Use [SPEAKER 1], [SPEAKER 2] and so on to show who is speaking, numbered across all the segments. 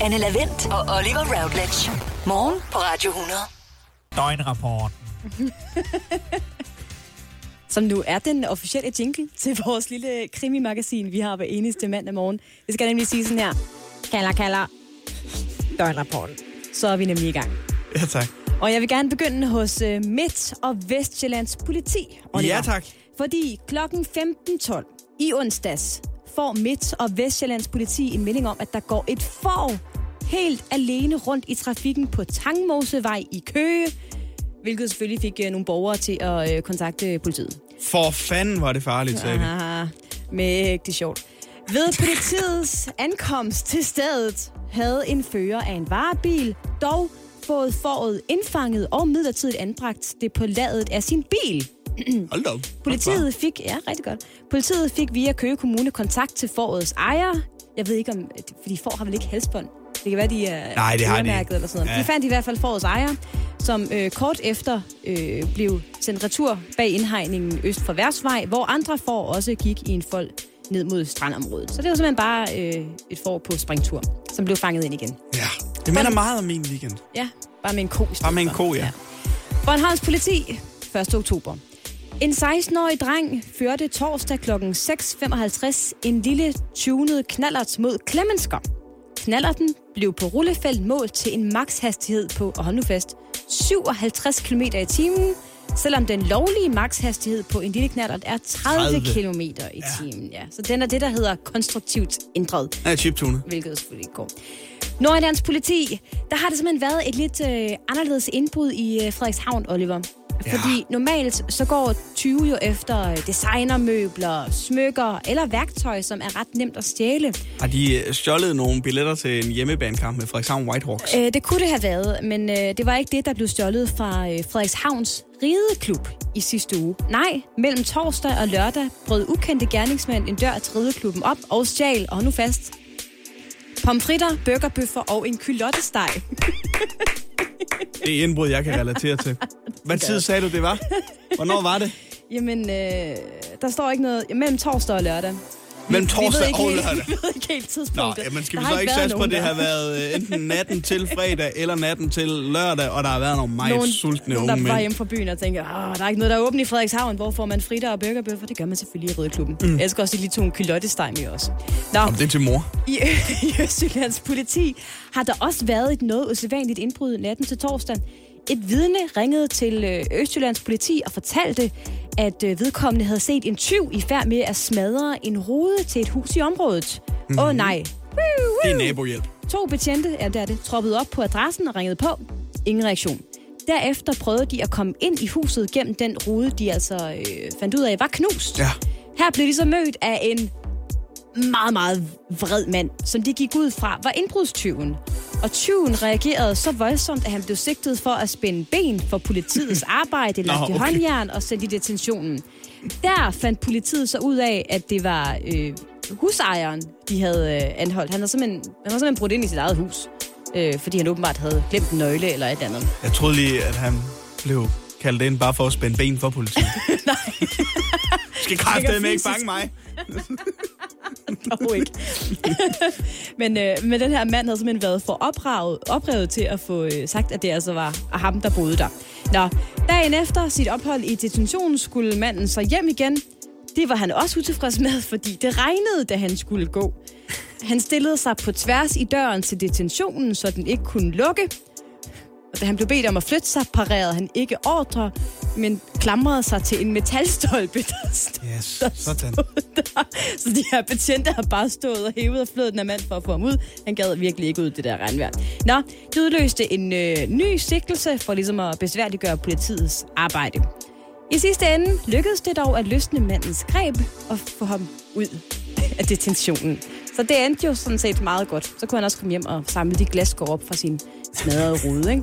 [SPEAKER 1] Anne Lavendt og Oliver Routledge. Morgen på Radio 100.
[SPEAKER 2] Døgnrapporten.
[SPEAKER 3] som nu er den officielle jingle til vores lille krimimagasin, vi har hver eneste mandag morgen. Det skal nemlig sige sådan her. Kalder, kalder. Døgnrapporten. Så er vi nemlig i gang.
[SPEAKER 2] Ja, tak.
[SPEAKER 3] Og jeg vil gerne begynde hos øh, Midt- og Vestjyllands politi. Oliver.
[SPEAKER 2] Ja, tak.
[SPEAKER 3] Fordi klokken 15.12 i onsdags får Midt- og Vestjyllands politi en melding om, at der går et får helt alene rundt i trafikken på Tangmosevej i Køge, hvilket selvfølgelig fik øh, nogle borgere til at øh, kontakte politiet.
[SPEAKER 2] For fanden var det farligt, sagde de.
[SPEAKER 3] Aha, mægtig sjovt. Ved politiets ankomst til stedet havde en fører af en varebil dog fået foråret indfanget og midlertidigt anbragt det på ladet af sin bil.
[SPEAKER 2] Hold da op.
[SPEAKER 3] Politiet fik, ja, rigtig godt. Politiet fik via Køge Kommune kontakt til forårets ejer. Jeg ved ikke om, fordi får har vel ikke halsbånd. Det kan være, de er
[SPEAKER 2] Nej, det har de
[SPEAKER 3] øremærket
[SPEAKER 2] ikke.
[SPEAKER 3] eller sådan noget.
[SPEAKER 2] Ja.
[SPEAKER 3] De fandt i hvert fald forårets ejer, som øh, kort efter øh, blev sendt retur bag indhegningen øst for Værsvej, hvor andre får også gik i en fold ned mod strandområdet. Så det var simpelthen bare øh, et får på springtur, som blev fanget ind igen.
[SPEAKER 2] Ja. Det minder meget om min weekend.
[SPEAKER 3] Ja, bare med en ko i stedet
[SPEAKER 2] Bare med en
[SPEAKER 3] for.
[SPEAKER 2] ko, ja.
[SPEAKER 3] Bornholms politi, 1. oktober. En 16-årig dreng førte torsdag kl. 6.55 en lille tunet knallert mod Klemmensker. Knallerten blev på rullefelt målt til en makshastighed på, og hold nu fast, 57 km i timen, selvom den lovlige makshastighed på en lille knallert er
[SPEAKER 2] 30.
[SPEAKER 3] 30, km i timen. Ja. Så den er det, der hedder konstruktivt ændret
[SPEAKER 2] Ja, chiptune.
[SPEAKER 3] hvilket selvfølgelig ikke går. Nordjyllands politi, der har det simpelthen været et lidt øh, anderledes indbrud i øh, Frederikshavn, Oliver.
[SPEAKER 2] Ja.
[SPEAKER 3] Fordi normalt så går 20 jo efter øh, designermøbler, smykker eller værktøj, som er ret nemt at stjæle.
[SPEAKER 2] Har de øh, stjålet nogle billetter til en hjemmebanekamp med Frederikshavn Whitehawks?
[SPEAKER 3] Øh, det kunne det have været, men øh, det var ikke det, der blev stjålet fra øh, Frederikshavns Rideklub i sidste uge. Nej, mellem torsdag og lørdag brød ukendte gerningsmænd en dør til Rideklubben op og stjal, og hold nu fast, pomfritter, burgerbøffer og en kylottesteg.
[SPEAKER 2] Det er indbrud, jeg kan relatere til. Hvad tid sagde du, det var? Hvornår var det?
[SPEAKER 3] Jamen, øh, der står ikke noget mellem torsdag og lørdag.
[SPEAKER 2] Mellem
[SPEAKER 3] Vi ved
[SPEAKER 2] torsdag
[SPEAKER 3] ikke
[SPEAKER 2] og
[SPEAKER 3] helt-
[SPEAKER 2] lørdag.
[SPEAKER 3] Vi ved ikke helt
[SPEAKER 2] Nå,
[SPEAKER 3] tidspunktet.
[SPEAKER 2] jamen skal vi
[SPEAKER 3] Der har
[SPEAKER 2] så ikke
[SPEAKER 3] været
[SPEAKER 2] satse på, at
[SPEAKER 3] nogen,
[SPEAKER 2] det
[SPEAKER 3] der-
[SPEAKER 2] har været øh, enten natten til fredag eller natten til lørdag, og der har været nogle meget
[SPEAKER 3] nogen,
[SPEAKER 2] sultne
[SPEAKER 3] nogen,
[SPEAKER 2] unge
[SPEAKER 3] der var
[SPEAKER 2] mænd.
[SPEAKER 3] hjemme fra byen og tænker, Åh, der er ikke noget, der er åbent i Frederikshavn. Hvor får man fritter og burgerbøffer? Det gør man selvfølgelig i Røde Klubben. Mm. Jeg skal også lige tog en kylottesteg med også. Nå,
[SPEAKER 2] Om det er til mor.
[SPEAKER 3] i, i Østjyllands politi har der også været et noget usædvanligt indbrud natten til torsdag. Et vidne ringede til øh, Østjyllands politi og fortalte, at øh, vedkommende havde set en tyv i færd med at smadre en rude til et hus i området. Åh mm-hmm. oh, nej.
[SPEAKER 2] Det er nabohjælp.
[SPEAKER 3] To betjente, ja, det er det, troppede op på adressen og ringede på. Ingen reaktion. Derefter prøvede de at komme ind i huset gennem den rude, de altså øh, fandt ud af var knust.
[SPEAKER 2] Ja.
[SPEAKER 3] Her blev de så mødt af en meget, meget vred mand, som de gik ud fra var indbrudstyven. Og tyven reagerede så voldsomt, at han blev sigtet for at spænde ben for politiets arbejde, lagt i
[SPEAKER 2] okay.
[SPEAKER 3] håndjern og sendt i detentionen. Der fandt politiet så ud af, at det var øh, husejeren, de havde øh, anholdt. Han havde simpelthen, han havde simpelthen brudt ind i sit eget hus, øh, fordi han åbenbart havde glemt en nøgle eller et andet.
[SPEAKER 2] Jeg troede lige, at han blev kaldt ind bare for at spænde ben for politiet. Nej. Du skal kraftedeme ikke
[SPEAKER 3] fysisk.
[SPEAKER 2] fange mig.
[SPEAKER 3] dog ikke. men, øh, men den her mand havde simpelthen været for oprevet, oprevet til at få øh, sagt, at det altså var ham, der boede der. Nå, dagen efter sit ophold i detentionen skulle manden så hjem igen. Det var han også utilfreds med, fordi det regnede, da han skulle gå. Han stillede sig på tværs i døren til detentionen, så den ikke kunne lukke. Og da han blev bedt om at flytte sig, parerede han ikke ordre, men klamrede sig til en metalstolpe, der stod
[SPEAKER 2] Yes, sådan.
[SPEAKER 3] der. Så de her betjente har bare stået og hævet og flået den her mand for at få ham ud. Han gad virkelig ikke ud, det der regnvejr. Nå, det udløste en øh, ny sigtelse for ligesom at besværliggøre politiets arbejde. I sidste ende lykkedes det dog at løsne mandens greb og få ham ud af detentionen. Så det endte jo sådan set meget godt. Så kunne han også komme hjem og samle de glasgård op fra sin smadrede rude, ikke?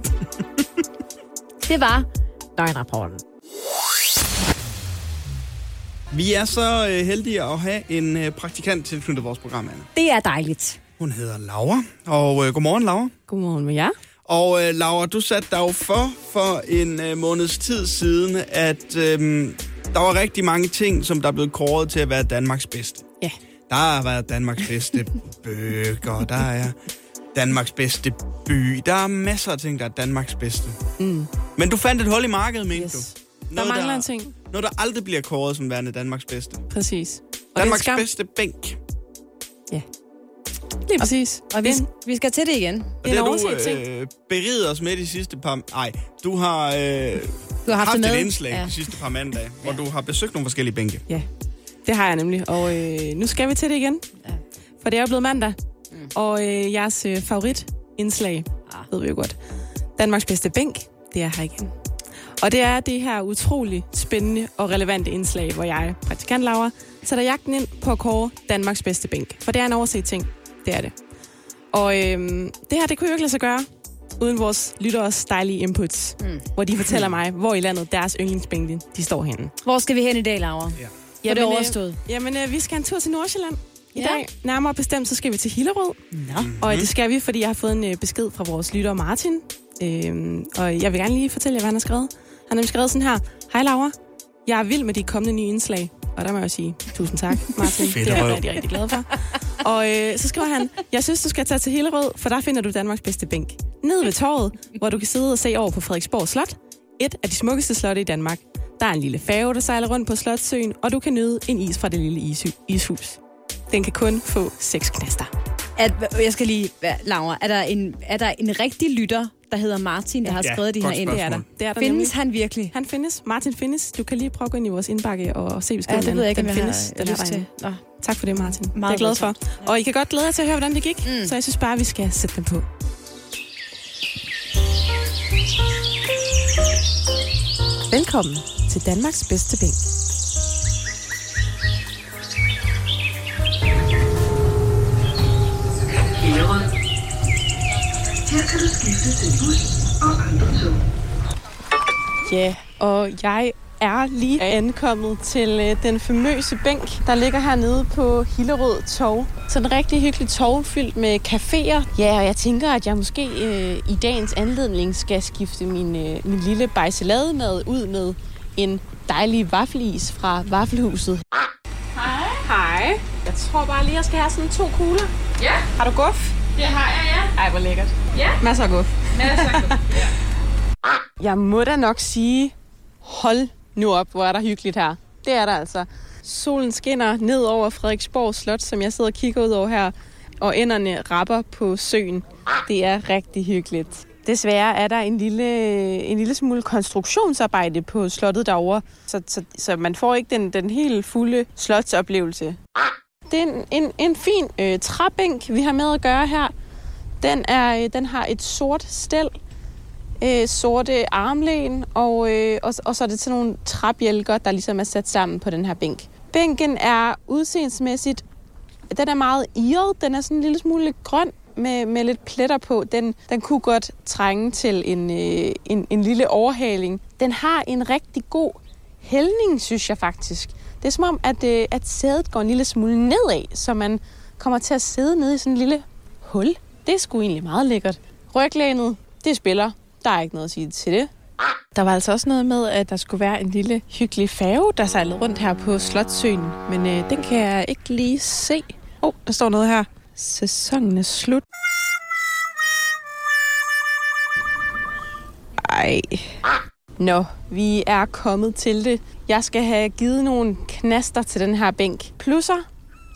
[SPEAKER 3] Det var døgnrapporten.
[SPEAKER 2] Vi er så øh, heldige at have en øh, praktikant tilknyttet vores program, Anna.
[SPEAKER 3] Det er dejligt.
[SPEAKER 2] Hun hedder Laura, og øh, godmorgen, Laura.
[SPEAKER 3] Godmorgen med jer.
[SPEAKER 2] Og øh, Laura, du satte dig jo for for en øh, måneds tid siden, at øh, der var rigtig mange ting, som der er blevet kåret til at være Danmarks bedste.
[SPEAKER 3] Ja.
[SPEAKER 2] Der har været Danmarks bedste bøger, der er Danmarks bedste by. Der er masser af ting, der er Danmarks bedste. Mm. Men du fandt et hul i markedet, mente
[SPEAKER 4] Yes.
[SPEAKER 2] du?
[SPEAKER 4] Der mangler en ting.
[SPEAKER 2] Noget, der aldrig bliver kåret som værende Danmarks bedste.
[SPEAKER 4] Præcis. Og det er en
[SPEAKER 2] Danmarks
[SPEAKER 4] skam.
[SPEAKER 2] bedste bænk.
[SPEAKER 4] Ja. Lige præcis.
[SPEAKER 5] Og vi,
[SPEAKER 4] Det er en-
[SPEAKER 5] vi skal til det igen.
[SPEAKER 2] Og det har du
[SPEAKER 4] overset ting.
[SPEAKER 2] øh, beriget os med de sidste par... Nej, du har, øh,
[SPEAKER 5] Du har haft,
[SPEAKER 2] haft
[SPEAKER 5] det
[SPEAKER 2] et
[SPEAKER 5] med.
[SPEAKER 2] indslag ja. de sidste par mandage, ja. hvor du har besøgt nogle forskellige bænke.
[SPEAKER 4] Ja, det har jeg nemlig. Og øh, nu skal vi til det igen. Ja. For det er jo blevet mandag. Mm. Og øh, jeres øh, favoritindslag, ah. ved vi jo godt. Danmarks bedste bænk, det er her igen. Og det er det her utrolig spændende og relevante indslag, hvor jeg, praktikant Laura, sætter jagten ind på at kåre Danmarks bedste bænk. For det er en overset ting. Det er det. Og øhm, det her, det kunne jo ikke lade sig gøre, uden vores lytteres dejlige inputs, mm. hvor de fortæller mig, hvor i landet deres yndlingsbænke, de står henne.
[SPEAKER 5] Hvor skal vi hen i dag, Laura? Ja. For det er overstået.
[SPEAKER 4] Øh, jamen, øh, vi skal en tur til Nordsjælland i
[SPEAKER 5] Ja.
[SPEAKER 4] ja. dag. Nærmere bestemt, så skal vi til Hillerød.
[SPEAKER 5] Nå.
[SPEAKER 4] Og
[SPEAKER 2] Mhm.
[SPEAKER 4] øh, det skal vi, fordi jeg har fået en øh, besked fra vores lytter Martin. Øhm, og jeg vil gerne lige fortælle jer, hvad han har skrevet. Han har nemlig skrevet sådan her. Hej Laura, jeg er vild med de kommende nye indslag. Og der må jeg jo sige, tusind tak, Martin.
[SPEAKER 2] Fedt
[SPEAKER 4] det er
[SPEAKER 2] røv.
[SPEAKER 4] jeg rigtig, rigtig glad for. Og øh, så skriver han, jeg synes, du skal tage til Hillerød, for der finder du Danmarks bedste bænk. Ned ved torvet, hvor du kan sidde og se over på Frederiksborg Slot. Et af de smukkeste slotte i Danmark. Der er en lille færge, der sejler rundt på Slotsøen, og du kan nyde en is fra det lille ishy- ishus. Den kan kun få seks knaster.
[SPEAKER 5] At, jeg skal lige... Hvad, Laura, er der, en, er der en rigtig lytter, der hedder Martin, der har
[SPEAKER 2] Ja,
[SPEAKER 5] skrevet de her
[SPEAKER 2] godt
[SPEAKER 5] ind?
[SPEAKER 2] spørgsmål.
[SPEAKER 4] Det er der. Det er der
[SPEAKER 5] Findes
[SPEAKER 4] nemlig.
[SPEAKER 5] han virkelig?
[SPEAKER 4] Han findes. Martin findes. Du kan lige prøve at gå ind i vores indbakke og se
[SPEAKER 5] Ja,
[SPEAKER 4] beskeden.
[SPEAKER 5] det ved jeg ikke, om
[SPEAKER 4] den
[SPEAKER 5] jeg
[SPEAKER 4] findes.
[SPEAKER 5] har
[SPEAKER 4] Den er
[SPEAKER 5] lyst til.
[SPEAKER 4] derinde.
[SPEAKER 5] Nå.
[SPEAKER 4] Tak for det, Martin. Meget det er
[SPEAKER 5] Meget
[SPEAKER 4] jeg glad for.
[SPEAKER 5] velkommen.
[SPEAKER 4] Og I kan godt glæde jer til at høre, hvordan det gik. Mm. Så jeg synes bare, vi skal sætte dem på. Velkommen til Danmarks bedste bænk.
[SPEAKER 6] Hillerød. Her kan du skifte til bus og andre tog.
[SPEAKER 4] Ja, og jeg er lige ankommet til øh, den famøse bænk, der ligger hernede på Hillerød Torv. Så en rigtig hyggelig torv fyldt med caféer. Ja, og jeg tænker, at jeg måske øh, i dagens anledning skal skifte min, øh, min lille bajselademad ud med en dejlig vaffelis fra Vaffelhuset. Hej. Hej. Jeg tror bare lige, jeg skal have sådan to kugler. Ja. Har du guf? Det har jeg, ja. Ej, hvor lækkert. Ja. Masser af guf. Jeg må da nok sige, hold nu op, hvor er der hyggeligt her. Det er der altså. Solen skinner ned over Frederiksborg Slot, som jeg sidder og kigger ud over her, og enderne rapper på søen. Det er rigtig hyggeligt. Desværre er der en lille, en lille smule konstruktionsarbejde på slottet derovre, så, så, så man får ikke den, den helt fulde slotsoplevelse. Det er en, en, en fin øh, træbænk, vi har med at gøre her. Den, er, øh, den har et sort stel, øh, sorte armlæn, og, øh, og, og så er det sådan nogle træbjælker, der ligesom er sat sammen på den her bænk. Bænken er udseendsmæssigt, den er meget irret, den er sådan en lille smule grøn med, med lidt pletter på. Den, den kunne godt trænge til en, øh, en, en lille overhaling. Den har en rigtig god hældning, synes jeg faktisk. Det er som om, at, øh, at sædet går en lille smule nedad, så man kommer til at sidde nede i sådan en lille hul. Det er sgu egentlig meget lækkert. Ryglænet, det spiller. Der er ikke noget at sige til det. Der var altså også noget med, at der skulle være en lille hyggelig færge, der sejlede rundt her på Slotsøen. Men øh, den kan jeg ikke lige se. Åh, oh, der står noget her. Sæsonen er slut. Ej. Nå, vi er kommet til det. Jeg skal have givet nogle knaster til den her bænk. Plusser,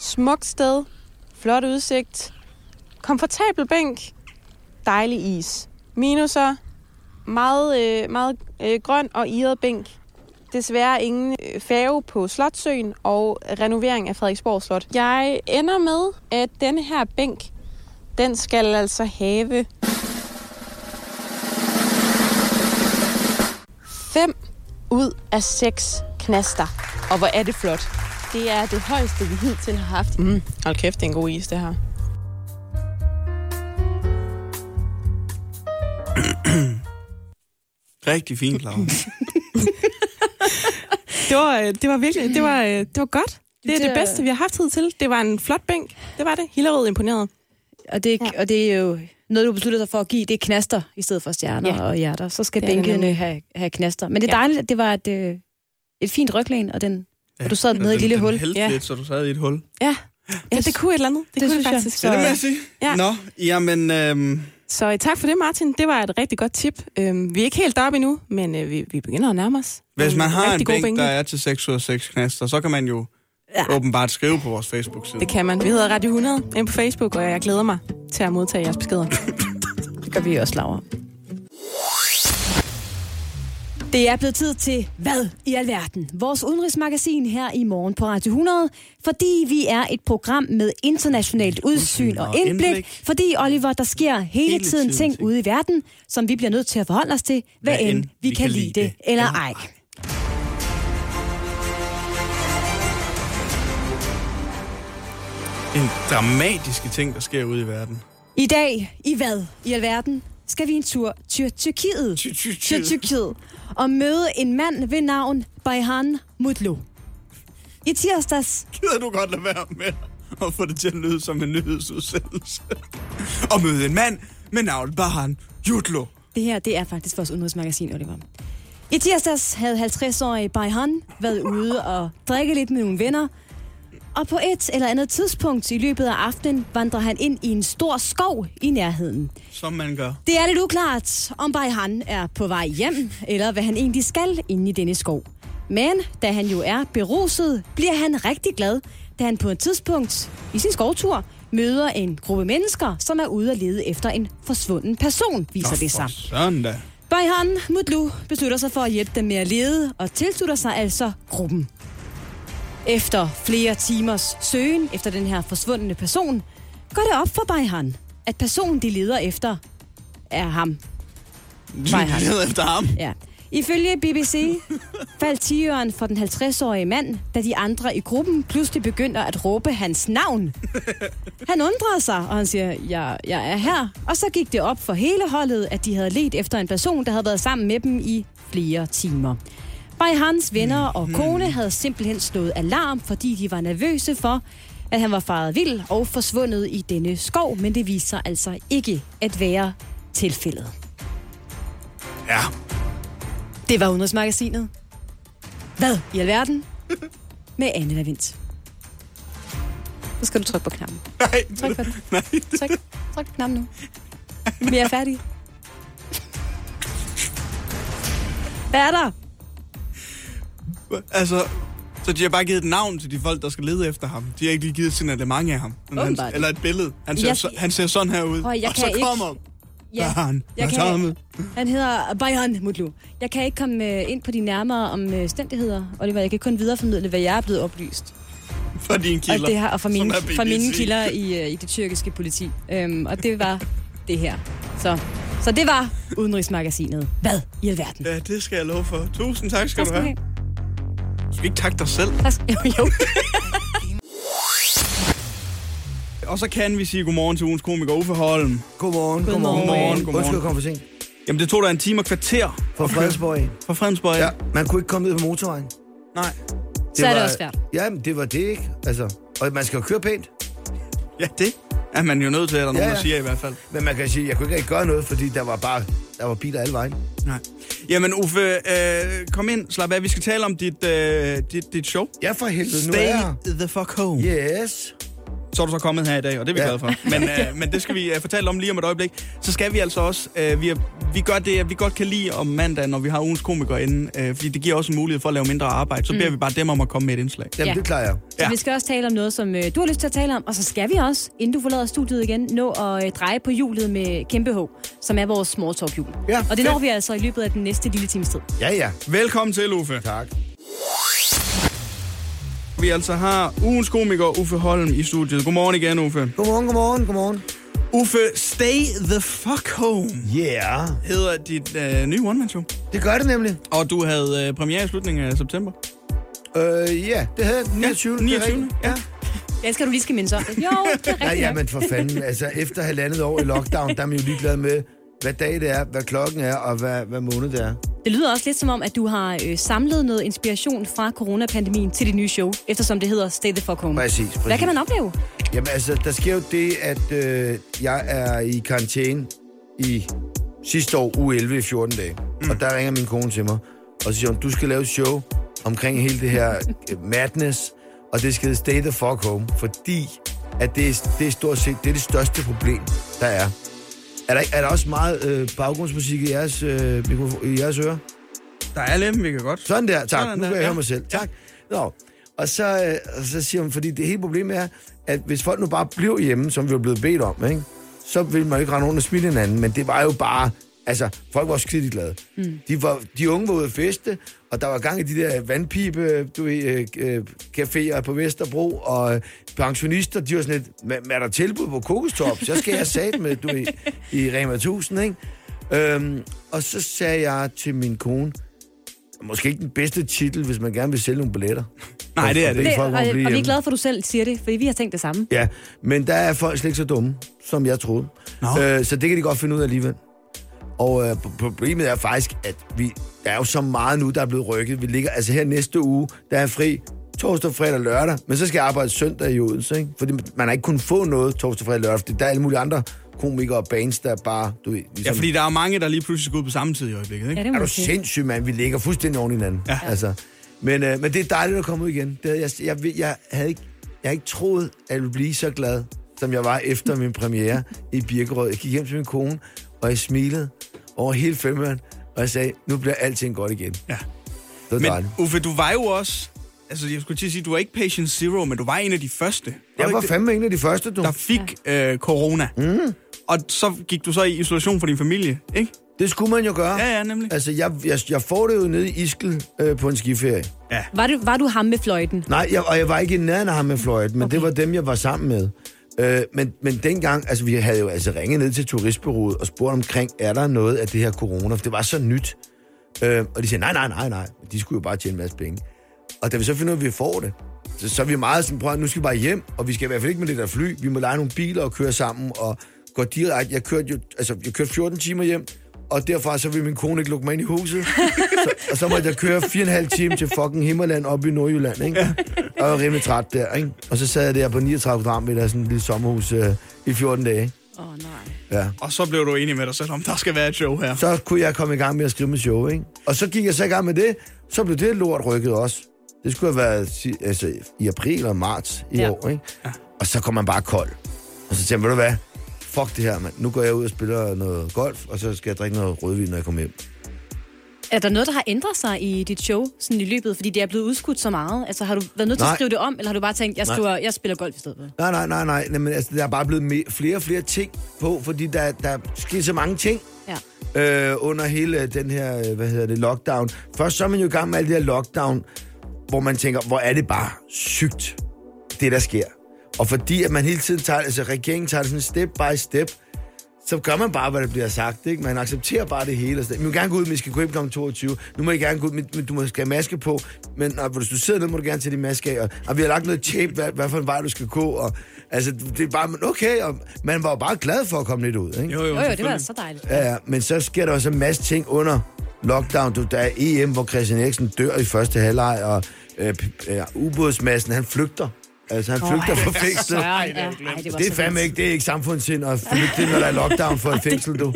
[SPEAKER 4] smukt sted, flot udsigt, komfortabel bænk, dejlig is. Minuser, meget, øh, meget øh, grøn og irret bænk. Desværre ingen øh, færge på Slotsøen og renovering af Frederiksborg Slot. Jeg ender med, at denne her bænk, den skal altså have fem ud af seks knaster. Og hvor er det flot. Det er det højeste, vi hidtil har haft. Mm, hold kæft, det er en god is, det her.
[SPEAKER 2] Rigtig fint, Laura.
[SPEAKER 4] Det var, øh, det var virkelig, det var, øh, det var godt. Det er
[SPEAKER 5] Det
[SPEAKER 4] det,
[SPEAKER 5] er-
[SPEAKER 4] bedste, vi har haft tid til. Det var en flot bænk. Det var det. Hillerød imponeret.
[SPEAKER 5] Og det, og det er jo noget, du besluttede dig for at give, det er knaster i stedet for stjerner
[SPEAKER 4] Ja.
[SPEAKER 5] og hjerter. Så skal
[SPEAKER 4] Det er det
[SPEAKER 5] bænkene
[SPEAKER 4] nemlig.
[SPEAKER 5] have, have knaster. Men det er
[SPEAKER 4] Ja.
[SPEAKER 5] dejligt, at det var et, øh, et fint ryglæn, og den...
[SPEAKER 2] Ja,
[SPEAKER 5] du sad nede i et
[SPEAKER 2] den-
[SPEAKER 5] lille
[SPEAKER 2] den
[SPEAKER 5] hul.
[SPEAKER 2] hældte
[SPEAKER 4] Ja.
[SPEAKER 2] lidt, så du sad i et hul.
[SPEAKER 4] Ja, Ja, det kunne et eller andet. Det,
[SPEAKER 3] det
[SPEAKER 4] det kunne det
[SPEAKER 3] synes jeg.
[SPEAKER 4] faktisk.
[SPEAKER 3] Så-
[SPEAKER 2] Det må jeg sige.
[SPEAKER 4] Ja.
[SPEAKER 2] Nå, jamen, øhm,
[SPEAKER 4] Så øh, tak for det, Martin. Det var et rigtig godt tip. Øhm, vi er ikke helt deroppe endnu, men øh, vi, vi begynder at nærme os.
[SPEAKER 2] hvis
[SPEAKER 4] Nogle
[SPEAKER 2] man har en
[SPEAKER 4] rigtig gode
[SPEAKER 2] bænk,
[SPEAKER 4] vinkler.
[SPEAKER 2] der er til 6 ud af 6 knaster, så kan man jo
[SPEAKER 3] Ja.
[SPEAKER 2] åbenbart skrive på vores Facebook-side.
[SPEAKER 4] Det kan man. Vi hedder Radio 100 ind på Facebook, og jeg glæder mig til at modtage jeres beskeder.
[SPEAKER 3] Det gør vi også, Laura. Det er blevet tid til Hvad i alverden? Vores udenrigsmagasin her i morgen på Radio 100, fordi vi er et program med internationalt udsyn og
[SPEAKER 2] og indblik.
[SPEAKER 3] indblik, fordi, Oliver, der sker hele,
[SPEAKER 2] Hele
[SPEAKER 3] tiden
[SPEAKER 2] tiden
[SPEAKER 3] ting
[SPEAKER 2] ting.
[SPEAKER 3] ude i verden, som vi bliver nødt til at forholde os til, hvad, hvad end vi kan lide det eller ej.
[SPEAKER 2] En dramatiske ting, der sker ude i verden.
[SPEAKER 3] I dag, i hvad i alverden, skal vi en tur til Tyrkiet.
[SPEAKER 2] Ty- ty- ty-
[SPEAKER 3] Til Tyrkiet. Og møde en mand ved navn Bayhan Mutlu. I tirsdags
[SPEAKER 2] Gider du godt lade være med at få det til at lyde som en nyhedsudsendelse? Og møde en mand med navn Bahan Jutlo.
[SPEAKER 3] Det her, det er faktisk vores udenrigsmagasin, Oliver. I tirsdags havde 50-årige Bayhan været ude og drikke lidt med nogle venner. Og på et eller andet tidspunkt i løbet af aftenen vandrer han ind i en stor skov i nærheden.
[SPEAKER 2] Som man gør.
[SPEAKER 3] Det er lidt uklart, om Bayhan er på vej hjem, eller hvad han egentlig skal inde i denne skov. Men da han jo er beruset, bliver han rigtig glad, da han på et tidspunkt i sin skovtur møder en gruppe mennesker, som er ude at lede efter en forsvunden person, viser det sig.
[SPEAKER 2] Sådan da.
[SPEAKER 3] Bayhan Mutlu beslutter sig for at hjælpe dem med at lede, og tilslutter sig altså gruppen. Efter flere timers søgen efter den her forsvundne person, går det op for Bayhan, at personen, de leder efter, er ham. Bayhan.
[SPEAKER 2] Leder efter ham.
[SPEAKER 3] Ja. Ifølge BBC faldt tigeren for den 50-årige mand, da de andre i gruppen pludselig begynder at råbe hans navn. Han undrede sig, og han siger, jeg, jeg er her. Og så gik det op for hele holdet, at de havde let efter en person, der havde været sammen med dem i flere timer. Bare hans venner og kone havde simpelthen slået alarm, fordi de var nervøse for, at han var faret vild og forsvundet i denne skov, men det viser sig altså ikke at være tilfældet.
[SPEAKER 2] Ja.
[SPEAKER 3] Det var Udenrigsmagasinet. Hvad i alverden? Med Anne Lavindt. Nu skal du trykke på knappen.
[SPEAKER 2] Nej,
[SPEAKER 3] Tryk på den. Tryk, tryk på knappen nu. Vi er færdige. Hvad er der?
[SPEAKER 2] altså... Så de har bare givet et navn til de folk, der skal lede efter ham. De har ikke lige givet sin mange af ham. Men han,
[SPEAKER 3] Åbenbart ikke.
[SPEAKER 2] eller et billede. Han ser,
[SPEAKER 3] Jeg-
[SPEAKER 2] så, han ser sådan her ud.
[SPEAKER 3] Prøv at- jeg
[SPEAKER 2] og
[SPEAKER 3] kan
[SPEAKER 2] så
[SPEAKER 3] ikke-
[SPEAKER 2] kommer Bahan.
[SPEAKER 3] jeg
[SPEAKER 2] Bahan.
[SPEAKER 3] kan, han hedder Bayern Mutlu. Jeg kan ikke komme øh, ind på de nærmere omstændigheder, Oliver. Jeg kan kun videreformidle, hvad jeg er blevet oplyst.
[SPEAKER 2] fra dine kilder.
[SPEAKER 3] Og det her, og fra
[SPEAKER 2] som
[SPEAKER 3] mine,
[SPEAKER 2] er BBC.
[SPEAKER 3] fra mine kilder i, øh, i det tyrkiske politi. Øhm, og det var det her. Så, så det var Udenrigsmagasinet. Hvad i alverden?
[SPEAKER 2] Ja, det skal jeg love for. Tusind tak skal,
[SPEAKER 3] Tak
[SPEAKER 2] du
[SPEAKER 3] skal
[SPEAKER 2] have.
[SPEAKER 3] du
[SPEAKER 2] Skal vi ikke takke dig selv?
[SPEAKER 3] Tak skal- Jo, jo.
[SPEAKER 2] Og så kan vi sige godmorgen til ugens komiker Uffe Holm.
[SPEAKER 7] Godmorgen,
[SPEAKER 3] Godmorgen.
[SPEAKER 7] godmorgen.
[SPEAKER 2] Godmorgen, godmorgen.
[SPEAKER 7] Undskyld, jeg kom for sent.
[SPEAKER 2] Jamen, det tog dig en time og kvarter
[SPEAKER 7] Fra Fredensborg. af.
[SPEAKER 2] fra Fredensborg.
[SPEAKER 7] Ja, man kunne ikke komme ned på motorvejen.
[SPEAKER 2] Nej.
[SPEAKER 3] Så er det
[SPEAKER 7] var-
[SPEAKER 3] også svært.
[SPEAKER 7] Jamen, det var det, ikke? Altså, og man skal jo køre pænt.
[SPEAKER 2] Ja, det er man jo nødt til, at der er nogen,
[SPEAKER 7] ja.
[SPEAKER 2] der siger i hvert fald.
[SPEAKER 7] Men man kan sige, jeg kunne ikke rigtig gøre noget, fordi der var bare der var biler alle vejen.
[SPEAKER 2] Nej. Jamen, Uffe, øh, kom ind. Slap af. Vi skal tale om dit, øh, dit, dit show.
[SPEAKER 7] Ja, for helvede, nu er
[SPEAKER 2] Stay
[SPEAKER 7] jeg.
[SPEAKER 2] the fuck home. Yeah.
[SPEAKER 7] Yes.
[SPEAKER 2] Så er du så kommet her i dag, og det er vi ja.
[SPEAKER 7] Ja.
[SPEAKER 2] glade for. Men, øh, men det skal vi øh, fortælle om lige om et øjeblik. Så skal vi altså også... Øh, vi, er, vi gør det, at vi godt kan lide om mandag, når vi har ugens komikere inde. Øh, fordi det giver også en mulighed for at lave mindre arbejde. Så mm. beder vi bare dem om at komme med et indslag.
[SPEAKER 7] Jamen,
[SPEAKER 3] Ja.
[SPEAKER 7] ja. det klarer jeg.
[SPEAKER 3] Så
[SPEAKER 2] Ja.
[SPEAKER 3] vi skal også tale om noget, som øh, du har lyst til at tale om, og så skal vi også, inden du forlader studiet igen, nå at øh, dreje på hjulet med Kæmpe H, som er vores small talk hjul.
[SPEAKER 7] Ja,
[SPEAKER 3] og det når
[SPEAKER 7] fedt.
[SPEAKER 3] vi altså i løbet af den næste lille times tid.
[SPEAKER 7] Ja, ja.
[SPEAKER 2] Velkommen til, Uffe.
[SPEAKER 7] Tak.
[SPEAKER 2] Vi altså har ugens komiker Uffe Holm i studiet. Godmorgen igen, Uffe.
[SPEAKER 7] Godmorgen, godmorgen, godmorgen.
[SPEAKER 2] Uffe, stay the fuck home
[SPEAKER 7] Yeah.
[SPEAKER 2] hedder dit øh, nye one-man-show.
[SPEAKER 7] Det gør det nemlig.
[SPEAKER 2] Og du havde øh, premiere i slutningen af september.
[SPEAKER 7] Øh, ja, det havde jeg den 29. det er
[SPEAKER 2] 29.
[SPEAKER 7] rigtigt.
[SPEAKER 2] Ja.
[SPEAKER 3] Jeg skal du lige skal mindes om det. Jo, det er
[SPEAKER 7] Nej,
[SPEAKER 3] rigtigt.
[SPEAKER 7] ja,
[SPEAKER 3] nok.
[SPEAKER 7] men for fanden. Altså, efter halvandet år i lockdown, der er man jo ligeglad med, hvad dag det er, hvad klokken er, og hvad, hvad måned det er.
[SPEAKER 3] Det lyder også lidt som om, at du har øh, samlet noget inspiration fra coronapandemien til dit nye show, eftersom det hedder Stay the Fuck Home.
[SPEAKER 7] Præcis, præcis.
[SPEAKER 3] Hvad kan man opleve?
[SPEAKER 7] Jamen altså, der sker jo det, at øh, jeg er i karantæne i sidste år, uge 11 i 14 dage. Mm. Og der ringer min kone til mig, og så siger hun, du skal lave et show omkring hele det her øh, madness, og det skal hedde Stay the Fuck Home, fordi at det, er, det er stort set det, er det største problem, der er. Er der, ikke- er der også meget øh, baggrundsmusik i jeres, øh, mikrofon, i jeres ører?
[SPEAKER 2] Der er lidt, vi kan godt.
[SPEAKER 7] Sådan der, tak.
[SPEAKER 2] Sådan
[SPEAKER 7] Sådan nu
[SPEAKER 2] der,
[SPEAKER 7] kan jeg
[SPEAKER 2] ja.
[SPEAKER 7] høre mig selv. Tak. Nå. Og så, øh, og så siger hun, fordi det hele problemet er, at hvis folk nu bare blev hjemme, som vi var blevet bedt om, ikke? så ville man jo ikke rende rundt og smitte hinanden. Men det var jo bare... Altså, folk var skidt glade. Mm. De, var, de unge var ude at feste, og der var gang i de der vandpipe, du ved, øh, øh, caféer på Vesterbro, og øh, pensionister, de var sådan lidt, "Men- men er der tilbud på kokostops? Jeg skal have sat med, du ved, i Rema 1000, ikke? Øhm, og så sagde jeg til min kone, Måske ikke den bedste titel, hvis man gerne vil sælge nogle billetter.
[SPEAKER 2] Nej, det er det. ikke.
[SPEAKER 7] Det- er
[SPEAKER 3] og,
[SPEAKER 7] folk, hvor
[SPEAKER 3] og,
[SPEAKER 7] man bliver
[SPEAKER 3] vi er
[SPEAKER 7] hjemme.
[SPEAKER 3] glade for, at du selv siger det, fordi vi har tænkt det samme.
[SPEAKER 7] Ja, men der er folk slet ikke så dumme, som jeg troede.
[SPEAKER 2] Nå.
[SPEAKER 7] Øh, så det kan de godt finde ud af alligevel. Og øh, pro- problemet er faktisk, at vi, der er jo så meget nu, der er blevet rykket. Vi ligger, altså her næste uge, der er jeg fri torsdag, fredag og lørdag, men så skal jeg arbejde søndag i Odense, ikke? Fordi man har ikke kunnet få noget torsdag, fredag og lørdag, fordi der er alle mulige andre komikere og bands, der bare, du ved,
[SPEAKER 2] Ja,
[SPEAKER 7] ligesom,
[SPEAKER 2] fordi der er mange, der lige pludselig skal ud på samme tid i øjeblikket,
[SPEAKER 3] Ja,
[SPEAKER 2] ikke?
[SPEAKER 3] det må
[SPEAKER 7] er du
[SPEAKER 3] man sige.
[SPEAKER 7] sindssyg, mand? Vi ligger fuldstændig oven i hinanden. Ja. Altså. Men, øh, men det er dejligt at komme ud igen. Det havde jeg, jeg, ved- jeg, havde ikke, jeg havde ikke troet, at jeg ville blive så glad, som jeg var efter min premiere i Birkerød. Jeg gik hjem til min kone, og jeg smilede over hele femmeren, og jeg sagde, nu bliver alting godt igen.
[SPEAKER 2] Ja.
[SPEAKER 7] Det var
[SPEAKER 2] Men
[SPEAKER 7] dejligt.
[SPEAKER 2] Uffe, du var jo også... Altså, jeg skulle til at sige, du var ikke patient zero, men du var en af de første. du
[SPEAKER 7] Jeg
[SPEAKER 2] ikke
[SPEAKER 7] var
[SPEAKER 2] det?
[SPEAKER 7] fandme en af de første, du.
[SPEAKER 2] der fik øh, corona. Mm. Og så gik du så i isolation fra din familie, ikke?
[SPEAKER 7] Det skulle man jo gøre.
[SPEAKER 2] Ja, ja, nemlig.
[SPEAKER 7] Altså, jeg, jeg, jeg får det jo nede i Iskel øh, på en skiferie.
[SPEAKER 3] Var du, var du ham med fløjten?
[SPEAKER 7] Nej, jeg, og jeg var ikke i nærheden af ham med Floyd, men okay. det var dem, jeg var sammen med. Øh, men, men dengang, altså vi havde jo altså ringet ned til turistbureauet og spurgt omkring, er der noget af det her corona, for det var så nyt. Øh, og de sagde, nej, nej, nej, nej, de skulle jo bare tjene en masse penge. Og da vi så finder ud af, at vi får det, så, så er vi meget sådan, prøv at, nu skal vi bare hjem, og vi skal i hvert fald ikke med det der fly, vi må lege nogle biler og køre sammen, og går direkte, jeg kørte jo, altså jeg kørte 14 timer hjem, og derfra så ville min kone ikke lukke mig ind i huset. så, og så måtte jeg køre 4,5 timer til fucking Himmerland op i Nordjylland, ikke? Og jeg var rimelig træt der, ikke? Og så sad jeg der på 39 kvadratmeter, sådan et lille sommerhus øh, i 14 dage, ikke?
[SPEAKER 5] Åh, oh, nej.
[SPEAKER 7] Ja.
[SPEAKER 2] Og så blev du enig med dig selv om, der skal være et show her.
[SPEAKER 7] Så kunne jeg komme i gang med at skrive mit show, ikke? Og så gik jeg så i gang med det, så blev det lort rykket også. Det skulle have været si- altså, i april og marts i
[SPEAKER 3] Ja.
[SPEAKER 7] ja. år, ikke? Og så kom man bare kold. Og så tænkte jeg, ved du hvad? Fuck det her, mand. Nu går jeg ud og spiller noget golf, og så skal jeg drikke noget rødvin, når jeg kommer hjem.
[SPEAKER 3] Er der noget, der har ændret sig i dit show sådan i løbet? Fordi det er blevet udskudt så meget. Altså, har du været nødt til at
[SPEAKER 7] Nej.
[SPEAKER 3] skrive det om, eller har du bare tænkt, jeg,
[SPEAKER 7] Nej.
[SPEAKER 3] skriver, jeg spiller golf i stedet for?
[SPEAKER 7] Nej, nej, nej, nej. nej men, altså, der er bare blevet me- flere og flere ting på, fordi der, der sker så mange ting.
[SPEAKER 3] Ja.
[SPEAKER 7] øh, under hele den her, øh, hvad hedder det, lockdown. Først så er man jo i gang med alt det her lockdown, hvor man tænker, hvor er det bare sygt, det der sker. Og fordi at man hele tiden tager, altså regeringen tager det sådan step by step, så gør man bare, hvad der bliver sagt, ikke? Man accepterer bare det hele. og sådan. Vi må gerne gå ud, men I skal gå hjem kl. 22. Nu må I gerne gå ud, men men du må skal have maske på. Men når, hvis du sidder ned, må du gerne tage din maske af. Og, og vi har lagt noget tape, hvad, hvad for en vej du skal gå. Og, altså, det er bare, okay, og man var jo bare glad for at komme lidt ud, ikke?
[SPEAKER 3] Jo, jo, det var altså-
[SPEAKER 2] selvfølgelig.
[SPEAKER 3] så dejligt.
[SPEAKER 7] Ja, ja, men så sker der også en masse ting under lockdown. Du, der er EM, hvor Christian Eriksen dør i første halvleg, og øh, p- øh, ubådsmassen, han flygter. Altså, han flygter fra fængslet.
[SPEAKER 3] Søren, ja. Ej, det, var
[SPEAKER 7] Det
[SPEAKER 3] så
[SPEAKER 7] er fandme
[SPEAKER 3] vildt.
[SPEAKER 7] ikke, det er ikke samfundssind at flygte, når der er lockdown for et fængsel, du.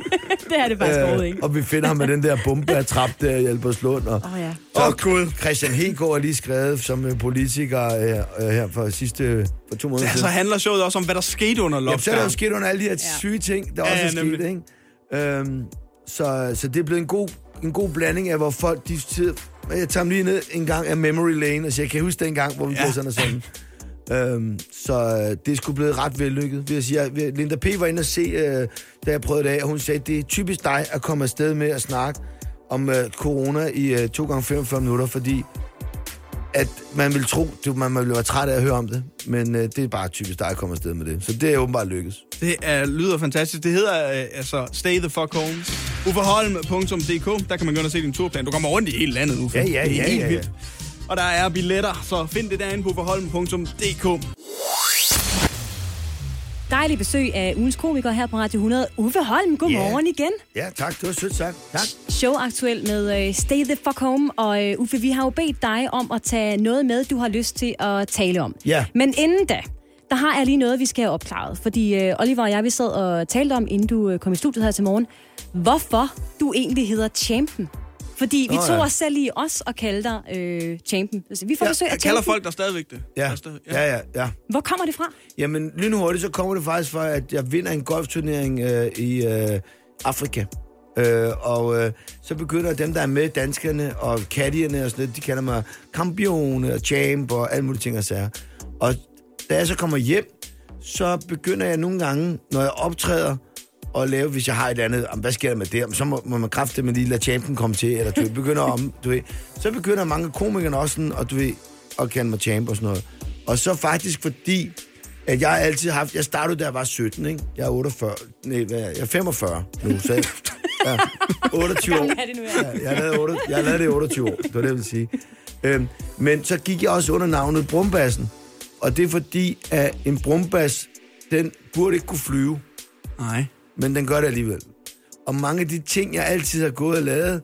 [SPEAKER 3] Det er det faktisk overhovedet ikke.
[SPEAKER 7] Øh, og vi finder ham med den der bombe af trap der i Albertslund. Og,
[SPEAKER 3] Åh, ja.
[SPEAKER 7] og Gud. Christian Hegård er lige skrevet som øh, politiker øh, øh, her for sidste øh, for to måneder
[SPEAKER 2] Altså
[SPEAKER 7] siden.
[SPEAKER 2] handler showet også om, hvad der skete under
[SPEAKER 7] Jamen, så er
[SPEAKER 2] lockdown.
[SPEAKER 7] der jo sket under alle de her syge ting, der
[SPEAKER 2] Ja,
[SPEAKER 7] også
[SPEAKER 2] ja,
[SPEAKER 7] er sket,
[SPEAKER 2] nemlig.
[SPEAKER 7] ikke? Øhm, så, så det er blevet en god, en god blanding af, hvor folk de sidder... Jeg tager dem lige ned en gang af memory lane og siger, kan jeg huske den gang, hvor vi
[SPEAKER 2] Ja.
[SPEAKER 7] ja. blev sådan og sådan? Øhm, så øh, det er sgu blevet ret vellykket. Vil jeg sige, jeg, Linda P. var inde og se, øh, da jeg prøvede det af, og hun sagde, det er typisk dig at komme afsted med at snakke om øh, corona i øh, 2x45 minutter, fordi at man vil tro, at man ville være træt af at høre om det, men øh, det er bare typisk dig at komme afsted med det. Så det er åbenbart lykkes.
[SPEAKER 2] Det er, lyder fantastisk. Det hedder øh, altså Stay the Fuck Home. Uffeholm.dk, der kan man gå ind og se din turplan. Du kommer rundt i hele landet, Uffe.
[SPEAKER 7] Ja, ja,
[SPEAKER 2] Det er
[SPEAKER 7] ja,
[SPEAKER 2] helt
[SPEAKER 7] ja, ja.
[SPEAKER 2] vildt. Og der er billetter, så find det derinde på uffeholm.dk.
[SPEAKER 3] Dejlig besøg af ugens komiker her på Radio 100. Uffe Holm, godmorgen yeah. igen.
[SPEAKER 7] Ja, tak. Det var sødt sagt. Tak.
[SPEAKER 3] Show aktuel med uh, Stay the Fuck Home. Og uh, Uffe, vi har jo bedt dig om at tage noget med, du har lyst til at tale om.
[SPEAKER 7] Ja.
[SPEAKER 3] Men inden da, der har jeg lige noget, vi skal have opklaret. Fordi uh, Oliver og jeg, vi sad øh, og talte om, inden du uh, kom i studiet her til morgen, hvorfor du egentlig hedder Champen. Fordi vi
[SPEAKER 7] Nå,
[SPEAKER 3] tog
[SPEAKER 7] ja.
[SPEAKER 3] os selv i os og kaldte dig øh, champen. Altså, vi får ja, besøg af
[SPEAKER 2] Jeg kalder
[SPEAKER 3] champen.
[SPEAKER 2] folk der stadigvæk det. Der
[SPEAKER 7] Ja,
[SPEAKER 2] er stadig-
[SPEAKER 7] ja, ja, ja.
[SPEAKER 3] Hvor kommer det fra?
[SPEAKER 7] Jamen, lynhurtigt, så kommer det faktisk fra, at jeg vinder en golfturnering øh, i øh, Afrika. Øh, og øh, så begynder dem, der er med, danskerne og kattierne og sådan noget, de kalder mig kampion og champ og alle mulige ting og sager. Og da jeg så kommer hjem, så begynder jeg nogle gange, når jeg optræder, at lave, hvis jeg har et andet, om, hvad sker der med det? Om, så må, må man kræfte med lige lade champen komme til, eller du ved, begynder om, du ved. Så begynder mange komikere også sådan, og du ved, at kalde mig champ og sådan noget. Og så faktisk fordi, at jeg har altid haft, jeg startede, da jeg var 17, ikke? Jeg er 48, nej, hvad er jeg Jeg er 45 nu, så jeg, ja, 28 år.
[SPEAKER 3] er det nu, jeg
[SPEAKER 7] Ja, jeg, lavede 8, jeg lavede det i 28 år, det var det, jeg ville sige. Øhm, men så gik jeg også under navnet Brumbassen. Og det er fordi, at en brumbas, den burde ikke kunne flyve
[SPEAKER 2] Nej.
[SPEAKER 7] men den gør det alligevel. Og mange af de ting, jeg altid har gået og lavet,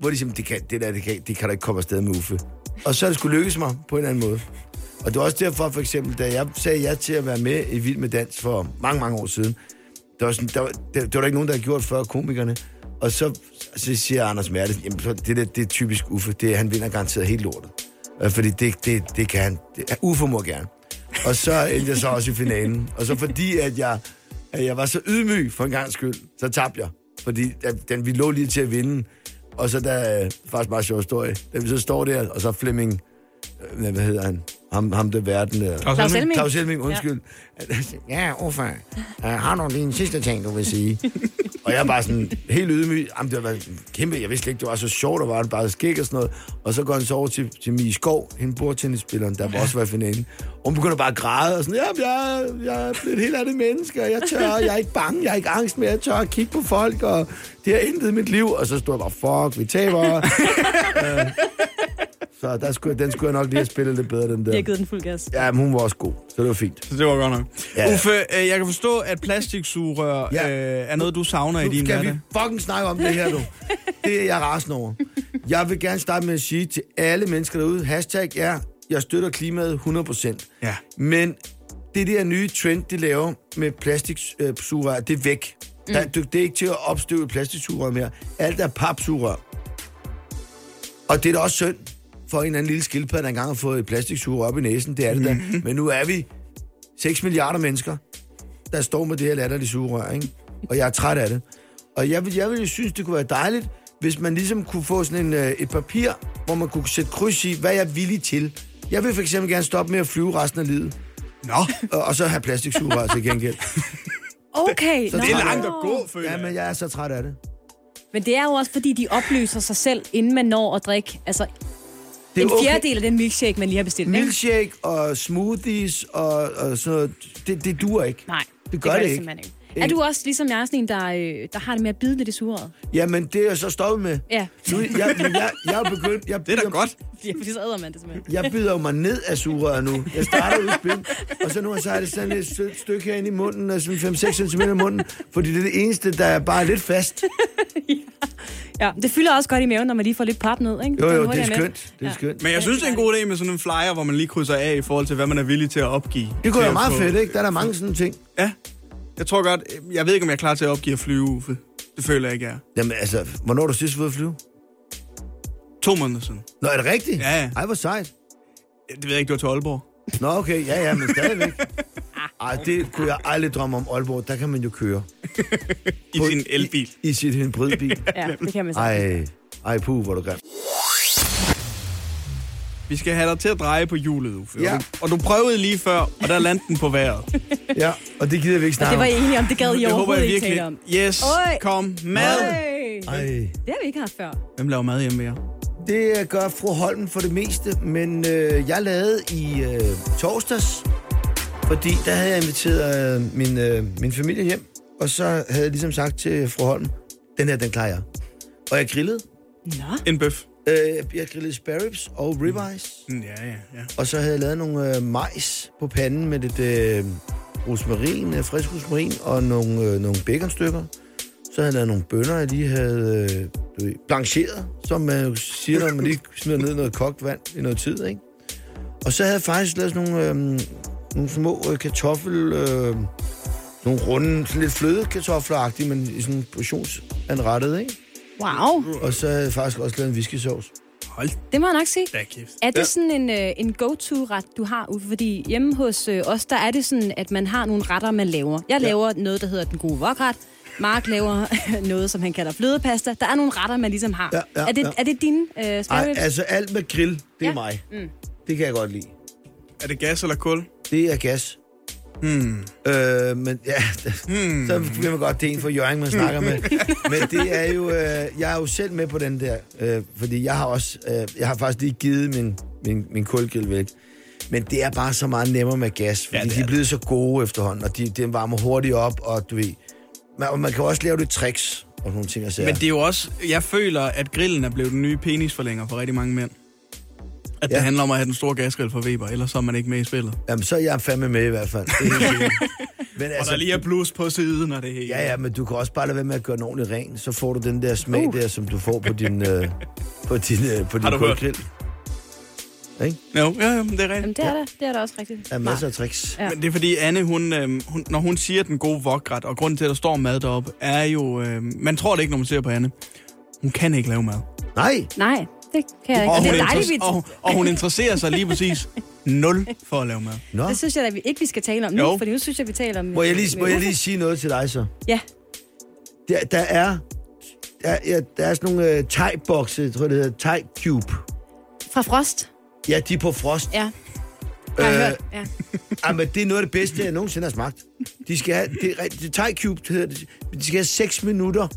[SPEAKER 7] hvor de siger, det kan, det der, det kan, det kan der ikke komme afsted med Uffe. Og så er det skulle lykkes mig på en eller anden måde. Og det var også derfor, for eksempel, da jeg sagde ja til at være med i Vild med Dans for mange, mange år siden, der var, sådan, der, var- der, der var der ikke nogen, der havde gjort før komikerne. Og så, så siger Anders Merte, jamen, så det, der, det er typisk Uffe, det, er- han vinder garanteret helt lortet. Øh, Fordi det, det, det kan han. Det, Uffe må gerne. Og så endte jeg så også i finalen. Og så fordi, at jeg, at jeg var så ydmyg for en gang skyld, så tabte jeg. Fordi at den, vi lå lige til at vinde. Og så der, øh, faktisk meget sjov historie, da vi så står der, og så Flemming, øh, hvad hedder han? Ham, ham der verden der.
[SPEAKER 3] Claus Elming.
[SPEAKER 7] Claus Elming, undskyld. Ja, Uffe, øh, har du din sidste ting, du vil sige? og jeg er bare sådan helt ydmyg. Jamen, det var en kæmpe, jeg vidste slet ikke, det var så sjovt, og var det bare skæg og sådan noget. Og så går han så over til, til Mie Skov, hende bordtennisspilleren, der var også var i finalen. Og hun begynder bare at græde og sådan, jamen, jeg, jeg er blevet et helt andet menneske, og jeg tør, jeg er ikke bange, jeg er ikke angst mere, jeg tør at kigge på folk, og det har intet i mit liv. Og så stod jeg bare, fuck, vi taber. øh, så der skulle, den skulle jeg nok lige have spillet lidt bedre, den der.
[SPEAKER 3] Jeg har givet den fuld gas.
[SPEAKER 7] Ja, men hun var også god, så det var fint.
[SPEAKER 2] Så det var godt nok.
[SPEAKER 7] Ja.
[SPEAKER 2] Ja. Uffe, øh, jeg kan forstå, at plastiksugerør
[SPEAKER 7] Ja.
[SPEAKER 2] ja. øh, er noget, du savner i
[SPEAKER 7] Nu
[SPEAKER 2] din
[SPEAKER 7] skal vi
[SPEAKER 2] hverdag.
[SPEAKER 7] fucking snakke om det her, du. Det er jeg rasende over. Jeg vil gerne starte med at sige til alle mennesker derude, hashtag er, jeg støtter klimaet 100%.
[SPEAKER 2] Ja.
[SPEAKER 7] Men det der nye trend, de laver med plastiksugerør, det er væk. Mm. Der, du- det er ikke til at opstøve plastiksugerør mere. Alt er papsugerør. Og det er da også synd for en eller anden lille skildpadde, der engang har fået et plastiksugerør op i næsen. Det er det mm.
[SPEAKER 2] Mm-hmm.
[SPEAKER 7] da. Men nu er vi 6 milliarder mennesker, der står med det her latterlige sugerør, ikke? Og jeg er træt af det. Og jeg vil, jeg vil jo synes, det kunne være dejligt, hvis man ligesom kunne få sådan en, øh, et papir, hvor man kunne sætte kryds i, hvad jeg er villig til. Jeg vil for eksempel gerne stoppe med at flyve resten af livet,
[SPEAKER 2] Nå,
[SPEAKER 7] og, og så have plastiksugerør til gengæld.
[SPEAKER 3] Okay,
[SPEAKER 7] Så
[SPEAKER 2] det er
[SPEAKER 7] Nå.
[SPEAKER 2] langt at gå, føler
[SPEAKER 7] Ja,
[SPEAKER 2] jeg.
[SPEAKER 7] men jeg er så træt af det.
[SPEAKER 3] Men det er jo også, fordi de opløser sig selv, inden man når at drikke. Altså,
[SPEAKER 7] det er
[SPEAKER 3] en
[SPEAKER 7] okay.
[SPEAKER 3] fjerdedel af den milkshake, man lige har bestilt. ikke?
[SPEAKER 7] Milkshake og smoothies og, og sådan noget, det, det duer ikke.
[SPEAKER 3] Nej,
[SPEAKER 7] det gør det, ikke.
[SPEAKER 3] simpelthen ikke. Er du også ligesom jeg, sådan en, der, øh, der har det med at bide lidt i suret?
[SPEAKER 7] Jamen, det er jeg så stoppet med.
[SPEAKER 3] Ja.
[SPEAKER 7] Nu, jeg, jeg, jeg, jeg er begyndt... Jeg
[SPEAKER 2] Det er da
[SPEAKER 7] bider-
[SPEAKER 2] godt.
[SPEAKER 3] Ja, fordi så æder man det simpelthen.
[SPEAKER 7] Jeg bider jo mig ned af sugerøret nu. Jeg starter ud i spil, og så nu så er det sådan et sødt stykke herinde i munden, og sådan 5-6 cm i munden, fordi det er det eneste, der er bare lidt fast.
[SPEAKER 3] Ja, det fylder også godt i maven, når man lige får lidt pap ned, ikke?
[SPEAKER 7] Jo,
[SPEAKER 3] Den
[SPEAKER 7] jo, det
[SPEAKER 3] hurtigere
[SPEAKER 7] er
[SPEAKER 3] med.
[SPEAKER 7] skønt. Det er skønt.
[SPEAKER 2] Men jeg synes, det er en god idé med sådan en flyer, hvor man lige krydser af i forhold til, hvad man er villig til at opgive.
[SPEAKER 7] Det kunne
[SPEAKER 2] Til
[SPEAKER 7] være
[SPEAKER 2] at
[SPEAKER 7] meget
[SPEAKER 2] få-
[SPEAKER 7] fedt, ikke? Der er der mange sådan ting.
[SPEAKER 2] Ja. Jeg tror godt, øh, jeg ved ikke, om jeg er klar til at opgive at flyve, Uffe. Det føler jeg ikke, jeg er.
[SPEAKER 7] Jamen altså, hvornår er du sidst ude at flyve?
[SPEAKER 2] To måneder siden.
[SPEAKER 7] Nå, er det rigtigt?
[SPEAKER 2] Ja, ja.
[SPEAKER 7] Ej, hvor sejt.
[SPEAKER 2] Det ved jeg ikke, du var til Aalborg.
[SPEAKER 7] Nå, okay, ja, ja, men stadigvæk. Ej, det kunne jeg aldrig drømme om Aalborg. Der kan man jo køre.
[SPEAKER 2] I sin elbil.
[SPEAKER 7] I, i sit hybridbil.
[SPEAKER 3] Ja, det kan man sige.
[SPEAKER 7] Ej, ej, puh, hvor er du grim.
[SPEAKER 2] Vi skal have dig til at dreje på hjulet, Uffe.
[SPEAKER 7] Ja.
[SPEAKER 2] Og, du, og du prøvede lige før, og der landte den på vejret.
[SPEAKER 7] Ja, og det gider vi ikke
[SPEAKER 3] Det
[SPEAKER 7] snakke
[SPEAKER 3] var
[SPEAKER 7] om.
[SPEAKER 3] I enige om, det gad I
[SPEAKER 2] det håber jeg
[SPEAKER 3] overhovedet ikke
[SPEAKER 2] virkelig.
[SPEAKER 3] tale om.
[SPEAKER 2] Yes,
[SPEAKER 3] Oj.
[SPEAKER 2] kom mad.
[SPEAKER 3] Øj,
[SPEAKER 7] Ej.
[SPEAKER 3] det har vi ikke haft før.
[SPEAKER 2] Hvem laver mad hjemme med jer?
[SPEAKER 7] Det øh, gør fru Holm for det meste, men øh, jeg lavede i øh, torsdags, fordi der havde jeg inviteret øh, min, øh, min familie hjem, og så havde jeg ligesom sagt til fru Holm, den her, den klarer jeg. Og jeg grillede.
[SPEAKER 3] Nå,
[SPEAKER 2] En bøf. Mm,
[SPEAKER 7] Øh, jeg grillede spare ribs og ribeyes,
[SPEAKER 2] Ja, ja, ja.
[SPEAKER 7] og så havde jeg lavet nogle øh, majs på panden med lidt øh, rosmarin, øh, frisk rosmarin og nogle, øh, nogle baconstykker. Så havde jeg lavet nogle bønner, jeg lige havde øh, du ved, blancheret, som man jo siger, når man lige smider ned i noget kogt vand i noget tid, ikke? Og så havde jeg faktisk lavet sådan nogle, øh, nogle små øh, kartoffel... Øh, nogle runde, sådan lidt flødekartofler men i sådan en portionsanrettet, ikke?
[SPEAKER 3] Wow,
[SPEAKER 7] Og så har jeg faktisk også lavet en whiskysauce.
[SPEAKER 2] Hold
[SPEAKER 3] det må jeg nok sige.
[SPEAKER 2] da kæft.
[SPEAKER 3] Er det
[SPEAKER 7] Ja.
[SPEAKER 3] sådan en, øh, en go-to-ret, du har, Uffe? Fordi hjemme hos øh, os, der er det sådan, at man har nogle retter, man laver. Jeg laver noget, der hedder den gode vokret. Mark laver noget, som han kalder flødepasta. Der er nogle retter, man ligesom har.
[SPEAKER 7] Ja, ja,
[SPEAKER 3] er, det,
[SPEAKER 7] ja.
[SPEAKER 3] er det dine øh,
[SPEAKER 7] Ej,
[SPEAKER 3] spærribs?
[SPEAKER 7] altså alt med grill, det er
[SPEAKER 3] Ja.
[SPEAKER 7] mig. Mm. Det kan jeg godt lide.
[SPEAKER 2] Er det gas eller kul?
[SPEAKER 7] Det er gas. Hmm. Øh, men ja, hmm. så bliver man godt, det er en fra Jørgen, man snakker med. Men det er jo, øh, jeg er jo selv med på den der, øh, fordi jeg har også, øh, jeg har faktisk lige givet min, min, min kulgrill væk. Men det er bare så meget nemmere med gas, fordi
[SPEAKER 2] Ja,
[SPEAKER 7] ja,
[SPEAKER 2] det
[SPEAKER 7] de
[SPEAKER 2] er
[SPEAKER 7] er blevet så gode efterhånden, og de, de varmer hurtigt op, og du ved, man, og man kan jo også lave lidt tricks og sådan nogle ting og sager.
[SPEAKER 2] Men det er jo også, jeg føler, at grillen er blevet den nye penisforlænger for rigtig mange mænd. At ja. Altså- det
[SPEAKER 7] Ja.
[SPEAKER 2] handler om at have den store gasgrill for Weber, ellers så er man ikke med i spillet.
[SPEAKER 7] Jamen, så er jeg fandme med i hvert fald. Det er helt sikkert. men altså-
[SPEAKER 2] Og der lige er plus på siden, og det hele.
[SPEAKER 7] Ja, ja, men du kan også bare lade være med at gøre den ordentligt ren. Så får du den der smag uh. der, som du får på din, øh, på din, øh, på din
[SPEAKER 2] Har du hørt?
[SPEAKER 7] kulgrill. Ikke?
[SPEAKER 2] Jo, ja, ja, men det er rigtigt.
[SPEAKER 5] Jamen, det er, der, det er der også rigtigt.
[SPEAKER 7] Der er masser af tricks.
[SPEAKER 5] Ja.
[SPEAKER 2] Men det er fordi, Anne, hun, øhm, hun, når hun siger den gode vokret, og grunden til, at der står mad deroppe, er jo... Øhm, man tror det ikke, når man ser på Anne. Hun kan ikke lave mad.
[SPEAKER 7] Nej,
[SPEAKER 3] Nej, det kan jeg ikke.
[SPEAKER 2] Og,
[SPEAKER 3] Og
[SPEAKER 2] hun,
[SPEAKER 3] det er dejligt,
[SPEAKER 2] interesse-
[SPEAKER 3] vi...
[SPEAKER 2] og, og hun interesserer sig lige præcis nul for at lave mad.
[SPEAKER 7] nå.
[SPEAKER 3] Det synes jeg da vi ikke, vi skal tale om nu,
[SPEAKER 2] Jo.
[SPEAKER 3] jo. fordi nu synes jeg, vi taler om...
[SPEAKER 7] Må jeg lige, må jeg lige sige noget til dig så?
[SPEAKER 3] Ja,
[SPEAKER 7] Der, der er... Der, ja, der er sådan nogle øh, thai-bokse, jeg tror det hedder thai cube.
[SPEAKER 3] fra Frost.
[SPEAKER 7] Ja, de er på frost.
[SPEAKER 3] Ja. Har jeg
[SPEAKER 7] Øh,
[SPEAKER 3] hørt. Ja.
[SPEAKER 7] Ej, men det er noget af det bedste, jeg nogensinde har smagt. De skal have... Det, er rigtigt, det thai cube, det hedder det. De skal have 6 minutter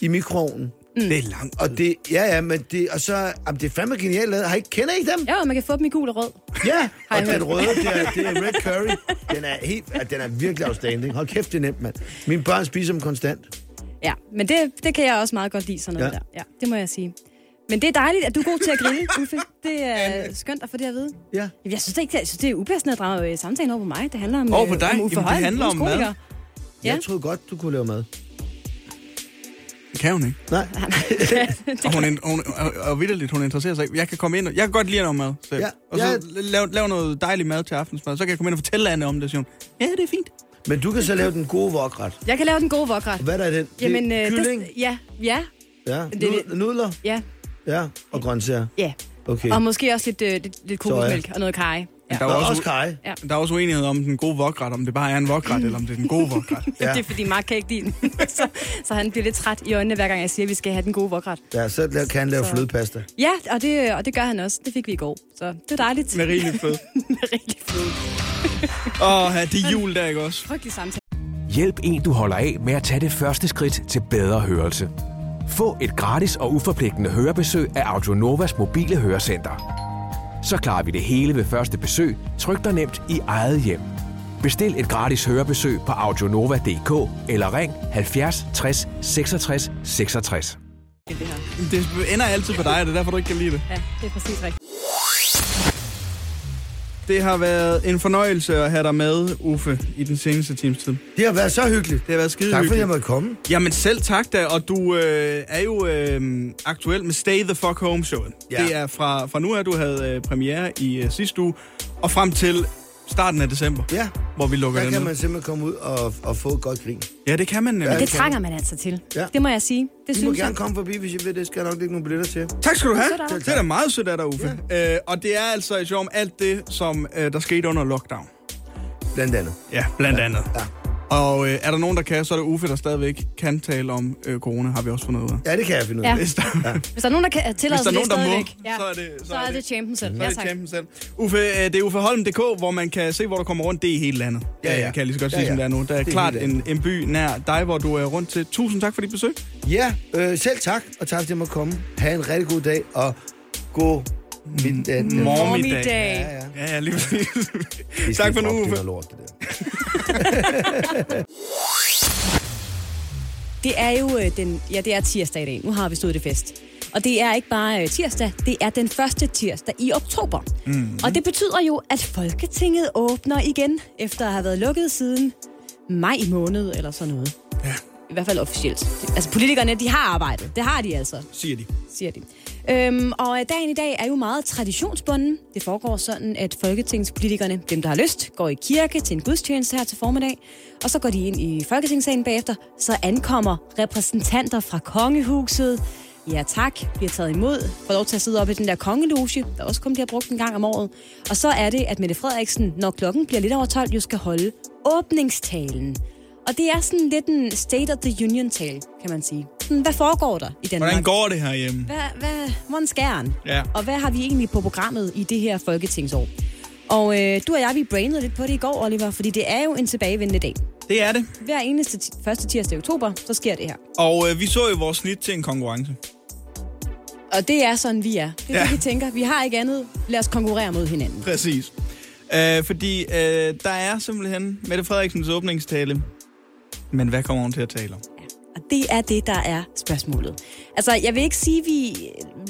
[SPEAKER 7] i mikroovnen.
[SPEAKER 3] Mm.
[SPEAKER 2] Det er langt.
[SPEAKER 7] Og det... Ja, ja, men det... Og så... Jamen, det er fandme genialt lavet. Har I ikke... Kender I dem?
[SPEAKER 3] Jo, man kan få dem i gul og rød.
[SPEAKER 7] Ja,
[SPEAKER 3] Har
[SPEAKER 7] og
[SPEAKER 3] jeg
[SPEAKER 7] den
[SPEAKER 3] hørt.
[SPEAKER 7] røde, det er, det er red curry. Den er, helt, ah, den er virkelig afstanding. Hold kæft, det er nemt, mand. Mine børn spiser dem konstant.
[SPEAKER 3] Ja, men det, det kan jeg også meget godt lide, sådan noget ja.
[SPEAKER 7] Ja.
[SPEAKER 3] der. Ja, det må jeg sige. Men det er dejligt, at du er god til at grille, Uffe. Det er skønt at få det at vide.
[SPEAKER 7] Ja.
[SPEAKER 3] Jamen, Jeg synes, det ikke, jeg synes, det er upassende at drage øh, samtalen over på mig. Det handler om,
[SPEAKER 2] Over på
[SPEAKER 3] øh,
[SPEAKER 2] dig?
[SPEAKER 3] om
[SPEAKER 2] Jamen,
[SPEAKER 3] Uffe
[SPEAKER 2] det
[SPEAKER 3] Holm,
[SPEAKER 2] handler om
[SPEAKER 3] ugens
[SPEAKER 2] mad.
[SPEAKER 3] komiker. Ja.
[SPEAKER 7] Jeg troede godt, du kunne lave mad.
[SPEAKER 2] Det kan hun ikke.
[SPEAKER 7] Nej,
[SPEAKER 2] Og, hun, in- hun, og, og vidderligt, hun interesserer sig ikke. Jeg kan komme ind og, Jeg kan godt lide at lave mad selv.
[SPEAKER 7] Ja,
[SPEAKER 2] og så
[SPEAKER 7] ja.
[SPEAKER 2] lave, lave noget dejlig mad til aftensmad. Så kan jeg komme ind og fortælle Anne om det, siger hun. Ja, det er fint.
[SPEAKER 7] men du kan så lave den gode vokret.
[SPEAKER 3] Jeg kan lave den gode vokret.
[SPEAKER 7] Hvad er der i den? Det er
[SPEAKER 3] Jamen, øh,
[SPEAKER 7] Kylling?
[SPEAKER 3] det, ja, ja,
[SPEAKER 7] Ja.
[SPEAKER 3] det-
[SPEAKER 7] Nu- Nudler?
[SPEAKER 3] ja,
[SPEAKER 7] Ja. Og grøntsager?
[SPEAKER 3] ja.
[SPEAKER 7] Okay.
[SPEAKER 3] Og måske også lidt, øh, lidt, lidt
[SPEAKER 7] Soja.
[SPEAKER 3] kokosmælk og noget kaj. Ja.
[SPEAKER 2] Der
[SPEAKER 7] Og
[SPEAKER 2] er jo
[SPEAKER 7] også
[SPEAKER 2] også,
[SPEAKER 7] kaj.
[SPEAKER 2] der er også uenighed om den gode vokret, om det bare er en vokret, eller om det er den gode vokret.
[SPEAKER 7] Ja.
[SPEAKER 3] Det er fordi Mark kan ikke lide den. så, så han bliver lidt træt i øjnene, hver gang jeg siger, at vi skal have den gode vokret.
[SPEAKER 7] Ja, så la- kan han lave
[SPEAKER 3] Så-
[SPEAKER 7] flødepasta.
[SPEAKER 3] Ja, og det, og det gør han også. Det fik vi i går. Så det er dejligt.
[SPEAKER 2] Med rigeligt fed.
[SPEAKER 3] Med rigtig fed.
[SPEAKER 2] Åh, ja, det er jul der, ikke også?
[SPEAKER 3] Frygtelig samtale.
[SPEAKER 8] Hjælp en, du holder af med at tage det første skridt til bedre hørelse. Få et gratis og uforpligtende hørebesøg af Audionovas mobile hørecenter. Så klarer vi det hele ved første besøg, tryk dig nemt i eget hjem. Bestil et gratis hørebesøg på audionova.dk eller ring 70 60 66 66.
[SPEAKER 2] Det ender altid på dig, og det er derfor, du ikke kan lide det.
[SPEAKER 3] Ja, det er præcis rigtigt.
[SPEAKER 2] Det har været en fornøjelse at have dig med, Uffe, i den seneste times tid. Det
[SPEAKER 7] Det har været så hyggeligt.
[SPEAKER 2] har været skide
[SPEAKER 7] Tak fordi jeg
[SPEAKER 2] hyggeligt.
[SPEAKER 7] måtte komme.
[SPEAKER 2] Jamen selv tak da, og du øh, er jo øh, aktuel med Stay the Fuck Home showet.
[SPEAKER 7] Ja.
[SPEAKER 2] Det er fra, fra nu af, du havde øh, premiere i øh, sidste uge, og frem til starten af december,
[SPEAKER 7] Ja.
[SPEAKER 2] hvor vi lukker
[SPEAKER 7] Der
[SPEAKER 2] det ned.
[SPEAKER 7] kan man simpelthen komme ud og, og få et godt grin.
[SPEAKER 2] Ja, det kan man nemlig.
[SPEAKER 3] Det trænger man altså til.
[SPEAKER 7] Ja.
[SPEAKER 3] Det må jeg sige. Det
[SPEAKER 7] I må
[SPEAKER 3] synes jeg.
[SPEAKER 7] gerne komme forbi, hvis I vil. Det skal jeg nok lægge nogle billetter til.
[SPEAKER 2] Tak skal du have.
[SPEAKER 3] Sødt af dig.
[SPEAKER 2] Det er da meget sødt af dig, Uffe. Ja. Øh, og det er altså et sjovt om alt det, som øh, der skete under lockdown.
[SPEAKER 7] Blandt andet.
[SPEAKER 2] Ja, blandt andet. Ja. Og øh, er der nogen, der kan, så er det Uffe, der stadigvæk kan tale om øh, corona, har vi også fundet ud af.
[SPEAKER 7] Ja, det kan jeg finde ud
[SPEAKER 3] Ja.
[SPEAKER 7] af.
[SPEAKER 2] Hvis der, ja. hvis
[SPEAKER 3] Hvis der er nogen, der kan
[SPEAKER 2] der
[SPEAKER 3] tillade
[SPEAKER 2] er
[SPEAKER 3] sig det
[SPEAKER 2] nogen, der må,
[SPEAKER 3] stadigvæk, ja.
[SPEAKER 2] så er det,
[SPEAKER 3] så er det champion selv.
[SPEAKER 2] Så er
[SPEAKER 3] Ja,
[SPEAKER 2] det
[SPEAKER 3] tak.
[SPEAKER 2] champion selv. Uffe, øh, det er uffeholm.dk, hvor man kan se, hvor du kommer rundt. Det er i hele landet.
[SPEAKER 7] Ja, ja.
[SPEAKER 2] Øh, Kan jeg lige så godt
[SPEAKER 7] Ja,
[SPEAKER 2] sige,
[SPEAKER 7] ja.
[SPEAKER 2] som det er nu. Der er,
[SPEAKER 7] Det er
[SPEAKER 2] klart
[SPEAKER 7] hele
[SPEAKER 2] en,
[SPEAKER 7] landet.
[SPEAKER 2] en by nær dig, hvor du er rundt til. Tusind tak for dit besøg.
[SPEAKER 7] Ja, øh, selv tak, og tak fordi jeg måtte komme. Ha' en rigtig god dag, og god middag.
[SPEAKER 2] Mormiddag.
[SPEAKER 3] Formiddag.
[SPEAKER 7] Ja, ja.
[SPEAKER 2] Ja, ja, lige præcis.
[SPEAKER 7] Det
[SPEAKER 2] tak for
[SPEAKER 7] er sådan
[SPEAKER 2] nu,
[SPEAKER 7] noget
[SPEAKER 2] Uffe.
[SPEAKER 7] fucking Lort, det der.
[SPEAKER 3] Det er jo øh, den, ja, det er tirsdag i dag. Nu har vi stået det fest. Og det er ikke bare øh, tirsdag, det er den første tirsdag i oktober. Mm.
[SPEAKER 2] Mhm.
[SPEAKER 3] Og det betyder jo, at Folketinget åbner igen, efter at have været lukket siden maj måned eller sådan noget. Ja. I hvert fald officielt. Altså politikerne, de har arbejdet. Det har de altså.
[SPEAKER 2] Siger de.
[SPEAKER 3] siger de. Øhm, og øh, dagen i dag er jo meget traditionsbunden. Det foregår sådan, at folketingspolitikerne, dem der har lyst, går i kirke til en gudstjeneste her til formiddag, og så går de ind i folketingssalen bagefter, så ankommer repræsentanter fra kongehuset, Ja tak, bliver taget imod, får lov til at sidde oppe i den der kongeloge, der også kun bliver brugt en gang om året. Og så er det, at Mette Frederiksen, når klokken bliver lidt over 12, jo skal holde åbningstalen. Og det er sådan lidt en State of the Union-tale, kan man sige. Sådan, hvad foregår der i Danmark?
[SPEAKER 2] Hvordan går det herhjemme?
[SPEAKER 3] Hvad, hvad, hvordan skærer den?
[SPEAKER 2] Ja.
[SPEAKER 3] Og hvad har vi egentlig på programmet i det her folketingsår? Og øh, du og jeg, vi brainede lidt på det i går, Oliver, fordi det er jo en tilbagevendende dag.
[SPEAKER 2] Det er det.
[SPEAKER 3] Hver eneste ti- første tirsdag i oktober, så sker det her.
[SPEAKER 2] Og øh, vi så jo vores snit til en konkurrence.
[SPEAKER 3] Og det er sådan, vi er. Det er ja.
[SPEAKER 2] Ja.
[SPEAKER 3] det, vi tænker. Vi har ikke andet. Lad os konkurrere mod hinanden.
[SPEAKER 2] Præcis. Øh, fordi øh, der er simpelthen Mette Frederiksens åbningstale. Men hvad kommer hun til at tale om?
[SPEAKER 3] Og det er det, der er spørgsmålet. Altså, jeg vil ikke sige, at vi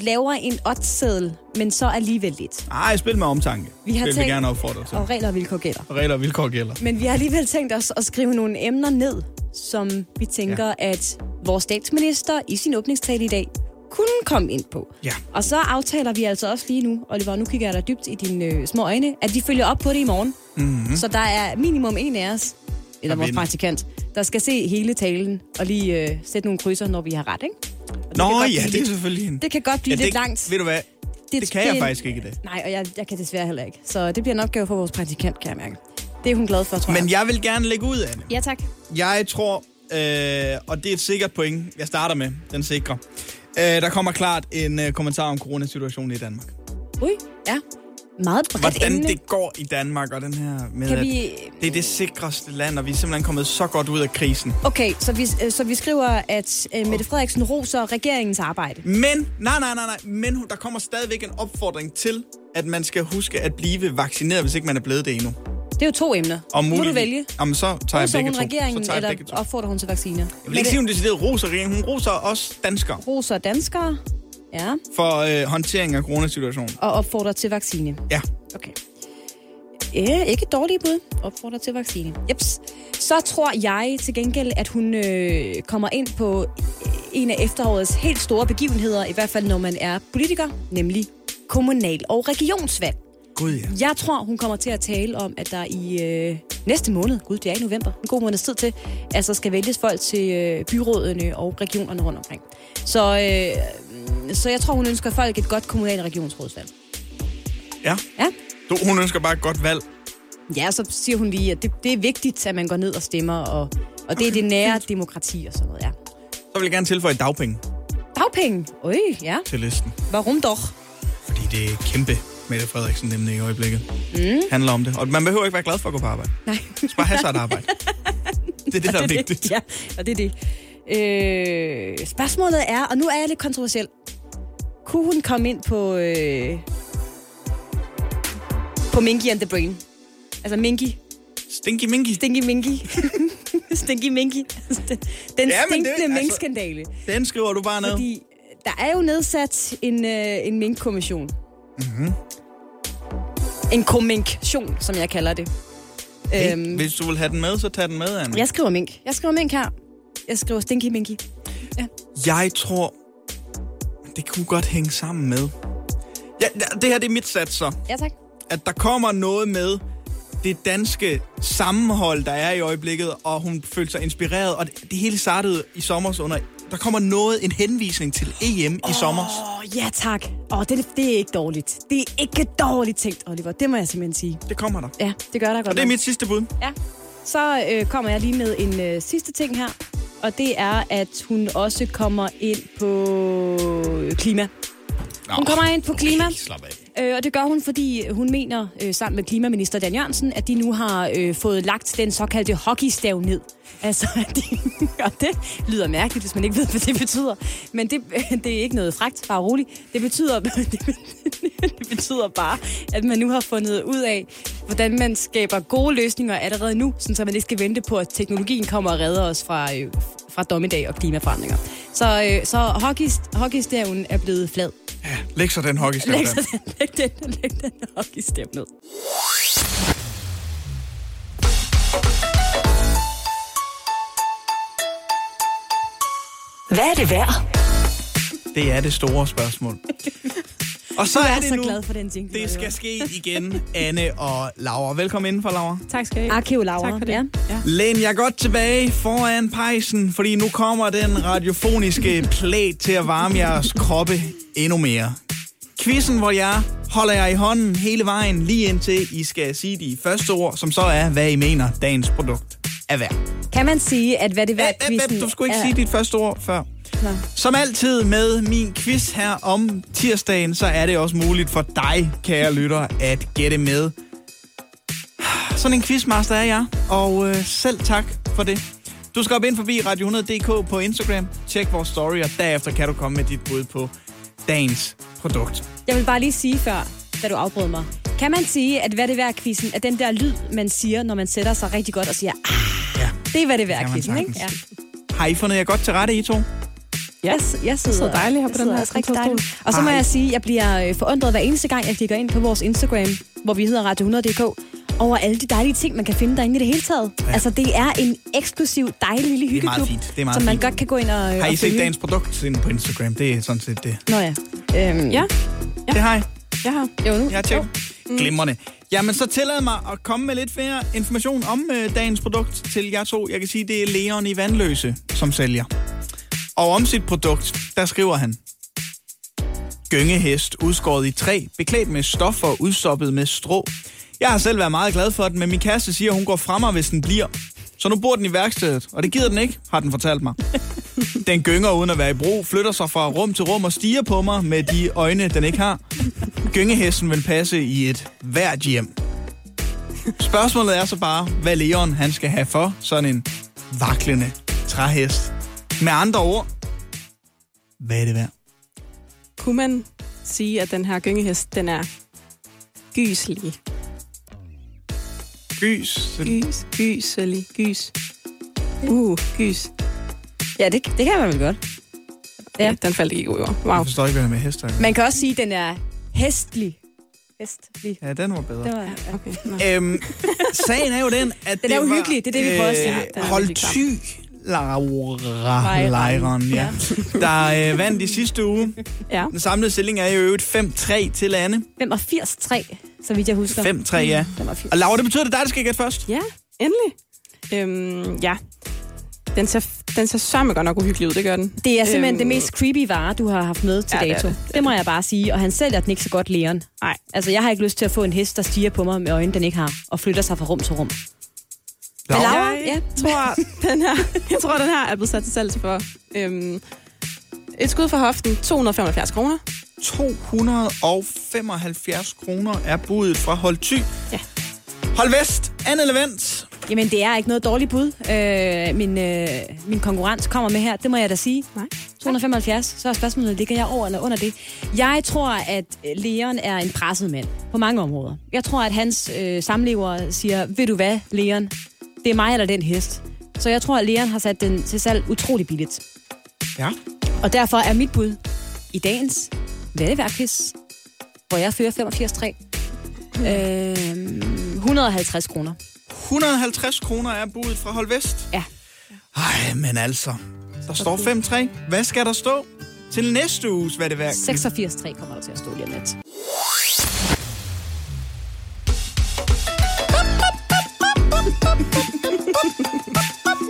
[SPEAKER 3] laver en oddseddel, men så alligevel lidt.
[SPEAKER 2] Ej, spil med omtanke.
[SPEAKER 3] Vi har
[SPEAKER 2] det vil
[SPEAKER 3] tænkt-
[SPEAKER 2] vi gerne opfordre til.
[SPEAKER 3] Og regler og vilkår gælder.
[SPEAKER 2] Og regler og vilkår gælder.
[SPEAKER 3] Men vi har alligevel tænkt os at skrive nogle emner ned, som vi tænker, ja. at vores statsminister i sin åbningstale i dag kunne komme ind på.
[SPEAKER 2] Ja.
[SPEAKER 3] Og så aftaler vi altså også lige nu, Oliver, nu kigger jeg dig dybt i dine øh, små øjne, at vi følger op på det i morgen. Mm-hmm. Så der er minimum en af os, eller
[SPEAKER 2] Mhm. Der
[SPEAKER 3] vores
[SPEAKER 2] vinder.
[SPEAKER 3] praktikant, der skal se hele talen og lige øh, sætte nogle krydser, når vi har ret, ikke? Og det kan
[SPEAKER 2] Nå
[SPEAKER 3] godt
[SPEAKER 2] ja,
[SPEAKER 3] blive
[SPEAKER 2] det er
[SPEAKER 3] lidt-
[SPEAKER 2] selvfølgelig en...
[SPEAKER 3] Det kan godt blive
[SPEAKER 2] ja,
[SPEAKER 3] ja, lidt langt.
[SPEAKER 2] Ved du hvad? Det, det kan jeg
[SPEAKER 3] er-
[SPEAKER 2] faktisk ikke i dag.
[SPEAKER 3] Nej, og jeg, jeg kan desværre heller ikke. Så det bliver en opgave for vores praktikant, kan jeg mærke. Det er hun glad for, tror
[SPEAKER 2] Men
[SPEAKER 3] jeg.
[SPEAKER 2] jeg vil gerne lægge ud af det.
[SPEAKER 3] Ja, tak.
[SPEAKER 2] Jeg tror, øh, og det er et sikkert point, jeg starter med, den sikre. Øh, der kommer klart en øh, kommentar om coronasituationen i Danmark.
[SPEAKER 3] Ui, ja. Meget bredt
[SPEAKER 2] Hvordan
[SPEAKER 3] emne.
[SPEAKER 2] det går i Danmark, og den her med,
[SPEAKER 3] Kan
[SPEAKER 2] at
[SPEAKER 3] vi-
[SPEAKER 2] det er det sikreste land, og vi er simpelthen kommet så godt ud af krisen.
[SPEAKER 3] Okay, så vi, øh, så vi skriver, at øh, Mette Frederiksen roser regeringens arbejde.
[SPEAKER 2] Men, nej, nej, nej, nej, men hun- der kommer stadigvæk en opfordring til, at man skal huske at blive vaccineret, hvis ikke man er blevet det endnu.
[SPEAKER 3] Det er jo to emner.
[SPEAKER 2] Og
[SPEAKER 3] Må du
[SPEAKER 2] muligvis-
[SPEAKER 3] vælge?
[SPEAKER 2] Jamen, så tager
[SPEAKER 3] Roser
[SPEAKER 2] jeg
[SPEAKER 3] hun
[SPEAKER 2] begge to.
[SPEAKER 3] regeringen,
[SPEAKER 2] så tager jeg begge
[SPEAKER 3] eller
[SPEAKER 2] to.
[SPEAKER 3] opfordrer hun til vacciner?
[SPEAKER 2] Jeg vil ikke sige, hun decideret roser regeringen. Hun roser også danskere
[SPEAKER 3] Roser danskere, ja,
[SPEAKER 2] for øh, håndtering af coronasituationen.
[SPEAKER 3] og opfordrer til vaccine.
[SPEAKER 2] Ja.
[SPEAKER 3] Okay. Ja, ikke et dårligt bud. Opfordrer til vaccine. Jeps. Så tror jeg til gengæld, at hun øh, kommer ind på en af efterårets helt store begivenheder, i hvert fald når man er politiker, nemlig kommunal- og regionsvalg.
[SPEAKER 2] Gud, ja.
[SPEAKER 3] Jeg tror, hun kommer til at tale om, at der i øh, næste måned, gud, det er i november, en god måneds tid til, altså skal vælges folk til øh, byrådene og regionerne rundt omkring. Så, øh, så jeg tror, hun ønsker folk et godt kommunal- og regionsrådsvalg.
[SPEAKER 2] Ja.
[SPEAKER 3] Ja?
[SPEAKER 2] Du, hun ønsker bare et godt valg.
[SPEAKER 3] ja, og så siger hun lige, at det, det er vigtigt, at man går ned og stemmer, og, og det er det nære demokrati og sådan noget, ja.
[SPEAKER 2] Så vil jeg gerne tilføje dagpenge
[SPEAKER 3] Dagpenge! Øj, ja.
[SPEAKER 2] til listen.
[SPEAKER 3] Hvorom dog?
[SPEAKER 2] Fordi det er kæmpe, Mette Frederiksen nemlig i øjeblikket. Mm. Handler om det. Og man behøver ikke være glad for at gå på arbejde.
[SPEAKER 3] Nej.
[SPEAKER 2] Så bare have sig et arbejde. Det er det, der er vigtigt.
[SPEAKER 3] Ja, og det er det. Øh, spørgsmålet er, og nu er jeg lidt kontroversiel. Kunne hun komme ind på... Øh, på Minky and the Brain? Altså Minky.
[SPEAKER 2] Stinky Minky.
[SPEAKER 3] Stinky Minky. Stinky Minky. Altså, Den
[SPEAKER 2] det-
[SPEAKER 3] ja, stinkende
[SPEAKER 2] altså-
[SPEAKER 3] det, minkskandale.
[SPEAKER 2] Den skriver du bare ned.
[SPEAKER 3] Fordi der er jo nedsat en, øh, en minkkommission. Mm-hmm.
[SPEAKER 2] Mhm.
[SPEAKER 3] En komminktion, som jeg kalder det. Øhm,
[SPEAKER 2] Hey, Hvis du vil have den med, så tag den med, Anne.
[SPEAKER 3] Jeg skriver mink. Jeg skriver mink her. Jeg skriver stinky minky.
[SPEAKER 2] Jeg tror, det kunne godt hænge sammen med. Ja, det her det er mit sats så.
[SPEAKER 3] Ja, tak.
[SPEAKER 2] At der kommer noget med det danske sammenhold, der er i øjeblikket, og hun følte sig inspireret, og det, det hele startede i sommer under... Der kommer noget, en henvisning til EM i sommer.
[SPEAKER 3] Åh, oh, ja tak. Åh, oh, det, det er ikke dårligt. Det er ikke dårligt tænkt, Oliver. Det må jeg simpelthen sige.
[SPEAKER 2] Det kommer der.
[SPEAKER 3] Ja, det gør der godt.
[SPEAKER 2] Og det er
[SPEAKER 3] nok.
[SPEAKER 2] mit sidste bud.
[SPEAKER 3] Ja. Så øh, kommer jeg lige med en øh, sidste ting her. Og det er, at hun også kommer ind på øh, klima.
[SPEAKER 2] Nå,
[SPEAKER 3] Hun kommer ind på klima.
[SPEAKER 2] Slap af.
[SPEAKER 3] Øh, og det gør hun, fordi hun mener øh, sammen med klimaminister Dan Jørgensen, at de nu har øh, fået lagt den såkaldte hockeystav ned. Altså, at de, og det lyder mærkeligt, hvis man ikke ved, hvad det betyder. Men det, det er ikke noget fragt, bare roligt. Det betyder, det, det betyder bare, at man nu har fundet ud af, hvordan man skaber gode løsninger allerede nu, sådan så man ikke skal vente på, at teknologien kommer og redder os fra, øh, fra dommedag og klimaforandringer. Så, øh, så hockey, hockeystaven er blevet flad.
[SPEAKER 2] Læg så den hockeystav.
[SPEAKER 3] Læg,
[SPEAKER 2] Dan.
[SPEAKER 3] så den, læg den, læg den hockeystav ned.
[SPEAKER 1] Hvad er det værd?
[SPEAKER 2] Det er det store spørgsmål. Og så er
[SPEAKER 3] Jeg er
[SPEAKER 2] det
[SPEAKER 3] så
[SPEAKER 2] nu.
[SPEAKER 3] glad for den jingle.
[SPEAKER 2] Det skal ske igen, Anne og Laura. Velkommen indenfor, Laura.
[SPEAKER 4] Tak skal I have.
[SPEAKER 3] Arkiv Laura.
[SPEAKER 4] Tak for det.
[SPEAKER 3] Ja.
[SPEAKER 2] Læn jer godt tilbage foran pejsen, fordi nu kommer den radiofoniske plæt til at varme jeres kroppe endnu mere. Quizzen, hvor jeg holder jer i hånden hele vejen, lige indtil I skal sige de første ord, som så er, hvad I mener, dagens produkt er værd.
[SPEAKER 3] Kan man sige, at hvad det var,
[SPEAKER 2] Æ, æ, æ, Du skulle ikke sige dit første ord før.
[SPEAKER 3] Nå.
[SPEAKER 2] Som altid med min quiz her om tirsdagen, så er det også muligt for dig, kære lytter, at gætte med. Sådan en quizmaster er jeg, og øh, selv tak for det. Du skal op ind forbi radio100.dk på Instagram, tjek vores story, og derefter kan du komme med dit bud på dagens produkt.
[SPEAKER 3] Jeg vil bare lige sige før, da du afbrød mig. Kan man sige, at hvad det værd quizzen er den der lyd, man siger, når man sætter sig rigtig godt og siger, ah,
[SPEAKER 2] Ja.
[SPEAKER 3] det er hvad det
[SPEAKER 2] kan
[SPEAKER 3] værd
[SPEAKER 2] man
[SPEAKER 3] quizzen, ikke? Ja.
[SPEAKER 2] sagtens. Har I fundet jer godt til rette, I to?
[SPEAKER 3] Jeg, jeg sidder,
[SPEAKER 4] sidder dejligt her
[SPEAKER 3] jeg
[SPEAKER 4] på den
[SPEAKER 3] sidder
[SPEAKER 4] her
[SPEAKER 3] også rigtig
[SPEAKER 4] kontorstol.
[SPEAKER 3] dejligt. Og så må
[SPEAKER 2] Ej.
[SPEAKER 3] jeg sige, at jeg bliver øh, forundret hver eneste gang, jeg kigger ind på vores Instagram, hvor vi hedder Radio100.dk, over alle de dejlige ting, man kan finde derinde i det hele taget. Ja. Altså, det er en eksklusiv, dejlig lille
[SPEAKER 2] Det er meget
[SPEAKER 3] hyggeklub,
[SPEAKER 2] fint. Det er meget
[SPEAKER 3] som man
[SPEAKER 2] fint.
[SPEAKER 3] godt kan gå ind og øh,
[SPEAKER 2] Har I
[SPEAKER 3] og
[SPEAKER 2] set
[SPEAKER 3] følge.
[SPEAKER 2] dagens produkt inde på Instagram? Det er sådan set det.
[SPEAKER 3] Nå ja. Øhm,
[SPEAKER 4] Ja,
[SPEAKER 2] Ja. Det har I.
[SPEAKER 4] jeg har.
[SPEAKER 3] Jo, nu.
[SPEAKER 2] Jeg har tjekket. Glimrende. Jamen, så tillad mig at komme med lidt flere information om øh, dagens produkt til jer to. Jeg kan sige, det er Leon i Vandløse, som sælger. Og om sit produkt, der skriver han... Gyngehest, udskåret i træ, beklædt med stof og udstoppet med strå. Jeg har selv været meget glad for den, men min kæreste siger, hun går fra mig, hvis den bliver. Så nu bor den i værkstedet, og det gider den ikke, har den fortalt mig. Den gynger uden at være i brug, flytter sig fra rum til rum og stiger på mig med de øjne, den ikke har. Gyngehesten vil passe i et hvert hjem. Spørgsmålet er så bare, hvad Leon han skal have for sådan en vaklende træhest. Med andre ord, hvad er det værd?
[SPEAKER 4] Kunne man sige, at den her gyngehest, den er gyselig?
[SPEAKER 2] Gys.
[SPEAKER 4] Gys, gyselig, gys. Uh, gys.
[SPEAKER 3] Ja, det, det kan man vel godt. Ja.
[SPEAKER 4] Ja, den faldt ikke ud i ord. Wow.
[SPEAKER 2] Jeg forstår ikke, hvad det er med hester. at gøre.
[SPEAKER 3] Man kan også sige, at den er hestlig. Hestlig.
[SPEAKER 2] Ja, den var bedre.
[SPEAKER 3] Det var, ja.
[SPEAKER 4] Okay, nå.
[SPEAKER 2] Øhm, sagen er jo den, at
[SPEAKER 3] Den er
[SPEAKER 2] det
[SPEAKER 3] uhyggelig, det er det, vi prøver at sige.
[SPEAKER 4] Den er
[SPEAKER 2] Hold
[SPEAKER 4] virkelig
[SPEAKER 2] ty, Laura Leiron, ja. Der øh, vandt i sidste uge.
[SPEAKER 4] Ja.
[SPEAKER 2] Den samlede stilling er jo i øvrigt 5-3 til Anne.
[SPEAKER 3] 85-3, så vidt jeg husker.
[SPEAKER 2] 5-3, ja.
[SPEAKER 3] 85.
[SPEAKER 2] Og Laura, det betyder, at det er dig, der skal gætte først.
[SPEAKER 4] Ja, endelig. Øhm, ja. Den ser, den ser sørme godt nok uhyggelig ud, det gør den.
[SPEAKER 3] Det er simpelthen
[SPEAKER 4] Øhm.
[SPEAKER 3] øhm. det mest creepy vare, du har haft med til
[SPEAKER 4] Ja,
[SPEAKER 3] ja,
[SPEAKER 4] det er
[SPEAKER 3] dato. Det,
[SPEAKER 4] det.
[SPEAKER 3] det. det må jeg bare sige. Og han sælger den ikke så godt, Leon.
[SPEAKER 4] Nej.
[SPEAKER 3] Altså, jeg har ikke lyst til at få en hest, der stiger på mig med øjne, den ikke har, og flytter sig fra rum til rum.
[SPEAKER 2] Laura?
[SPEAKER 3] Laura?
[SPEAKER 4] Jeg
[SPEAKER 3] Ja.
[SPEAKER 4] tror, den her, jeg tror, den her er blevet sat til salg for øhm, et skud for hoften, 275 kroner.
[SPEAKER 2] 275 kroner er budet fra Hold Ty.
[SPEAKER 4] Ja.
[SPEAKER 2] Hold Vest, Anne Levent.
[SPEAKER 3] Jamen, det er ikke noget dårligt bud, øh, min, øh, min konkurrent kommer med her. Det må jeg da sige.
[SPEAKER 4] Nej.
[SPEAKER 3] 275, så er spørgsmålet, ligger jeg over eller under det? Jeg tror, at øh, Leon er en presset mand på mange områder. Jeg tror, at hans øh, samlever siger, ved du hvad, Leon, det er mig eller den hest. Så jeg tror, at Leon har sat den til salg utrolig billigt.
[SPEAKER 2] Ja.
[SPEAKER 3] Og derfor er mit bud i dagens Valleværkis, hvor jeg fører 85,3, øh, 150 kroner.
[SPEAKER 2] 150 kroner er budet fra Hold Vest.
[SPEAKER 3] Ja.
[SPEAKER 2] Ej, men altså. Der står 5-3. Hvad skal der stå til næste uges, hvad det værk?
[SPEAKER 3] 86,3 kommer der til at stå lige om lidt.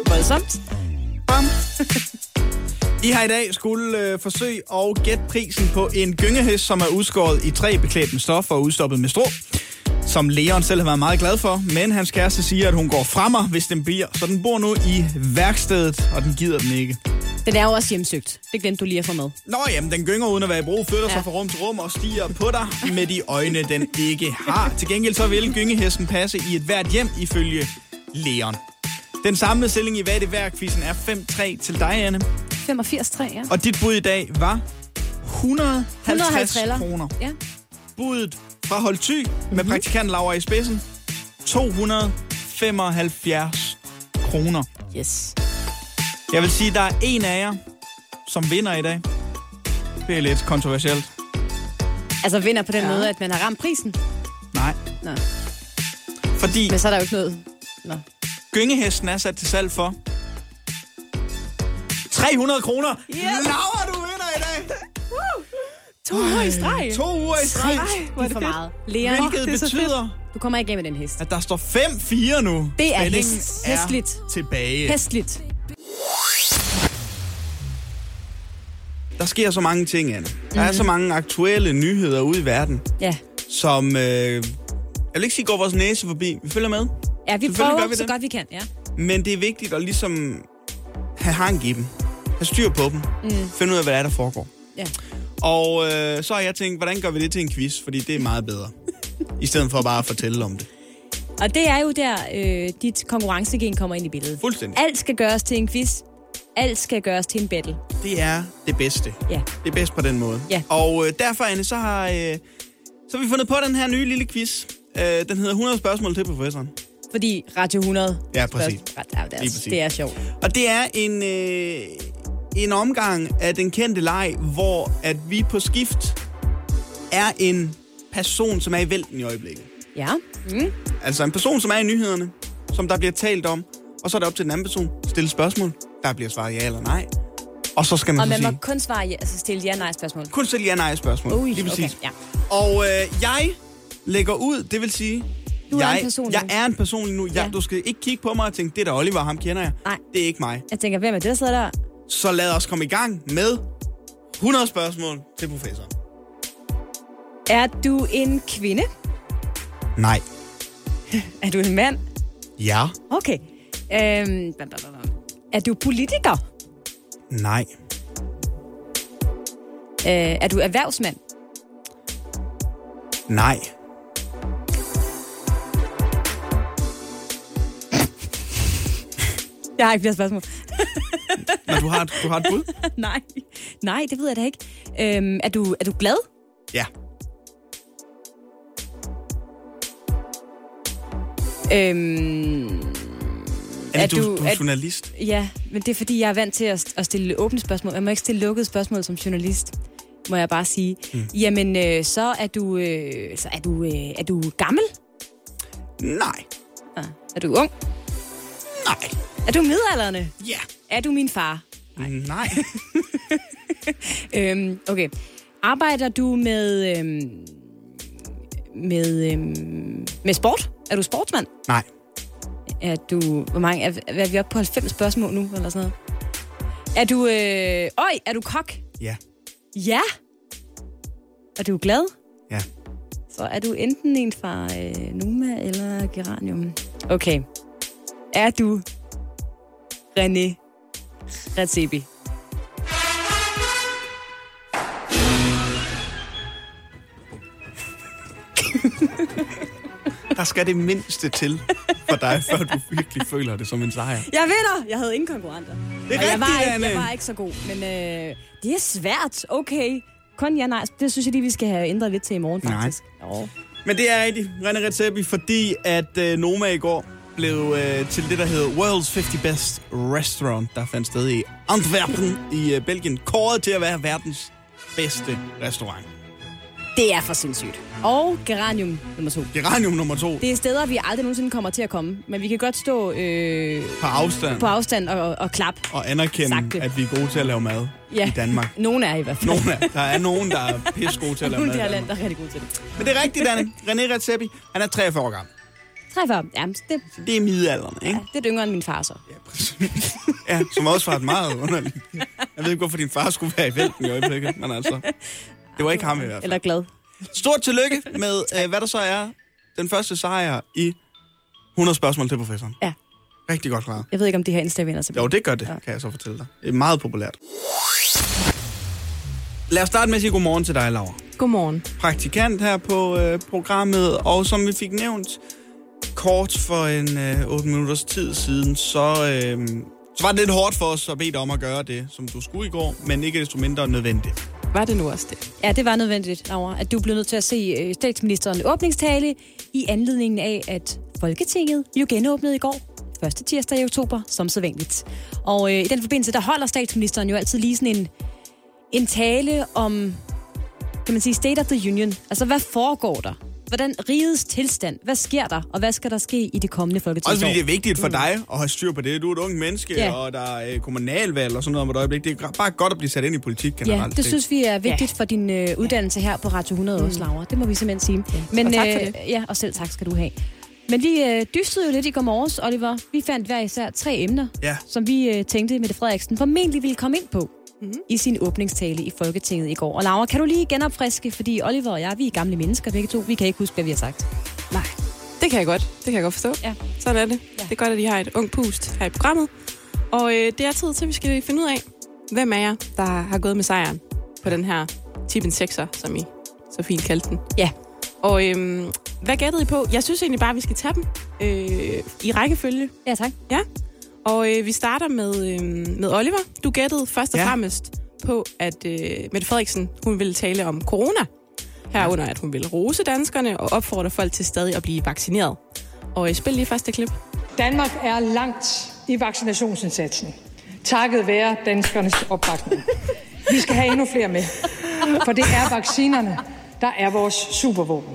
[SPEAKER 3] Voldsomt.
[SPEAKER 2] Bam. I har i dag skulle øh, forsøge at gætte prisen på en gyngehest, som er udskåret i træ, beklædt med stof og udstoppet med strå. Som Leon selv har været meget glad for, men hans kæreste siger, at hun går fra mig, hvis den bliver. Så den bor nu i værkstedet, og den gider den ikke.
[SPEAKER 3] Den er jo også hjemsøgt. Det glemte du lige at få med.
[SPEAKER 2] Nå jamen, den gynger uden at være i brug, flytter ja.
[SPEAKER 3] Ja.
[SPEAKER 2] sig fra rum til rum og stiger på dig med de øjne, den ikke har. Til gengæld så vil gyngehesten passe i et hvert hjem ifølge Leon. Den samlede stilling i hvad er det værk er 5-3 til dig, Anne.
[SPEAKER 3] 85,3, ja.
[SPEAKER 2] Og dit bud i dag var 150
[SPEAKER 3] 150
[SPEAKER 2] kroner.
[SPEAKER 3] Ja.
[SPEAKER 2] Budet fra Hold Thy med praktikant Laura i spidsen. 275 kroner.
[SPEAKER 4] Yes.
[SPEAKER 2] Jeg vil sige, der er en af jer, som vinder i dag. Det er lidt kontroversielt.
[SPEAKER 3] Altså vinder på den ja. måde, at man har ramt prisen.
[SPEAKER 2] Nej.
[SPEAKER 3] Nå.
[SPEAKER 2] Fordi
[SPEAKER 3] Men så er der jo ikke noget. Nå.
[SPEAKER 2] gyngehesten er sat til salg for 300 kroner. Yes. Laura, du vinder i dag.
[SPEAKER 4] To uger i streg.
[SPEAKER 2] To uger i streg.
[SPEAKER 4] Ej, hvor
[SPEAKER 3] Det er for
[SPEAKER 4] er det fedt.
[SPEAKER 3] meget. Leon,
[SPEAKER 2] Hvilket
[SPEAKER 4] det er så
[SPEAKER 2] betyder,
[SPEAKER 3] du kommer ikke af med den hest.
[SPEAKER 2] at der står 5-4 nu.
[SPEAKER 3] Det er
[SPEAKER 2] Spændingen
[SPEAKER 3] hest-
[SPEAKER 2] er
[SPEAKER 3] hestligt.
[SPEAKER 2] tilbage.
[SPEAKER 3] Hestligt.
[SPEAKER 2] Der sker så mange ting, Anne. Der
[SPEAKER 4] Mhm.
[SPEAKER 2] er så mange aktuelle nyheder ude i verden,
[SPEAKER 3] Ja.
[SPEAKER 2] som... Øh, jeg vil ikke sige, går vores næse forbi. Vi følger med.
[SPEAKER 3] Ja, vi
[SPEAKER 2] Selvfølgelig gør
[SPEAKER 3] prøver
[SPEAKER 2] vi
[SPEAKER 3] så
[SPEAKER 2] det.
[SPEAKER 3] godt vi kan. Ja.
[SPEAKER 2] Men det er vigtigt at ligesom have hang i dem. Have styr på dem. Mm. Finde ud af, hvad der, er, der foregår.
[SPEAKER 3] Ja.
[SPEAKER 2] Og øh, så har jeg tænkt, hvordan gør vi det til en quiz? Fordi det er meget bedre. I stedet for bare at fortælle om det.
[SPEAKER 3] Og det er jo der, øh, dit konkurrencegen kommer ind i billedet.
[SPEAKER 2] Fuldstændig.
[SPEAKER 3] Alt skal gøres til en quiz. Alt skal gøres til en battle.
[SPEAKER 2] Det er det bedste.
[SPEAKER 3] Ja.
[SPEAKER 2] Det er bedst på den måde.
[SPEAKER 3] Ja.
[SPEAKER 2] Og øh, derfor, Anne, så har, øh, så har vi fundet på den her nye lille quiz. Øh, den hedder 100 spørgsmål til professoren.
[SPEAKER 3] Fordi Radio 100...
[SPEAKER 2] Ja, præcis.
[SPEAKER 3] Spørg- Ja, det, er, altså-
[SPEAKER 2] Lige præcis.
[SPEAKER 3] det er sjovt.
[SPEAKER 2] Og det er en, øh, en omgang af den kendte leg, hvor at vi på skift er en person, som er i vælten i øjeblikket.
[SPEAKER 3] Ja.
[SPEAKER 2] Altså en person, som er i nyhederne, som der bliver talt om, og så er det op til den anden person at stille spørgsmål. Der bliver svaret ja eller nej. Og så skal man,
[SPEAKER 3] Og man
[SPEAKER 2] så
[SPEAKER 3] må
[SPEAKER 2] sige,
[SPEAKER 3] kun svare ja, altså stille ja-nej-spørgsmål.
[SPEAKER 2] kun stille ja-nej-spørgsmål.
[SPEAKER 3] Ui,
[SPEAKER 2] Lige præcis.
[SPEAKER 3] okay, ja.
[SPEAKER 2] Og øh, jeg lægger ud, det vil sige...
[SPEAKER 3] Du er
[SPEAKER 2] jeg,
[SPEAKER 3] en person
[SPEAKER 2] jeg
[SPEAKER 3] nu.
[SPEAKER 2] er en person lige nu. Jeg,
[SPEAKER 3] Ja.
[SPEAKER 2] Du skal ikke kigge på mig og tænke, det er da Oliver, ham kender jeg.
[SPEAKER 3] Nej.
[SPEAKER 2] Det er ikke mig.
[SPEAKER 3] Jeg tænker, hvem er det, der sidder der?
[SPEAKER 2] Så lad os komme i gang med 100 spørgsmål til professor.
[SPEAKER 3] Er du en kvinde?
[SPEAKER 2] Nej.
[SPEAKER 3] Er du en mand?
[SPEAKER 2] Ja.
[SPEAKER 3] Okay. Øhm, bam, bam, bam, bam. er du politiker?
[SPEAKER 2] Nej.
[SPEAKER 3] Øh, er du erhvervsmand?
[SPEAKER 2] Nej.
[SPEAKER 3] Jeg har ikke flere spørgsmål.
[SPEAKER 2] Men du har, et- du har et bud?
[SPEAKER 3] Nej. Nej, det ved jeg da ikke. Øhm, er, du, er du glad?
[SPEAKER 2] Ja.
[SPEAKER 3] Øhm,
[SPEAKER 2] Er
[SPEAKER 3] Er
[SPEAKER 2] du,
[SPEAKER 3] du-
[SPEAKER 2] du, du er
[SPEAKER 3] er-
[SPEAKER 2] journalist?
[SPEAKER 3] ja, men det er fordi, jeg er vant til at, st- at stille åbne spørgsmål. Jeg må ikke stille lukkede spørgsmål som journalist, må jeg bare sige. Mm. Jamen, øh, så er du, øh, så er du, øh, er du gammel?
[SPEAKER 2] Nej.
[SPEAKER 3] Ah, Er du ung?
[SPEAKER 2] Nej.
[SPEAKER 3] Er du midalderne?
[SPEAKER 2] Ja.
[SPEAKER 3] Er du min far?
[SPEAKER 2] Nej.
[SPEAKER 3] Øhm, okay. Arbejder du med, øhm, med, øhm, med sport? Er du sportsmand?
[SPEAKER 2] Nej.
[SPEAKER 3] Er du... Hvor mange... Er, er vi oppe på 90 spørgsmål nu, eller sådan noget? Er du... Øh, øj, er du kok?
[SPEAKER 2] Ja.
[SPEAKER 3] Ja. Er du glad?
[SPEAKER 2] Ja.
[SPEAKER 3] Så er du enten en fra øh, Numa eller Geranium. Okay. Er du René Redzepi?
[SPEAKER 2] Der skal det mindste til for dig, før du virkelig føler det som en sejr.
[SPEAKER 3] Jeg vinder! Jeg havde ingen konkurrenter.
[SPEAKER 2] Det er
[SPEAKER 3] Og jeg var,
[SPEAKER 2] rigtigt,
[SPEAKER 3] ikke, jeg
[SPEAKER 2] Anne.
[SPEAKER 3] var ikke så god, men øh, det er svært. Okay. Kun ja, nej. Det synes jeg lige, vi skal have ændret lidt til i morgen,
[SPEAKER 2] Nej.
[SPEAKER 3] faktisk. Jo.
[SPEAKER 2] Men det er rigtigt, René Redzepi, fordi at øh, Noma i går blev øh, til det, der hedder World's 50 Best Restaurant, der fandt sted i Antwerpen i øh, Belgien, kåret til at være verdens bedste restaurant.
[SPEAKER 3] Det er for sindssygt. Og geranium nummer to.
[SPEAKER 2] Geranium nummer to
[SPEAKER 3] Det er steder, vi aldrig nogensinde kommer til at komme, men vi kan godt stå øh,
[SPEAKER 2] på afstand
[SPEAKER 3] på afstand og, og, og klappe.
[SPEAKER 2] og anerkende,
[SPEAKER 3] Sagte.
[SPEAKER 2] at vi er gode til at lave mad
[SPEAKER 3] Ja.
[SPEAKER 2] i Danmark.
[SPEAKER 3] Nogen er i hvert fald.
[SPEAKER 2] Nogen er, der er nogen, der er pisse gode til at lave
[SPEAKER 3] Nogen
[SPEAKER 2] mad i
[SPEAKER 3] i det her land,
[SPEAKER 2] Danmark.
[SPEAKER 3] der er rigtig gode til det.
[SPEAKER 2] Men det er rigtigt, Anne. René Redzepi, han er 43 år gammel.
[SPEAKER 3] 43. Ja, men det,
[SPEAKER 2] Det er midalderen, ikke?
[SPEAKER 3] det er yngre end min far så.
[SPEAKER 2] Ja, præcis. ja, som også var et meget underligt. Jeg ved ikke, hvorfor din far skulle være i vælten i øjeblikket, men altså, det var ikke ham i hvert fald.
[SPEAKER 3] Eller glad.
[SPEAKER 2] Stort tillykke med, øh, hvad der så er den første sejr i 100 spørgsmål til professoren.
[SPEAKER 3] Ja.
[SPEAKER 2] Rigtig godt klaret.
[SPEAKER 3] Jeg ved ikke, om det her Insta vinder tilbage.
[SPEAKER 2] Jo, det gør det, kan jeg så fortælle dig. Det er meget populært. Lad os starte med at sige godmorgen til dig, Laura.
[SPEAKER 4] Godmorgen.
[SPEAKER 2] Praktikant her på øh, programmet, og som vi fik nævnt kort for en øh, 8 minutters tid siden, så, øh, så var det lidt hårdt for os at bede dig om at gøre det, som du skulle i går, men ikke desto mindre nødvendigt.
[SPEAKER 4] Var det nu også det?
[SPEAKER 3] Ja, det var nødvendigt, Laura, at du blev nødt til at se øh, statsministeren åbningstale i anledningen af, at Folketinget jo genåbnede i går, første tirsdag i oktober, som så vanligt. Og øh, i den forbindelse, der holder statsministeren jo altid lige sådan en, en tale om, kan man sige, State of the Union. Altså, hvad foregår der hvordan rigets tilstand, hvad sker der, og hvad skal der ske i det kommende folketingsår?
[SPEAKER 2] Også Altså, fordi det er vigtigt for dig at have styr på det. Du er et ung menneske,
[SPEAKER 3] Ja.
[SPEAKER 2] ja. og der er øh, kommunalvalg og sådan noget om et øjeblik. Det er gra- bare godt at blive sat ind i politik
[SPEAKER 3] Ja,
[SPEAKER 2] generelt.
[SPEAKER 3] det synes vi er vigtigt for din øh, uddannelse her på Radio 100 også, Laura. Det må vi simpelthen sige. Ja. Men,
[SPEAKER 4] og tak for
[SPEAKER 3] øh,
[SPEAKER 4] det.
[SPEAKER 3] Ja, og selv tak skal du have. Men vi øh, dystede jo lidt i går morges, Oliver. Vi fandt hver især tre emner,
[SPEAKER 2] Ja.
[SPEAKER 3] som vi øh, tænkte, Mette Frederiksen formentlig ville komme ind på mm-hmm. i sin åbningstale i Folketinget i går. Og Laura, kan du lige genopfriske, fordi Oliver og jeg, vi er gamle mennesker begge to. Vi kan ikke huske, hvad vi har sagt.
[SPEAKER 4] Nej, det kan jeg godt. Det kan jeg godt forstå.
[SPEAKER 3] Ja.
[SPEAKER 4] Sådan er det.
[SPEAKER 3] Ja.
[SPEAKER 4] Ja. Det er godt, at I har et ung pust her i programmet. Og øh, det er tid til, at vi skal finde ud af, hvem er jer, der har gået med sejren på den her tip en sekser, som I så fint kaldte den.
[SPEAKER 3] Ja.
[SPEAKER 4] Og øhm, hvad gættede I på? Jeg synes egentlig bare, at vi skal tage dem øh, i rækkefølge.
[SPEAKER 3] Ja, tak.
[SPEAKER 4] Ja. Og øh, vi starter med, øh, med Oliver. Du gættede først og
[SPEAKER 2] Ja.
[SPEAKER 4] ja. fremmest på, at øh, Mette Frederiksen hun ville tale om corona. Herunder, at hun ville rose danskerne og opfordre folk til stadig at blive vaccineret. Og øh, spil lige første klip.
[SPEAKER 9] Danmark er langt i vaccinationsindsatsen, takket være danskernes opbakning. Vi skal have endnu flere med, for det er vaccinerne, der er vores supervåben.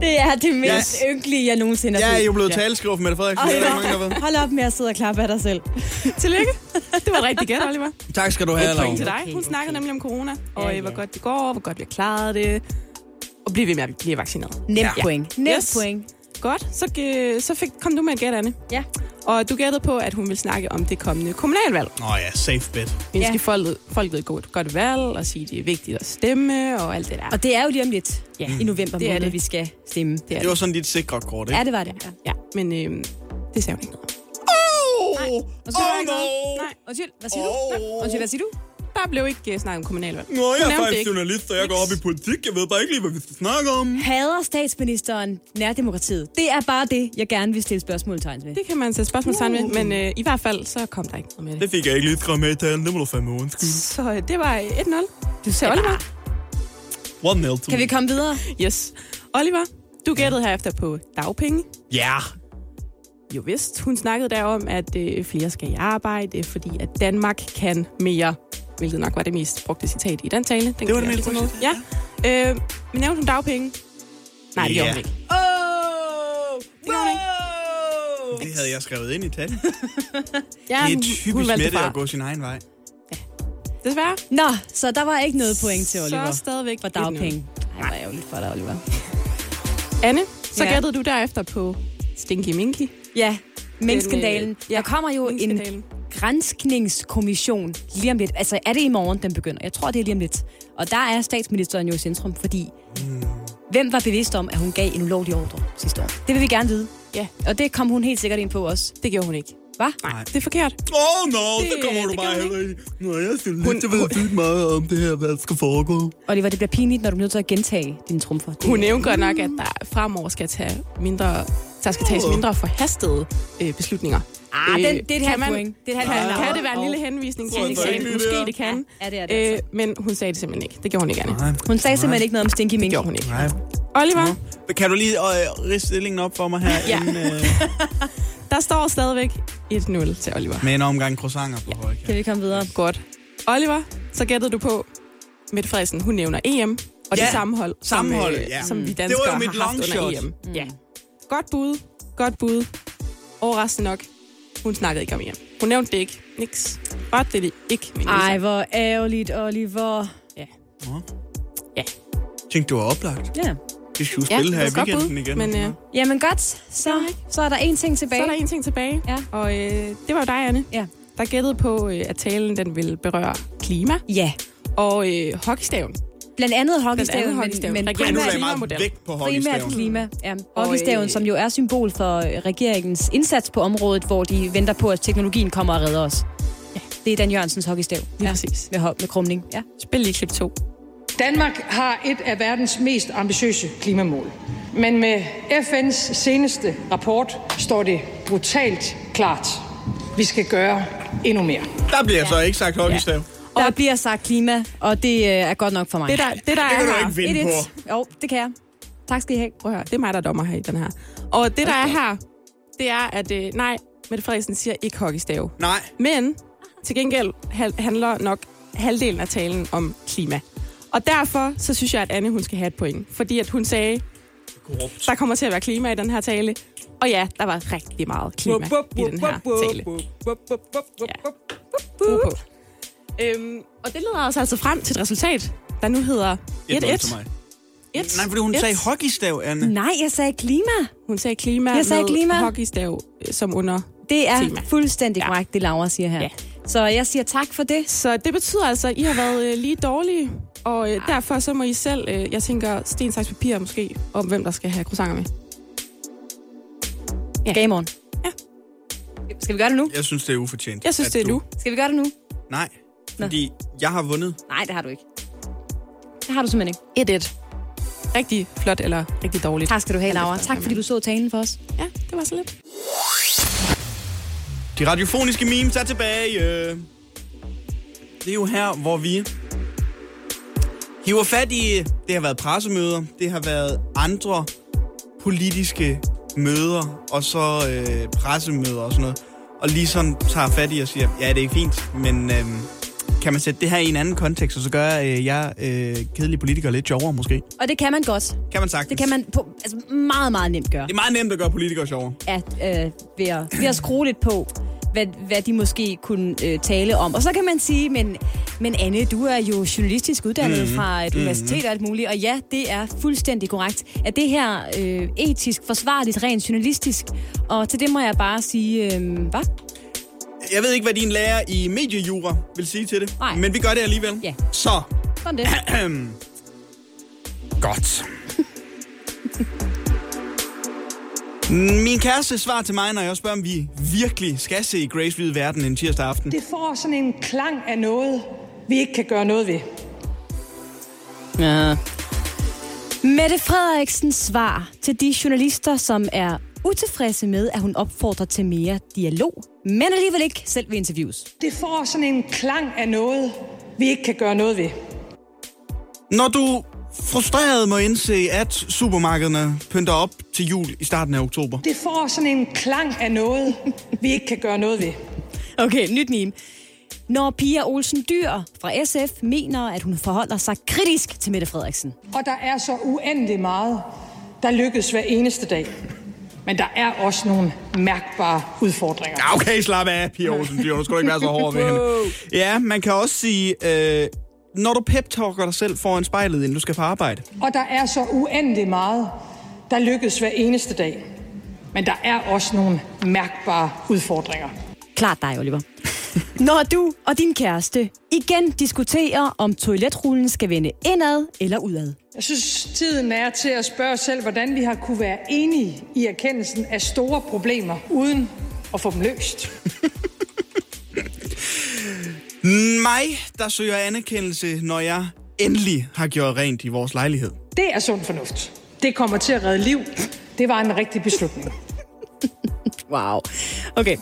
[SPEAKER 3] Det er det mest
[SPEAKER 2] Yes.
[SPEAKER 3] yes. ynkelige, jeg nogensinde har
[SPEAKER 2] Jeg er
[SPEAKER 3] set.
[SPEAKER 2] jo blevet ja. taleskriver for Mette Frederiksen.
[SPEAKER 3] Ej,
[SPEAKER 2] Det er der
[SPEAKER 3] hvor-
[SPEAKER 2] mange, der ved.
[SPEAKER 3] Hold op med at sidde og klappe af dig selv.
[SPEAKER 4] Tillykke. Det var rigtig gæt, Oliver.
[SPEAKER 2] Tak skal du have,
[SPEAKER 4] Point til
[SPEAKER 2] Laura.
[SPEAKER 4] dig. Hun snakkede nemlig om corona, og øh, hvor godt det går, hvor godt vi har klaret det. Og blive ved med at blive vaccineret.
[SPEAKER 3] Nem ja. point. Nem yes.
[SPEAKER 4] Yes.
[SPEAKER 3] point.
[SPEAKER 4] Godt, så, øh, så fik, kom du med et gæt, Anne.
[SPEAKER 3] Ja.
[SPEAKER 4] Og du gættede på, at hun ville snakke om det kommende kommunalvalg.
[SPEAKER 2] Nå ja, safe bet.
[SPEAKER 4] Vi
[SPEAKER 3] Ja.
[SPEAKER 4] skal folket, folket et godt, godt valg og sige, at det er vigtigt at stemme og alt det der.
[SPEAKER 3] Og det er jo lige om lidt ja. i november
[SPEAKER 4] Det er
[SPEAKER 3] måned,
[SPEAKER 4] det.
[SPEAKER 3] vi skal stemme.
[SPEAKER 4] det er
[SPEAKER 2] Det var sådan dit sikre kort, ikke?
[SPEAKER 3] Ja, det var det. Ja.
[SPEAKER 4] Ja, men øh, det sagde hun ikke noget.
[SPEAKER 2] Oh,
[SPEAKER 3] Og så
[SPEAKER 2] oh, no. Oh.
[SPEAKER 4] Nej,
[SPEAKER 3] Undskyld, hvad siger du?
[SPEAKER 2] Åh.
[SPEAKER 3] Undskyld, hvad siger du?
[SPEAKER 4] der blev ikke uh, snakket om kommunalvalg.
[SPEAKER 2] Nå,
[SPEAKER 4] Hun
[SPEAKER 2] jeg
[SPEAKER 4] nævnte
[SPEAKER 2] er
[SPEAKER 4] det
[SPEAKER 2] faktisk
[SPEAKER 4] ikke.
[SPEAKER 2] journalist, og jeg går op i politik. Jeg ved bare ikke lige, hvad vi skal snakke om.
[SPEAKER 3] Hader statsministeren nærdemokratiet? Det er bare det, jeg gerne vil stille spørgsmålstegn ved.
[SPEAKER 4] Det kan man sætte spørgsmålstegn ved, men øh, i hvert fald så kom der ikke noget med
[SPEAKER 2] Det
[SPEAKER 4] det.
[SPEAKER 2] fik jeg ikke lige skrevet med i talen. Det må du fandme undskylde.
[SPEAKER 4] Så øh, det var øh, 1-0. Du sagde Oliver.
[SPEAKER 2] One nil to
[SPEAKER 3] Kan vi
[SPEAKER 2] me.
[SPEAKER 3] komme videre?
[SPEAKER 4] Yes. Oliver, du gættede herefter på dagpenge.
[SPEAKER 2] Ja.
[SPEAKER 4] Jo vist, hun snakkede derom, at øh, flere skal i arbejde, fordi at Danmark kan mere. Hvilket nok var det mest brugte citat i den tale. Den kan
[SPEAKER 2] var det
[SPEAKER 4] jeg
[SPEAKER 2] mest
[SPEAKER 4] også
[SPEAKER 2] brugte
[SPEAKER 4] med. Ja. Øh, men nævnte hun dagpenge? Nej, det gjorde
[SPEAKER 2] Ja.
[SPEAKER 4] hun ikke. Åh! Det gjorde hun ikke.
[SPEAKER 2] Det havde jeg skrevet ind i talen.
[SPEAKER 4] Ja,
[SPEAKER 2] Det er
[SPEAKER 4] hun- hun
[SPEAKER 2] typisk
[SPEAKER 4] valgte
[SPEAKER 2] Mette
[SPEAKER 4] fra.
[SPEAKER 2] at gå sin egen vej.
[SPEAKER 4] Desværre.
[SPEAKER 3] Nå, så der var ikke noget point til Oliver
[SPEAKER 4] Så stadigvæk
[SPEAKER 3] for dagpenge. Nej, hvor ærgerligt for dig, Oliver.
[SPEAKER 4] 1-0. Anne, så
[SPEAKER 3] Ja.
[SPEAKER 4] ja. gættede du derefter på Stinky Minky.
[SPEAKER 3] Ja, minkskandalen.
[SPEAKER 4] Den, øh,
[SPEAKER 3] Ja,
[SPEAKER 4] ja,
[SPEAKER 3] der kommer jo en
[SPEAKER 4] minkskandalen.
[SPEAKER 3] grænskningskommission lige om lidt. Altså, er det i morgen, den begynder? Jeg tror, det er lige om lidt. Og der er statsministeren jo i centrum, fordi hvem var bevidst om, at hun gav en ulovlig ordre sidste år? Det vil vi gerne vide.
[SPEAKER 4] Ja,
[SPEAKER 3] Og det kom hun helt sikkert ind på også.
[SPEAKER 4] det gjorde hun ikke.
[SPEAKER 3] Hva?
[SPEAKER 4] Nej, det er forkert.
[SPEAKER 2] Åh, oh, no, det,
[SPEAKER 4] Det-
[SPEAKER 2] det kommer du
[SPEAKER 4] det
[SPEAKER 2] bare
[SPEAKER 4] gør hun
[SPEAKER 2] heller ikke. Nå, jeg skal lidt, jeg ved vildt meget om det her, hvad der skal foregå.
[SPEAKER 3] Oliver, det bliver pinligt, når du er nødt til at gentage dine trumfer. Det-
[SPEAKER 4] Hun nævnte godt nok, at der fremover skal tage mindre der skal
[SPEAKER 2] Uh.
[SPEAKER 4] tages mindre forhastede øh, beslutninger.
[SPEAKER 3] Ah, den- det er et halvt point. Det
[SPEAKER 4] Det
[SPEAKER 3] er et
[SPEAKER 4] kan,
[SPEAKER 3] halvt
[SPEAKER 2] Ah.
[SPEAKER 3] point.
[SPEAKER 4] kan det være en
[SPEAKER 3] Og-
[SPEAKER 4] lille henvisning til
[SPEAKER 3] Ja,
[SPEAKER 4] ja,
[SPEAKER 3] det
[SPEAKER 2] kan
[SPEAKER 4] eksamen?
[SPEAKER 2] det.
[SPEAKER 4] Måske det kan.
[SPEAKER 3] Ja, det er det altså.
[SPEAKER 4] Øh, men hun sagde det simpelthen ikke. Det gjorde hun ikke, Anne.
[SPEAKER 2] Nej,
[SPEAKER 3] Hun sagde simpelthen ikke noget om Stinky
[SPEAKER 4] Det
[SPEAKER 3] Mink.
[SPEAKER 4] gjorde hun ikke.
[SPEAKER 2] nej.
[SPEAKER 4] Oliver,
[SPEAKER 2] Men Kan du lige øh, riste stillingen op for mig her? ja. Inden, øh,
[SPEAKER 4] der står stadigvæk 1-0 til Oliver.
[SPEAKER 2] med en omgang croissanter på højkant.
[SPEAKER 3] Kan vi komme videre?
[SPEAKER 4] Godt. Oliver, så gættede du på, Mette Frederiksen, hun nævner EM, og
[SPEAKER 2] Ja,
[SPEAKER 4] det sammenhold,
[SPEAKER 2] sammenhold,
[SPEAKER 4] som, øh,
[SPEAKER 2] ja. Mm.
[SPEAKER 4] som vi
[SPEAKER 2] Det var jo
[SPEAKER 4] danskere
[SPEAKER 2] mit
[SPEAKER 4] har haft
[SPEAKER 2] longshot.
[SPEAKER 4] under EM. Mm. Ja. Godt bud, godt bud. Overraskende nok, hun snakkede ikke om EM. Hun nævnte det ikke. Niks. Godt, det er det ikke, min
[SPEAKER 3] Ej,
[SPEAKER 4] Ej.
[SPEAKER 3] hvor ærgerligt, Oliver.
[SPEAKER 4] Ja.
[SPEAKER 2] Tænkte, du var oplagt.
[SPEAKER 3] Ja.
[SPEAKER 2] Vi skulle
[SPEAKER 4] Ja,
[SPEAKER 2] spille
[SPEAKER 4] det
[SPEAKER 2] her i
[SPEAKER 4] var et godt
[SPEAKER 2] weekenden
[SPEAKER 4] bud,
[SPEAKER 2] igen.
[SPEAKER 4] men, øh,
[SPEAKER 3] Jamen godt, så, så er der en ting tilbage.
[SPEAKER 4] Så er der en ting tilbage,
[SPEAKER 3] Ja.
[SPEAKER 4] og øh, det var jo dig, Anne,
[SPEAKER 3] Ja.
[SPEAKER 4] der gættede på, øh, at talen den ville berøre klima
[SPEAKER 3] Ja,
[SPEAKER 4] og øh, hockeystaven.
[SPEAKER 3] blandt andet
[SPEAKER 4] Blandt
[SPEAKER 3] hockeystaven,
[SPEAKER 4] andet
[SPEAKER 3] men,
[SPEAKER 4] hockeystaven.
[SPEAKER 3] men
[SPEAKER 4] Regeringen
[SPEAKER 2] Ej, nu lagde
[SPEAKER 3] primært,
[SPEAKER 4] Primært
[SPEAKER 2] jeg meget
[SPEAKER 4] klimamodel.
[SPEAKER 2] væk på
[SPEAKER 3] primært
[SPEAKER 2] hockeystaven.
[SPEAKER 3] klima. Ja.
[SPEAKER 4] Og,
[SPEAKER 3] Hockeystaven,
[SPEAKER 4] øh,
[SPEAKER 3] som jo er symbol for øh, regeringens indsats på området, hvor de venter på, at teknologien kommer og redder os. Det er Dan Jørgensens hockeystav
[SPEAKER 4] Lige præcis.
[SPEAKER 3] med, hop- med krumning. Ja.
[SPEAKER 4] Spil lige klip 2.
[SPEAKER 9] Danmark har et af verdens mest ambitiøse klimamål. Men med FN's seneste rapport står det brutalt klart. Vi skal gøre endnu mere.
[SPEAKER 2] Der bliver så ikke sagt hockeystav.
[SPEAKER 3] Der bliver sagt klima, og det øh, er godt nok for mig.
[SPEAKER 4] Det der, det der
[SPEAKER 2] Det
[SPEAKER 4] er
[SPEAKER 2] kan du
[SPEAKER 4] her,
[SPEAKER 2] ikke vinde på.
[SPEAKER 3] 1-1. Jo, det kan jeg. Tak skal I have.
[SPEAKER 4] Prøv at høre, det er mig, der er dommer her i den her. Og det, der er her, det er, at øh, nej, Mette Frederiksen siger ikke hockeystave.
[SPEAKER 2] Nej.
[SPEAKER 4] Men til gengæld hal- handler nok halvdelen af talen om klima. Og derfor så synes jeg, at Anne hun skal have et point. Fordi at hun sagde,
[SPEAKER 2] Korrupt.
[SPEAKER 4] Der kommer til at være klima i den her tale. Og ja, der var rigtig meget klima i den her tale. Ude på. Øhm, og det leder os altså frem til et resultat, der nu hedder 1-1. Et-
[SPEAKER 2] Nej, fordi hun
[SPEAKER 4] et. Mm.
[SPEAKER 2] sagde hockeystav, Anne.
[SPEAKER 3] Nej, jeg sagde klima.
[SPEAKER 4] Hun sagde klima
[SPEAKER 3] Jeg sagde
[SPEAKER 4] med
[SPEAKER 3] klima.
[SPEAKER 4] hockeystav øh, som under.
[SPEAKER 3] Det er
[SPEAKER 4] Tema.
[SPEAKER 3] fuldstændig
[SPEAKER 4] Ja.
[SPEAKER 3] korrekt, det Laura siger her.
[SPEAKER 4] Ja.
[SPEAKER 3] Så jeg siger tak for det.
[SPEAKER 4] Så det betyder altså, at I har været øh, lige dårlige, og øh, derfor så må I selv, øh, jeg tænker, sten, saks, papir måske, om hvem der skal have croissanter med.
[SPEAKER 3] Ja. Game on.
[SPEAKER 4] Ja.
[SPEAKER 3] Skal vi gøre det nu?
[SPEAKER 2] Jeg synes, det er ufortjent.
[SPEAKER 4] Jeg synes,
[SPEAKER 2] at
[SPEAKER 4] det er
[SPEAKER 2] du-
[SPEAKER 4] nu.
[SPEAKER 3] Skal vi gøre det nu?
[SPEAKER 2] Nej, fordi jeg har vundet.
[SPEAKER 3] Nej, det har du ikke. Det har du simpelthen ikke.
[SPEAKER 4] 1-1. Rigtig flot eller rigtig dårligt.
[SPEAKER 3] Tak skal du have, Laura. Tak fordi du så talen for os.
[SPEAKER 4] Ja, det var så lidt.
[SPEAKER 2] De radiofoniske memes er tilbage. øh. Det er jo her, hvor vi hiver fat i... Det har været pressemøder, det har været andre politiske møder, og så øh, pressemøder og sådan noget. Og lige sådan tager fat i og siger, ja, det er fint, men øh, kan man sætte det her i en anden kontekst, og så gør øh, jeg øh, kedelige politikere lidt sjovere måske?
[SPEAKER 3] Og det kan man godt.
[SPEAKER 2] Kan man sagtens.
[SPEAKER 3] Det kan man på, altså, meget, meget nemt gøre.
[SPEAKER 2] Det er meget nemt at gøre politikere sjovere.
[SPEAKER 3] At, øh, ved, at, ved at skrue lidt på, hvad, hvad de måske kunne øh, tale om. Og så kan man sige, men, men Anne, du er jo journalistisk uddannet mm-hmm. fra et universitet og alt muligt. Og ja, det er fuldstændig korrekt. At det her øh, etisk forsvarligt, rent journalistisk. Og til det må jeg bare sige, øh, hvad?
[SPEAKER 2] Jeg ved ikke, hvad din lærer i mediejura vil sige til det,
[SPEAKER 3] Nej.
[SPEAKER 2] men vi gør det alligevel.
[SPEAKER 3] Ja.
[SPEAKER 2] Så,
[SPEAKER 3] Sådan det.
[SPEAKER 2] godt. Min kæreste svar til mig, når jeg spørger, om vi virkelig skal se Grace Hvide Verden en tirsdag aften.
[SPEAKER 9] Det får sådan en klang af noget, vi ikke kan gøre noget ved.
[SPEAKER 3] Ja. Mette Frederiksens svar til de journalister, som er utilfredse med, at hun opfordrer til mere dialog, men alligevel ikke selv ved interviews.
[SPEAKER 9] Det får sådan en klang af noget, vi ikke kan gøre noget ved.
[SPEAKER 2] Når du frustreret må indse, at supermarkederne pynter op til jul i starten af oktober.
[SPEAKER 9] Det får sådan en klang af noget, vi ikke kan gøre noget ved.
[SPEAKER 3] Okay, nyt meme. Når Pia Olsen Dyr fra SF mener, at hun forholder sig kritisk til Mette Frederiksen.
[SPEAKER 9] Og der er så uendelig meget, der lykkes hver eneste dag. Men der er også nogle mærkbare udfordringer.
[SPEAKER 2] Ja, Okay, slap af, Pia Olsen Dyr. Nu skal du ikke være så hård ved hende. Ja, man kan også sige, øh, når du pep-talker dig selv foran spejlet, inden du skal på arbejde.
[SPEAKER 9] Og der er så uendelig meget, der lykkes hver eneste dag. Men der er også nogle mærkbare udfordringer.
[SPEAKER 3] Klart dig, Oliver. Når du og din kæreste igen diskuterer, om toiletrullen skal vende indad eller udad.
[SPEAKER 9] Jeg synes, tiden er til at spørge os selv, hvordan vi har kunne være enige i erkendelsen af store problemer, uden at få dem løst.
[SPEAKER 2] Mig, der søger anerkendelse, når jeg endelig har gjort rent i vores lejlighed.
[SPEAKER 9] Det er sund fornuft. Det kommer til at redde liv. Det var en rigtig beslutning.
[SPEAKER 3] Wow. Okay.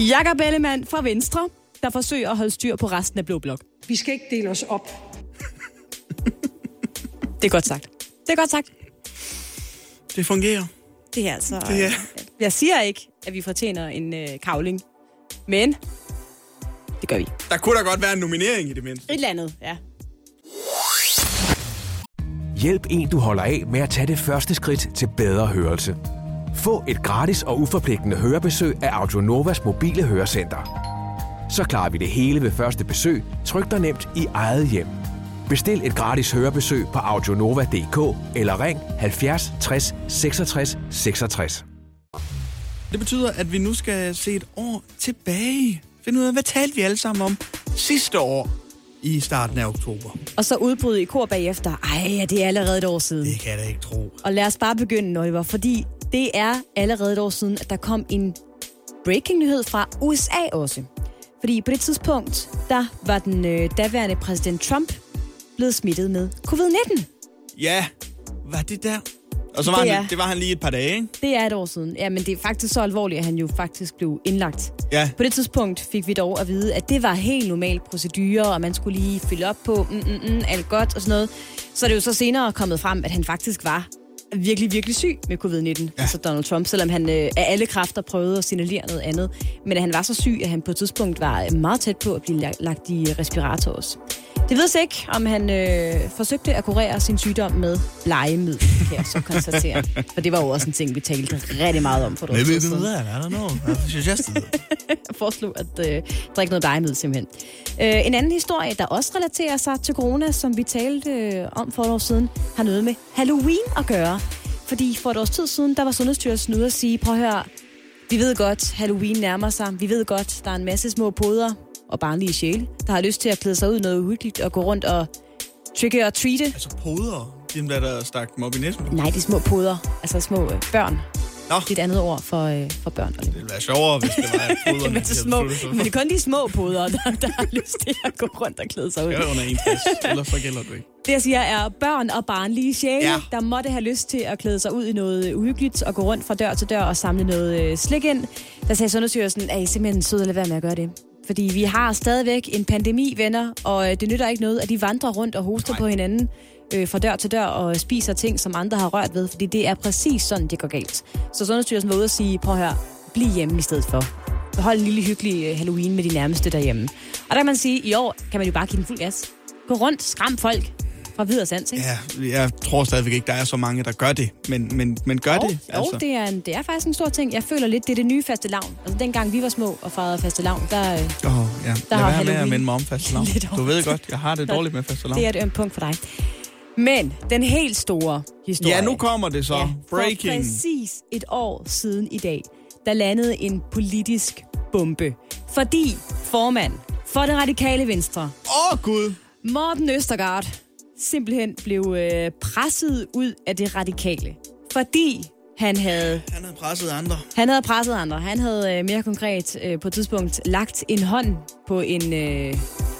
[SPEAKER 3] Jakob Ellemann fra Venstre, der forsøger at holde styr på resten af Blå Blok.
[SPEAKER 9] Vi skal ikke dele os op.
[SPEAKER 3] Det er godt sagt. Det er godt sagt.
[SPEAKER 2] Det fungerer.
[SPEAKER 3] Det er altså...
[SPEAKER 2] Det er-
[SPEAKER 3] Jeg siger ikke, at vi fortjener en øh, kavling. Men det gør vi. Et
[SPEAKER 2] Der kunne da godt være en nominering i det mindste.
[SPEAKER 3] eller andet, ja.
[SPEAKER 8] Hjælp en, du holder af med at tage det første skridt til bedre hørelse. Få et gratis og uforpligtende hørebesøg af Audionovas mobile hørecenter. Så klarer vi det hele ved første besøg, tryk dig nemt i eget hjem. Bestil et gratis hørebesøg på audionova.dk eller ring 70 60 66 66.
[SPEAKER 2] Det betyder, at vi nu skal se et år tilbage. Finde ud af, hvad talte vi alle sammen om sidste år i starten af oktober.
[SPEAKER 3] Og så udbrud i kor bagefter. Ej, ja, det er allerede et år siden.
[SPEAKER 2] Det kan jeg da ikke tro.
[SPEAKER 3] Og lad os bare begynde, Oliver, fordi det er allerede et år siden, at der kom en breaking nyhed fra USA også. Fordi på det tidspunkt, der var den øh, daværende præsident Trump blevet smittet med covid-19.
[SPEAKER 2] Ja, var det der? Og så var
[SPEAKER 3] Det
[SPEAKER 2] det,
[SPEAKER 3] er-
[SPEAKER 2] han, det var han lige et par dage, ikke?
[SPEAKER 3] Det er et år siden. Ja, men det er faktisk så alvorligt, at han jo faktisk blev indlagt.
[SPEAKER 2] Ja.
[SPEAKER 3] På det tidspunkt fik vi dog at vide, at det var helt normal procedure, og man skulle lige fylde op på, mm, mm, mm, alt godt og sådan noget. Så er det jo så senere kommet frem, at han faktisk var virkelig, virkelig syg med covid-19, ja. altså Donald Trump, selvom han øh, af alle kræfter prøvede at signalere noget andet. Men at han var så syg, at han på et tidspunkt var øh, meget tæt på at blive la- lagt i respirator også. Det ved ikke, om han øh, forsøgte at kurere sin sygdom med blegemiddel, kan jeg så konstatere. For det var jo også en ting, vi talte rigtig meget om for et år
[SPEAKER 2] Maybe
[SPEAKER 3] siden.
[SPEAKER 2] it's that. I don't know. I suggested it.
[SPEAKER 3] Jeg foreslog at øh, drikke noget blegemiddel simpelthen. Øh, en anden historie, der også relaterer sig til corona, som vi talte øh, om for et år siden, har noget med Halloween at gøre. Fordi for et års tid siden, der var Sundhedsstyrelsen ude at sige, prøv at høre, vi ved godt, Halloween nærmer sig. Vi ved godt, der er en masse små poder og barnlige sjæle, der har lyst til at klæde sig ud i noget uhyggeligt og gå rundt og trick og treate.
[SPEAKER 2] Altså poder. Dem der, der stak dem op i næsen.
[SPEAKER 3] Nej, de små poder, altså små øh, børn.
[SPEAKER 2] Nå,
[SPEAKER 3] Det er et andet ord for, øh, for børn.
[SPEAKER 2] det ville være sjovere, hvis det var at poderne.
[SPEAKER 3] Men, det er små, men det er kun de små poder, der, der har lyst til at gå rundt og klæde sig ud.
[SPEAKER 2] Jeg er under 61, ellers så gælder det ikke.
[SPEAKER 3] Det, jeg siger, er børn og barnlige sjæle,
[SPEAKER 2] Ja.
[SPEAKER 3] ja. der måtte have lyst til at klæde sig ud i noget uhyggeligt og gå rundt fra dør til dør og samle noget øh, slik ind. Der sagde Sundhedsstyrelsen, at I er simpelthen søde at lade være med at gøre det. Fordi vi har stadigvæk en pandemi, venner, og øh, det nytter ikke noget, at de vandrer rundt og hoster Nej. på hinanden øh, fra dør til dør og spiser ting, som andre har rørt ved, fordi det er præcis sådan, det går galt. Så Sundhedsstyrelsen var ude og sige, prøv at høre, bliv hjemme i stedet for holde en lille hyggelig øh, Halloween med de nærmeste derhjemme. Og der kan man sige, at i år kan man jo bare give den fuld gas. Gå rundt, skræm folk fra videre sans, ikke?
[SPEAKER 2] Ja, jeg tror stadigvæk ikke, der er så mange, der gør det. Men, men, men gør
[SPEAKER 3] Jo,
[SPEAKER 2] det, altså.
[SPEAKER 3] jo det, er en, det er faktisk en stor ting. Jeg føler lidt, det er det nye faste lavn. Altså, dengang vi var små og fejrede faste lavn, der, øh,
[SPEAKER 2] Åh, ja.
[SPEAKER 3] Der
[SPEAKER 2] Lad
[SPEAKER 3] har
[SPEAKER 2] være med at
[SPEAKER 3] Halloween
[SPEAKER 2] minde mig om fastelavn.
[SPEAKER 3] lidt
[SPEAKER 2] Du
[SPEAKER 3] over.
[SPEAKER 2] ved godt, jeg har det dårligt med fastelavn.
[SPEAKER 3] det er et ømt punkt for dig. Men den helt store historie...
[SPEAKER 2] Ja, nu kommer det så.
[SPEAKER 3] For
[SPEAKER 2] Breaking.
[SPEAKER 3] præcis et år siden i dag, der landede en politisk bombe. Fordi formand for det radikale venstre,
[SPEAKER 2] Åh, oh, Gud.
[SPEAKER 3] Morten Østergaard simpelthen blev øh, presset ud af det radikale, fordi han havde,
[SPEAKER 2] Han havde presset andre.
[SPEAKER 3] han havde presset andre. Han havde øh, mere konkret øh, på et tidspunkt lagt en hånd på en øh,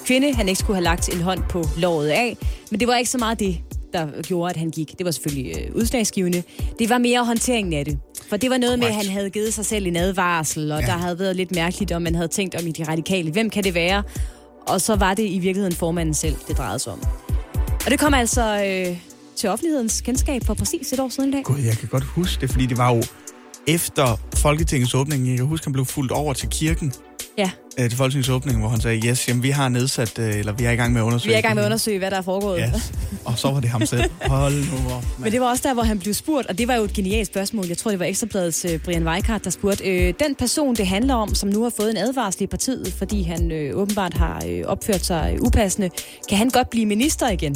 [SPEAKER 3] kvinde, han ikke skulle have lagt en hånd på låret af. Men det var ikke så meget det, der gjorde, at han gik. Det var selvfølgelig øh, udslagsgivende. Det var mere håndteringen af det. For det var noget med, at han havde givet sig selv en advarsel, og ja. der havde været lidt mærkeligt, om man havde tænkt om i de radikale. Hvem kan det være? Og så var det i virkeligheden formanden selv, det drejede sig om. Og det kom altså øh, til offentlighedens kendskab for præcis et år siden i dag.
[SPEAKER 2] Gud, jeg kan godt huske det, fordi det var jo efter Folketingets åbning. Jeg kan huske, han blev fuldt over til kirken
[SPEAKER 3] Ja.
[SPEAKER 2] øh, til Folketingets åbning, hvor han sagde, yes, jamen, vi har nedsat, øh, eller vi er i gang med at undersøge.
[SPEAKER 3] Vi er i gang med at undersøge, hvad der er foregået.
[SPEAKER 2] det her." Yes. Og så var det ham selv. Hold nu op,
[SPEAKER 3] Men det var også der, hvor han blev spurgt, og det var jo et genialt spørgsmål. Jeg tror, det var Ekstrabladets øh, Brian Weikart, der spurgte. Øh, den person, det handler om, som nu har fået en advarsel i partiet, fordi han øh, åbenbart har øh, opført sig øh, upassende, kan han godt blive minister igen?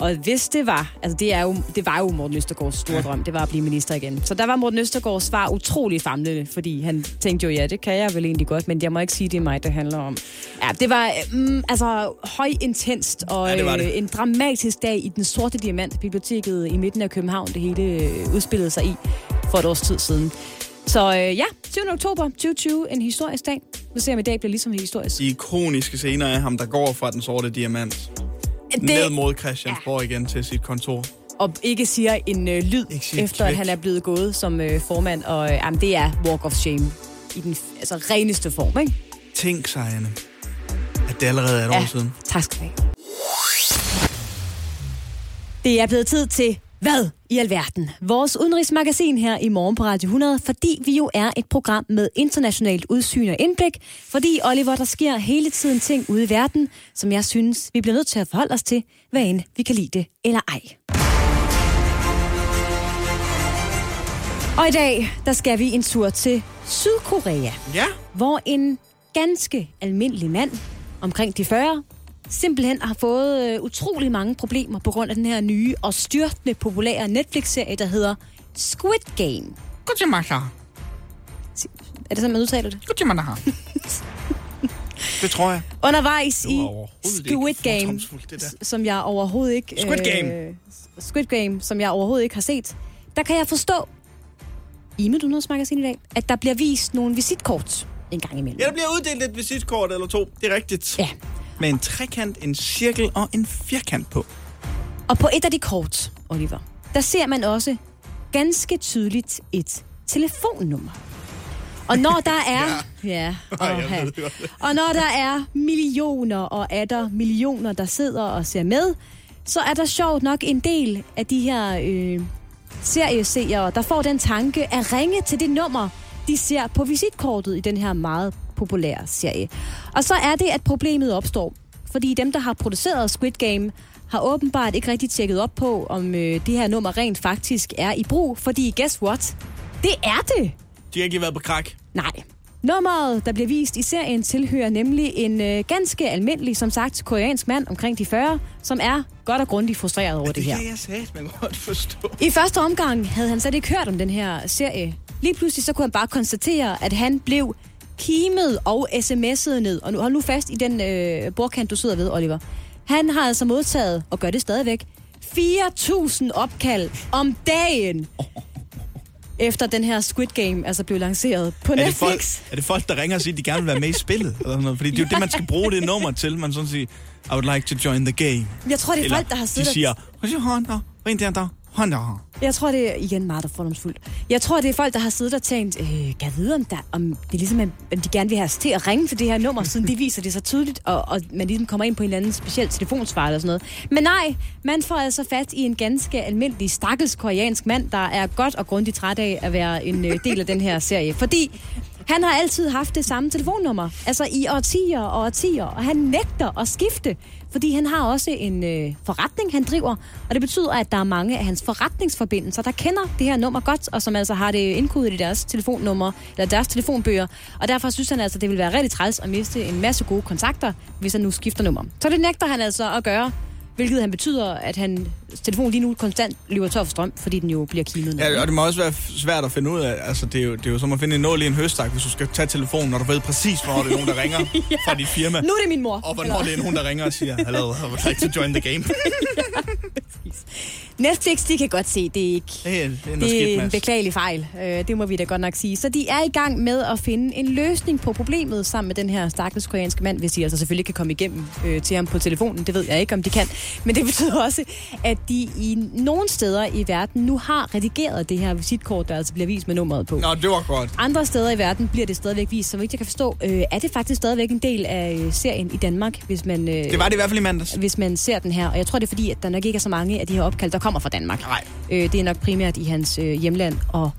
[SPEAKER 3] Og hvis det var, altså det, er jo, det var jo Morten Østergaards store ja. drøm, det var at blive minister igen. Så der var Morten Østergaards svar utrolig famlende, fordi han tænkte jo, ja, det kan jeg vel egentlig godt, men jeg må ikke sige, det er mig, det handler om. Ja, det var mm, altså højintenst og
[SPEAKER 2] Ja, det var det.
[SPEAKER 3] øh, en dramatisk dag i den sorte diamant, biblioteket i midten af København, det hele øh, udspillede sig i for et års tid siden. Så øh, ja, 7. oktober 2020, en historisk dag. Nu ser jeg, om i dag bliver ligesom historisk.
[SPEAKER 2] De ikoniske scener af ham, der går fra den sorte diamant det... ned mod Christiansborg igen til sit kontor.
[SPEAKER 3] og ikke siger en øh, lyd,
[SPEAKER 2] Ikke siger et
[SPEAKER 3] efter at
[SPEAKER 2] kvæk.
[SPEAKER 3] han er blevet gået som øh, formand. Og øh, jamen, det er walk of shame i den f- altså, reneste form, ikke?
[SPEAKER 2] Tænk sig, Anne, at det allerede er et år siden.
[SPEAKER 3] tak skal du have. Det er blevet tid til Hvad i alverden? Vores udenrigsmagasin her i morgen på Radio 100, fordi vi jo er et program med internationalt udsyn og indblik. Fordi, Oliver, der sker hele tiden ting ude i verden, som jeg synes, vi bliver nødt til at forholde os til, hvad end vi kan lide det eller ej. Og i dag, der skal vi en tur til Sydkorea
[SPEAKER 2] Ja,
[SPEAKER 3] hvor en ganske almindelig mand omkring de 40 simpelthen har fået øh, utrolig mange problemer på grund af den her nye og styrtende populære Netflix-serie, der hedder Squid Game. Er det sådan, man udtaler det?
[SPEAKER 2] det tror jeg.
[SPEAKER 3] Undervejs
[SPEAKER 2] Det
[SPEAKER 3] i
[SPEAKER 2] var overhovedet ikke
[SPEAKER 3] Squid Game,
[SPEAKER 2] fordomsfuldt, det der.
[SPEAKER 3] s- som jeg overhovedet ikke...
[SPEAKER 2] Squid Game.
[SPEAKER 3] Øh, Squid Game, som jeg overhovedet ikke har set. Der kan jeg forstå, i mit udenrigsmagasin i dag, at der bliver vist nogle visitkort en gang imellem.
[SPEAKER 2] Ja, der bliver uddelt et visitkort eller to. Det er rigtigt.
[SPEAKER 3] Ja.
[SPEAKER 2] Med en trekant, en cirkel og en firkant på.
[SPEAKER 3] Og på et af de kort, Oliver, der ser man også ganske tydeligt et telefonnummer. Og når der er... ja.
[SPEAKER 2] jeg ved
[SPEAKER 3] ja
[SPEAKER 2] det godt.
[SPEAKER 3] og når der er millioner og atter millioner, der sidder og ser med, så er der sjovt nok en del af de her øh, serieseere, der får den tanke at ringe til det nummer, de ser på visitkortet i den her meget populære serie. Og så er det, at problemet opstår. Fordi dem, der har produceret Squid Game, har åbenbart ikke rigtig tjekket op på, om øh, det her nummer rent faktisk er i brug. Fordi guess what? Det er det!
[SPEAKER 2] De har ikke lige været på krak.
[SPEAKER 3] Nej. Nummeret, der bliver vist i serien, tilhører nemlig en øh, ganske almindelig, som sagt, koreansk mand omkring de 40, som er godt og grundigt frustreret over det her.
[SPEAKER 2] jeg sagde, man godt forstå.
[SPEAKER 3] I første omgang havde han slet ikke hørt om den her serie. Lige pludselig så kunne han bare konstatere, at han blev kimet og sms'et ned. Og nu hold nu fast i den øh, bordkant, du sidder ved, Oliver. Han har altså modtaget, og gør det stadigvæk, 4.000 opkald om dagen. Efter den her Squid Game altså blev lanceret på
[SPEAKER 2] Er det, folk,
[SPEAKER 3] Netflix.
[SPEAKER 2] er det folk, der ringer og siger, at de gerne vil være med i spillet? Eller sådan noget? Fordi det er jo det, man skal bruge det nummer til. Man sådan siger, I would like to join the game.
[SPEAKER 3] Jeg tror, det er
[SPEAKER 2] Eller
[SPEAKER 3] folk, der har
[SPEAKER 2] de
[SPEAKER 3] siddet og-
[SPEAKER 2] siger, "Hvor siger han der? Hvor er der der? Han der.
[SPEAKER 3] Jeg tror, det er igen meget fordomsfuldt. Jeg tror, det er folk, der har siddet og tænkt, øh, kan jeg vide, om, der, om det er ligesom, at- om de gerne vil have os til at ringe til det her nummer, siden det viser det så tydeligt, og, og man ligesom kommer ind på en eller anden speciel telefonsvar eller sådan noget. Men nej, man får altså fat i en ganske almindelig, stakkels koreansk mand, der er godt og grundigt træt af at være en øh, del af den her serie. Fordi han har altid haft det samme telefonnummer, altså i årtier og årtier, og han nægter at skifte, fordi han har også en øh, forretning, han driver, og det betyder, at der er mange af hans forretningsforbindelser, der kender det her nummer godt, og som altså har det indkodet i deres telefonnummer, eller deres telefonbøger, og derfor synes han altså, det vil være rigtig træls at miste en masse gode kontakter, hvis han nu skifter nummer. Så det nægter han altså at gøre, hvilket han betyder, at han telefon lige nu konstant løber tør for strøm, fordi den jo bliver kimet. ned.
[SPEAKER 2] Ja, og det må også være f- svært at finde ud af. Altså, det er jo, det er jo som at finde en nål i en høstak, hvis du skal tage telefonen, når du ved præcis, hvornår det er nogen, der ringer fra dit firma.
[SPEAKER 3] Nu er det min mor.
[SPEAKER 2] Og hvornår det er nogen, der ringer og siger, hello, I would like to join the game.
[SPEAKER 3] Netflix, de kan godt se, det er ikke
[SPEAKER 2] Det er, det er noget
[SPEAKER 3] Det
[SPEAKER 2] skidt,
[SPEAKER 3] er en
[SPEAKER 2] Mads.
[SPEAKER 3] beklagelig fejl, øh, det må vi da godt nok sige. Så de er i gang med at finde en løsning på problemet sammen med den her stakkels koreanske mand, hvis de altså selvfølgelig kan komme igennem øh, til ham på telefonen. Det ved jeg ikke, om de kan. Men det betyder også, at de i nogle steder i verden nu har redigeret det her visitkort, der altså bliver vist med nummeret på.
[SPEAKER 2] Nå, det var godt.
[SPEAKER 3] Andre steder i verden bliver det stadigvæk vist, så vidt jeg kan forstå, øh, er det faktisk stadigvæk en del af øh, serien i Danmark, hvis man... Øh,
[SPEAKER 2] Det var det i hvert fald i mandags.
[SPEAKER 3] hvis man ser den her. Og jeg tror, det er fordi, at der nok ikke er så mange af de her opkald, der kommer fra Danmark.
[SPEAKER 2] Nej.
[SPEAKER 3] Øh, det er nok primært i hans øh, hjemland og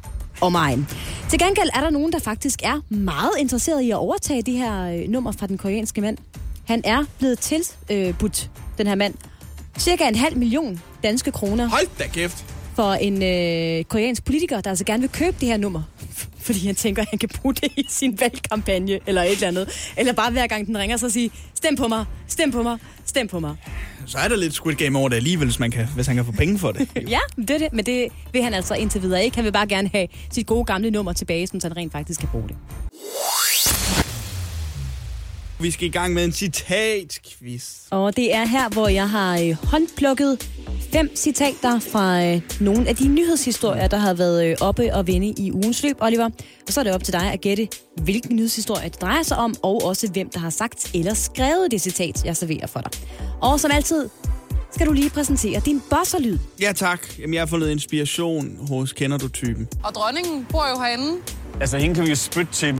[SPEAKER 3] omegn. Til gengæld er der nogen, der faktisk er meget interesseret i at overtage det her øh, nummer fra den koreanske mand. Han er blevet tilbudt, den her mand, cirka en halv million danske kroner
[SPEAKER 2] Hold da kæft.
[SPEAKER 3] for en øh, koreansk politiker, der altså gerne vil købe det her nummer. Fordi han tænker, at han kan bruge det i sin valgkampagne eller et eller andet. Eller bare hver gang den ringer, så sige, stem på mig, stem på mig, stem på mig.
[SPEAKER 2] Så er der lidt Squid Game over det alligevel, hvis, man kan, hvis han kan få penge for det.
[SPEAKER 3] Ja, det er det. Men det vil han altså indtil videre ikke. Han vil bare gerne have sit gode gamle nummer tilbage, sådan, så han rent faktisk kan bruge det.
[SPEAKER 2] Vi skal i gang med en citatquiz.
[SPEAKER 3] Og det er her, hvor jeg har øh, håndplukket fem citater fra øh, nogle af de nyhedshistorier, der har været øh, oppe og vende i ugens løb, Oliver. Og så er det op til dig at gætte, hvilken nyhedshistorie det drejer sig om, og også hvem, der har sagt eller skrevet det citat, jeg serverer for dig. Og som altid skal du lige præsentere din bosserlyd.
[SPEAKER 2] Ja, tak. Jamen, jeg har fundet inspiration hos Kender du typen.
[SPEAKER 4] Og dronningen bor jo herinde.
[SPEAKER 10] Altså, hende kan vi jo spytte til.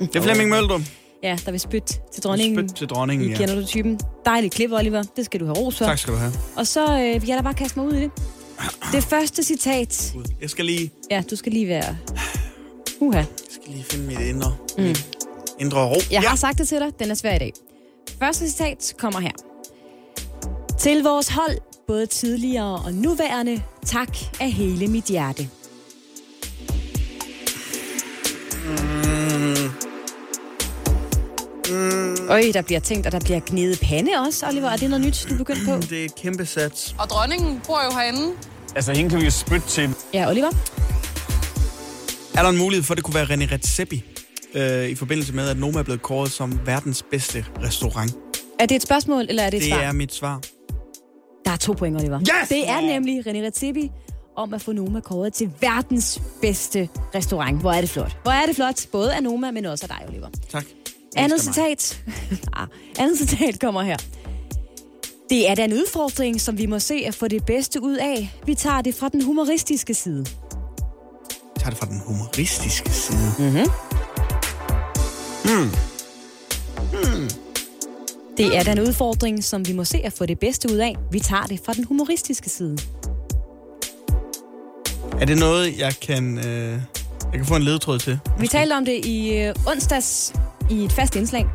[SPEAKER 2] Det er Flemming Møldrup.
[SPEAKER 3] Ja, der vil spytte til dronningen.
[SPEAKER 2] Spyt til dronningen,
[SPEAKER 3] I
[SPEAKER 2] ja.
[SPEAKER 3] Kender du typen? Dejligt klip, Oliver. Det skal du have ros for.
[SPEAKER 2] Tak skal du have.
[SPEAKER 3] Og så øh, vil jeg da bare kaste mig ud i det. Det første citat...
[SPEAKER 2] Gud, Jeg skal lige,
[SPEAKER 3] Ja, du skal lige være... Uha.
[SPEAKER 2] jeg skal lige finde mit indre, mm. indre ro.
[SPEAKER 3] Jeg har sagt det til dig. Den er svær i dag. Første citat kommer her. Til vores hold, både tidligere og nuværende, tak af hele mit hjerte. Øj, der bliver tænkt, og der bliver gnidet pande også, Oliver. Er det noget nyt, du er begyndt på?
[SPEAKER 2] Det er et kæmpe sats.
[SPEAKER 4] Og dronningen bor jo herinde.
[SPEAKER 10] Altså, hende kan vi jo spytte til.
[SPEAKER 3] Ja, Oliver.
[SPEAKER 2] Er der en mulighed for, at det kunne være René Redzepi? Øh, I forbindelse med, at Noma er blevet kåret som verdens bedste restaurant.
[SPEAKER 3] Er det et spørgsmål, eller er det et
[SPEAKER 2] Det
[SPEAKER 3] svar?
[SPEAKER 2] er mit svar.
[SPEAKER 3] Der er to point, Oliver.
[SPEAKER 2] Yes!
[SPEAKER 3] Det er nemlig René Redzepi om at få Noma kåret til verdens bedste restaurant. Hvor er det flot. Hvor er det flot, både af Noma, men også af dig, Oliver.
[SPEAKER 2] Tak.
[SPEAKER 3] Andet
[SPEAKER 2] Elsker mig.
[SPEAKER 3] citat. Ah, Andet citat kommer her. Det er da en udfordring, som vi må se at få det bedste ud af. Vi tager det fra den humoristiske side.
[SPEAKER 2] Jeg tager det fra den humoristiske side. Mm.
[SPEAKER 3] Det er da en udfordring, som vi må se at få det bedste ud af. Vi tager det fra den humoristiske side.
[SPEAKER 2] Er det noget, jeg kan, øh, jeg kan få en ledetråd til?
[SPEAKER 3] Vi talte om det i øh, onsdags i et fast indslag.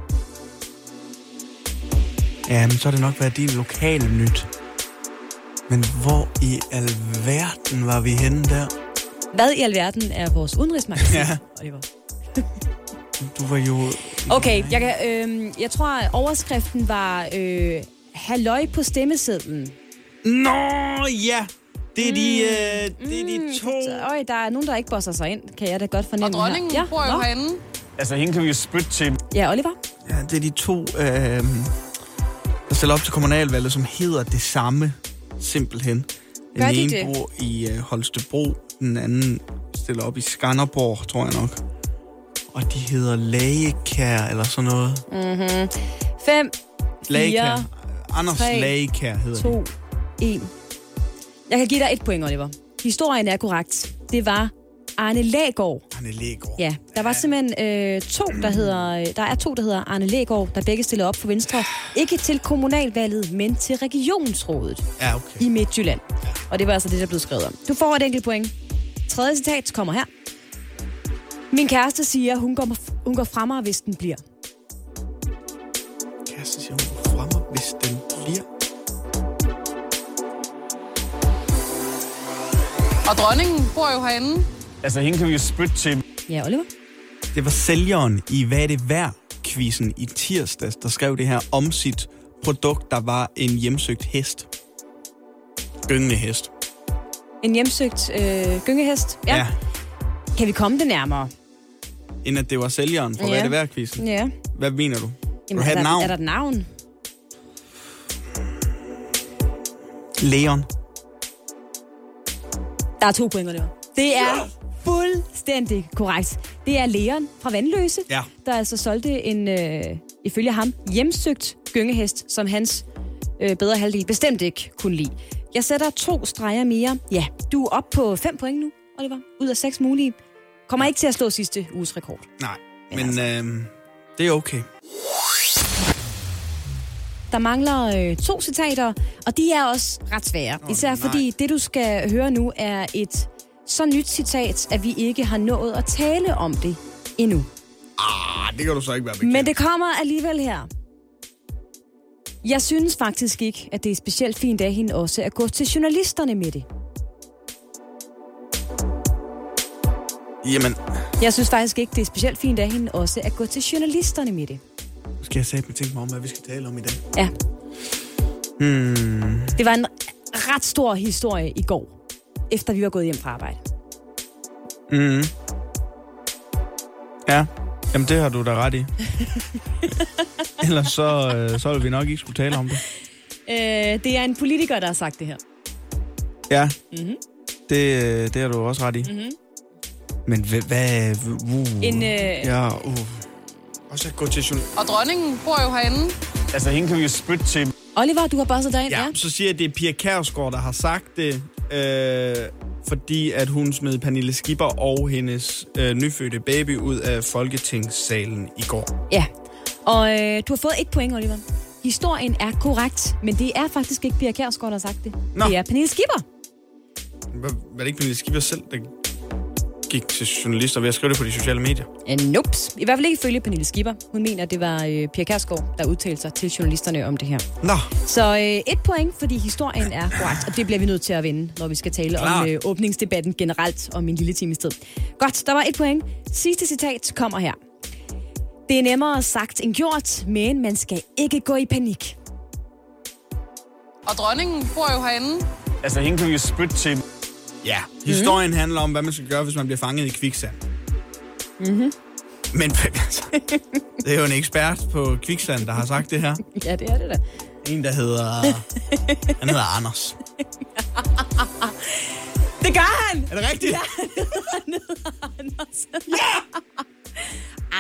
[SPEAKER 2] Ja, men så har det nok været din lokale nyt. Men hvor i alverden var vi henne der?
[SPEAKER 3] Hvad i alverden er vores udenrigsmagasin,
[SPEAKER 2] Ja.
[SPEAKER 3] Oliver?
[SPEAKER 2] Du var jo...
[SPEAKER 3] Okay, jeg, kan, øh, jeg tror, at overskriften var øh, Halløj på stemmesedlen.
[SPEAKER 2] Nå, ja! Det er de, øh, det er
[SPEAKER 3] Mm,
[SPEAKER 2] de to...
[SPEAKER 3] Øj, der er nogen, der ikke bosser sig ind, kan jeg da godt fornemme her.
[SPEAKER 4] Dronningen ja, bor jo
[SPEAKER 3] nå.
[SPEAKER 4] herinde.
[SPEAKER 10] Altså, hende kan vi jo spytte til.
[SPEAKER 3] Ja, Oliver.
[SPEAKER 2] Ja, det er de to, øh, der stiller op til kommunalvalget, som hedder det samme, simpelthen. Den
[SPEAKER 4] Gør de
[SPEAKER 2] ene
[SPEAKER 4] det?
[SPEAKER 2] bor i øh, Holstebro, den anden stiller op i Skanderborg, tror jeg nok. Og de hedder Lagekær eller sådan noget.
[SPEAKER 3] 5,
[SPEAKER 2] Lagekær.
[SPEAKER 3] Fire,
[SPEAKER 2] Anders
[SPEAKER 3] tre,
[SPEAKER 2] Lagekær hedder
[SPEAKER 3] 2, 1. Jeg kan give dig et point, Oliver. Historien er korrekt. Det var Arne Lægård.
[SPEAKER 2] de. Han er Lægård.
[SPEAKER 3] Ja, der var simpelthen øh, to, der hedder, øh, der er to, der hedder Arne Lægård, der begge stiller op for Venstre. Ikke til kommunalvalget, men til regionsrådet.
[SPEAKER 2] Ja, okay.
[SPEAKER 3] i Midtjylland. Og det var altså det, der blev skrevet om. Du får et enkelt point. Tredje citat kommer her. Min kæreste siger, hun går, hun går fra mig, hvis den bliver.
[SPEAKER 2] Kæreste siger, hun går fremme, hvis den bliver.
[SPEAKER 4] Og dronningen bor jo herinde.
[SPEAKER 10] Altså, hende kan vi jo spytte til.
[SPEAKER 3] Ja, Oliver?
[SPEAKER 2] Det var sælgeren i Hvad er det værd? quizzen i tirsdags, der skrev det her om sit produkt, der var en hjemsøgt hest. Gyngende hest.
[SPEAKER 3] En hjemsøgt øh, gyngehest. Ja. ja. Kan vi komme det nærmere?
[SPEAKER 2] End at det var sælgeren fra
[SPEAKER 3] Ja.
[SPEAKER 2] Hvad er det værd? quizzen
[SPEAKER 3] Ja.
[SPEAKER 2] Hvad mener du? Vil du
[SPEAKER 3] er,
[SPEAKER 2] have et
[SPEAKER 3] der,
[SPEAKER 2] navn?
[SPEAKER 3] er der et navn?
[SPEAKER 2] Leon.
[SPEAKER 3] Der er to point, Oliver. Det er fuldstændig korrekt. Det er Leon fra Vandløse,
[SPEAKER 2] Ja.
[SPEAKER 3] der altså solgte en, øh, ifølge ham, hjemsøgt gyngehest, som hans øh, bedre halvdel bestemt ikke kunne lide. Jeg sætter to streger mere. Ja, du er op på fem point nu, Oliver, ud af seks mulige. Kommer ikke til at slå sidste uges rekord.
[SPEAKER 2] Nej, men
[SPEAKER 3] altså-
[SPEAKER 2] øhm, det er okay.
[SPEAKER 3] Der mangler øh, to citater, og de er også ret svære. Oh, især fordi det, du skal høre nu, er et så nyt citat, at vi ikke har nået at tale om det endnu.
[SPEAKER 2] Ah, det kan du så ikke være bekendt.
[SPEAKER 3] Men det kommer alligevel her. Jeg synes faktisk ikke, at det er specielt fint af hende også at gå til journalisterne med det.
[SPEAKER 2] Jamen,
[SPEAKER 3] Jeg synes faktisk ikke, det er specielt fint af hende også at gå til journalisterne med det.
[SPEAKER 2] nu skal jeg satme tænke mig om, hvad vi skal tale om i dag.
[SPEAKER 3] Ja,
[SPEAKER 2] Hmm.
[SPEAKER 3] det var en ret stor historie i går, efter vi var gået hjem fra arbejde.
[SPEAKER 2] Mm. Ja, jamen det har du da ret i. Ellers så, øh, så ville vi nok ikke skulle tale om det.
[SPEAKER 3] Øh, det er en politiker, der har sagt det her.
[SPEAKER 2] Ja, mm-hmm.
[SPEAKER 3] Mhm.
[SPEAKER 2] det, øh, det har du også ret i. Mm-hmm. Men hvad... hvad uh,
[SPEAKER 3] En, øh,
[SPEAKER 2] Ja, uh. Og så gå til journal...
[SPEAKER 4] Og dronningen bor jo herinde.
[SPEAKER 10] Altså, hende kan vi jo spytte til.
[SPEAKER 3] Oliver, du har bosset dig ind, ja?
[SPEAKER 2] Ja, så siger jeg, at det er Pia Kærsgaard, der har sagt det, øh, fordi at hun smed Pernille Skipper og hendes øh, nyfødte baby ud af Folketingssalen i går.
[SPEAKER 3] Ja. Og øh, du har fået et point, Oliver. Historien er korrekt, men det er faktisk ikke Pia Kjærsgaard, der har sagt det.
[SPEAKER 2] Nå.
[SPEAKER 3] Det er Pernille Skipper.
[SPEAKER 2] Var, var det ikke Pernille Skipper selv, der gik til journalister ved at skrive det på de sociale medier?
[SPEAKER 3] Uh, nope. I hvert fald ikke ifølge Pernille Skipper. Hun mener, at det var øh, Pia Kærsgaard, der udtalte sig til journalisterne om det her.
[SPEAKER 2] Nå,
[SPEAKER 3] Så øh, et point, fordi historien er korrekt, og det bliver vi nødt til at vinde, når vi skal tale
[SPEAKER 2] Klart.
[SPEAKER 3] om øh, åbningsdebatten generelt om en lille times tid. Godt, der var et point. Sidste citat kommer her. Det er nemmere sagt end gjort, men man skal ikke gå i panik.
[SPEAKER 4] Og dronningen bor jo herinde.
[SPEAKER 10] Altså, hende kan vi jo spytte til.
[SPEAKER 2] ja. Historien
[SPEAKER 3] Mhm.
[SPEAKER 2] mm. handler om, hvad man skal gøre, hvis man bliver fanget i kviksand. Mm-hmm.
[SPEAKER 3] Mhm.
[SPEAKER 2] Men altså, det er jo en ekspert på kviksand, der har sagt det her.
[SPEAKER 3] Ja, det er det da.
[SPEAKER 2] En, der hedder... Han hedder Anders.
[SPEAKER 3] Det gør han!
[SPEAKER 2] Er det rigtigt? Ja.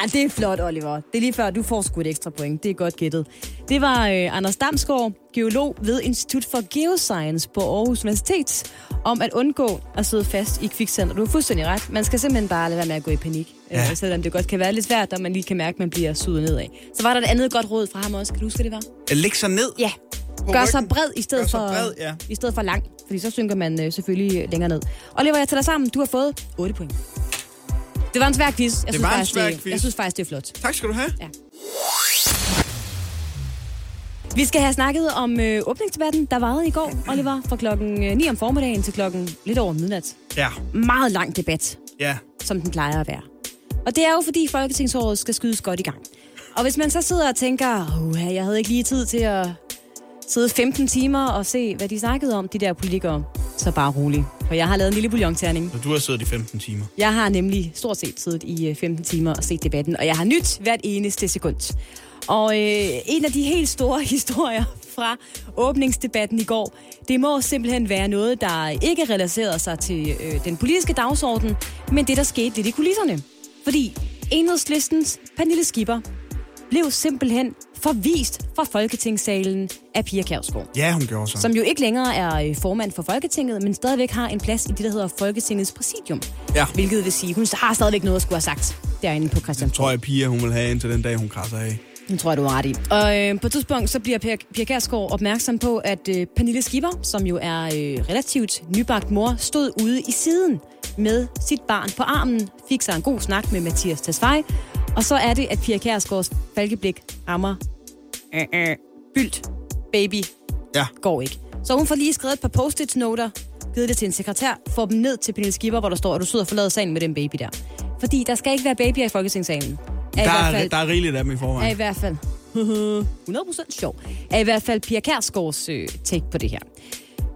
[SPEAKER 3] Ah, det er flot, Oliver. Det er lige før, du får sgu et ekstra point. Det er godt gættet. Det var øh, Anders Damsgaard, geolog ved Institut for Geoscience på Aarhus Universitet, om at undgå at sidde fast i kviksand. Og du har fuldstændig ret. Man skal simpelthen bare lade være med at gå i panik. Ja. Øh, selvom det godt kan være lidt svært, og man lige kan mærke, at man bliver suget nedad. Så var der et andet godt råd fra ham også. Kan du huske, hvad det var?
[SPEAKER 2] Læg sig ned.
[SPEAKER 3] Ja.
[SPEAKER 2] På
[SPEAKER 3] Gør
[SPEAKER 2] ryggen.
[SPEAKER 3] sig bred i stedet,
[SPEAKER 2] Gør sig
[SPEAKER 3] for,
[SPEAKER 2] bred, ja.
[SPEAKER 3] i stedet for lang. Fordi så synker man øh, selvfølgelig længere ned. Oliver, jeg tæller sammen. Du har fået 8 point. Det var en svær quiz. Jeg, synes,
[SPEAKER 2] var en
[SPEAKER 3] faktisk,
[SPEAKER 2] svær
[SPEAKER 3] det,
[SPEAKER 2] quiz.
[SPEAKER 3] jeg synes faktisk, det er flot.
[SPEAKER 2] Tak skal du have.
[SPEAKER 3] Ja. Vi skal have snakket om øh, åbningsdebatten, der varede i går, Oliver, fra klokken øh, 9 om formiddagen til klokken lidt over midnat.
[SPEAKER 2] Ja,
[SPEAKER 3] Meget lang debat,
[SPEAKER 2] ja.
[SPEAKER 3] som den plejer at være. Og det er jo, fordi Folketingsåret skal skydes godt i gang. Og hvis man så sidder og tænker, at jeg havde ikke lige tid til at sidde 15 timer og se, hvad de snakkede om, de der politikere, så bare rolig. For jeg har lavet en lille bouillonterning.
[SPEAKER 2] Så du har siddet i 15 timer.
[SPEAKER 3] Jeg har nemlig stort set siddet i øh, 15 timer og set debatten, og jeg har nyt hvert eneste sekund. Og øh, en af de helt store historier fra åbningsdebatten i går, det må simpelthen være noget, der ikke relaterer sig til øh, den politiske dagsorden, men det, der skete lidt i kulisserne. Fordi enhedslistens Pernille Skipper blev simpelthen forvist fra Folketingssalen af Pia Kjærsgaard
[SPEAKER 2] Ja, hun gjorde så.
[SPEAKER 3] som jo ikke længere er øh, formand for Folketinget, men stadigvæk har en plads i det, der hedder Folketingets præsidium.
[SPEAKER 2] Ja.
[SPEAKER 3] Hvilket vil sige, hun har stadigvæk noget at skulle have sagt derinde på
[SPEAKER 2] Jeg tror
[SPEAKER 3] Christiansborg.
[SPEAKER 2] jeg, Pia, hun vil have indtil den dag, hun krasser af.
[SPEAKER 3] Den tror jeg, du har ret i. Og øh, på et tidspunkt, så bliver Pia, Pia Kærsgaard opmærksom på, at øh, Pernille Skipper, som jo er øh, relativt nybagt mor, stod ude i siden med sit barn på armen, fik sig en god snak med Mathias Tesfaye, og så er det, at Pia Kærsgaards falkeblik rammer øh, øh, byldt baby
[SPEAKER 2] Ja.
[SPEAKER 3] går ikke. Så hun får lige skrevet et par post-it-noter, givet det til en sekretær, får dem ned til Pernille Skipper, hvor der står, at du sidder og forlader sagen med den baby der. Fordi der skal ikke være babyer i Folketingssalen. Er
[SPEAKER 2] Der
[SPEAKER 3] i hvert
[SPEAKER 2] er,
[SPEAKER 3] fald-
[SPEAKER 2] der er rigeligt af dem i
[SPEAKER 3] er
[SPEAKER 2] forvejen.
[SPEAKER 3] i hvert fald 100% sjov. Er i hvert fald Pia Kærsgaards øh, take på det her.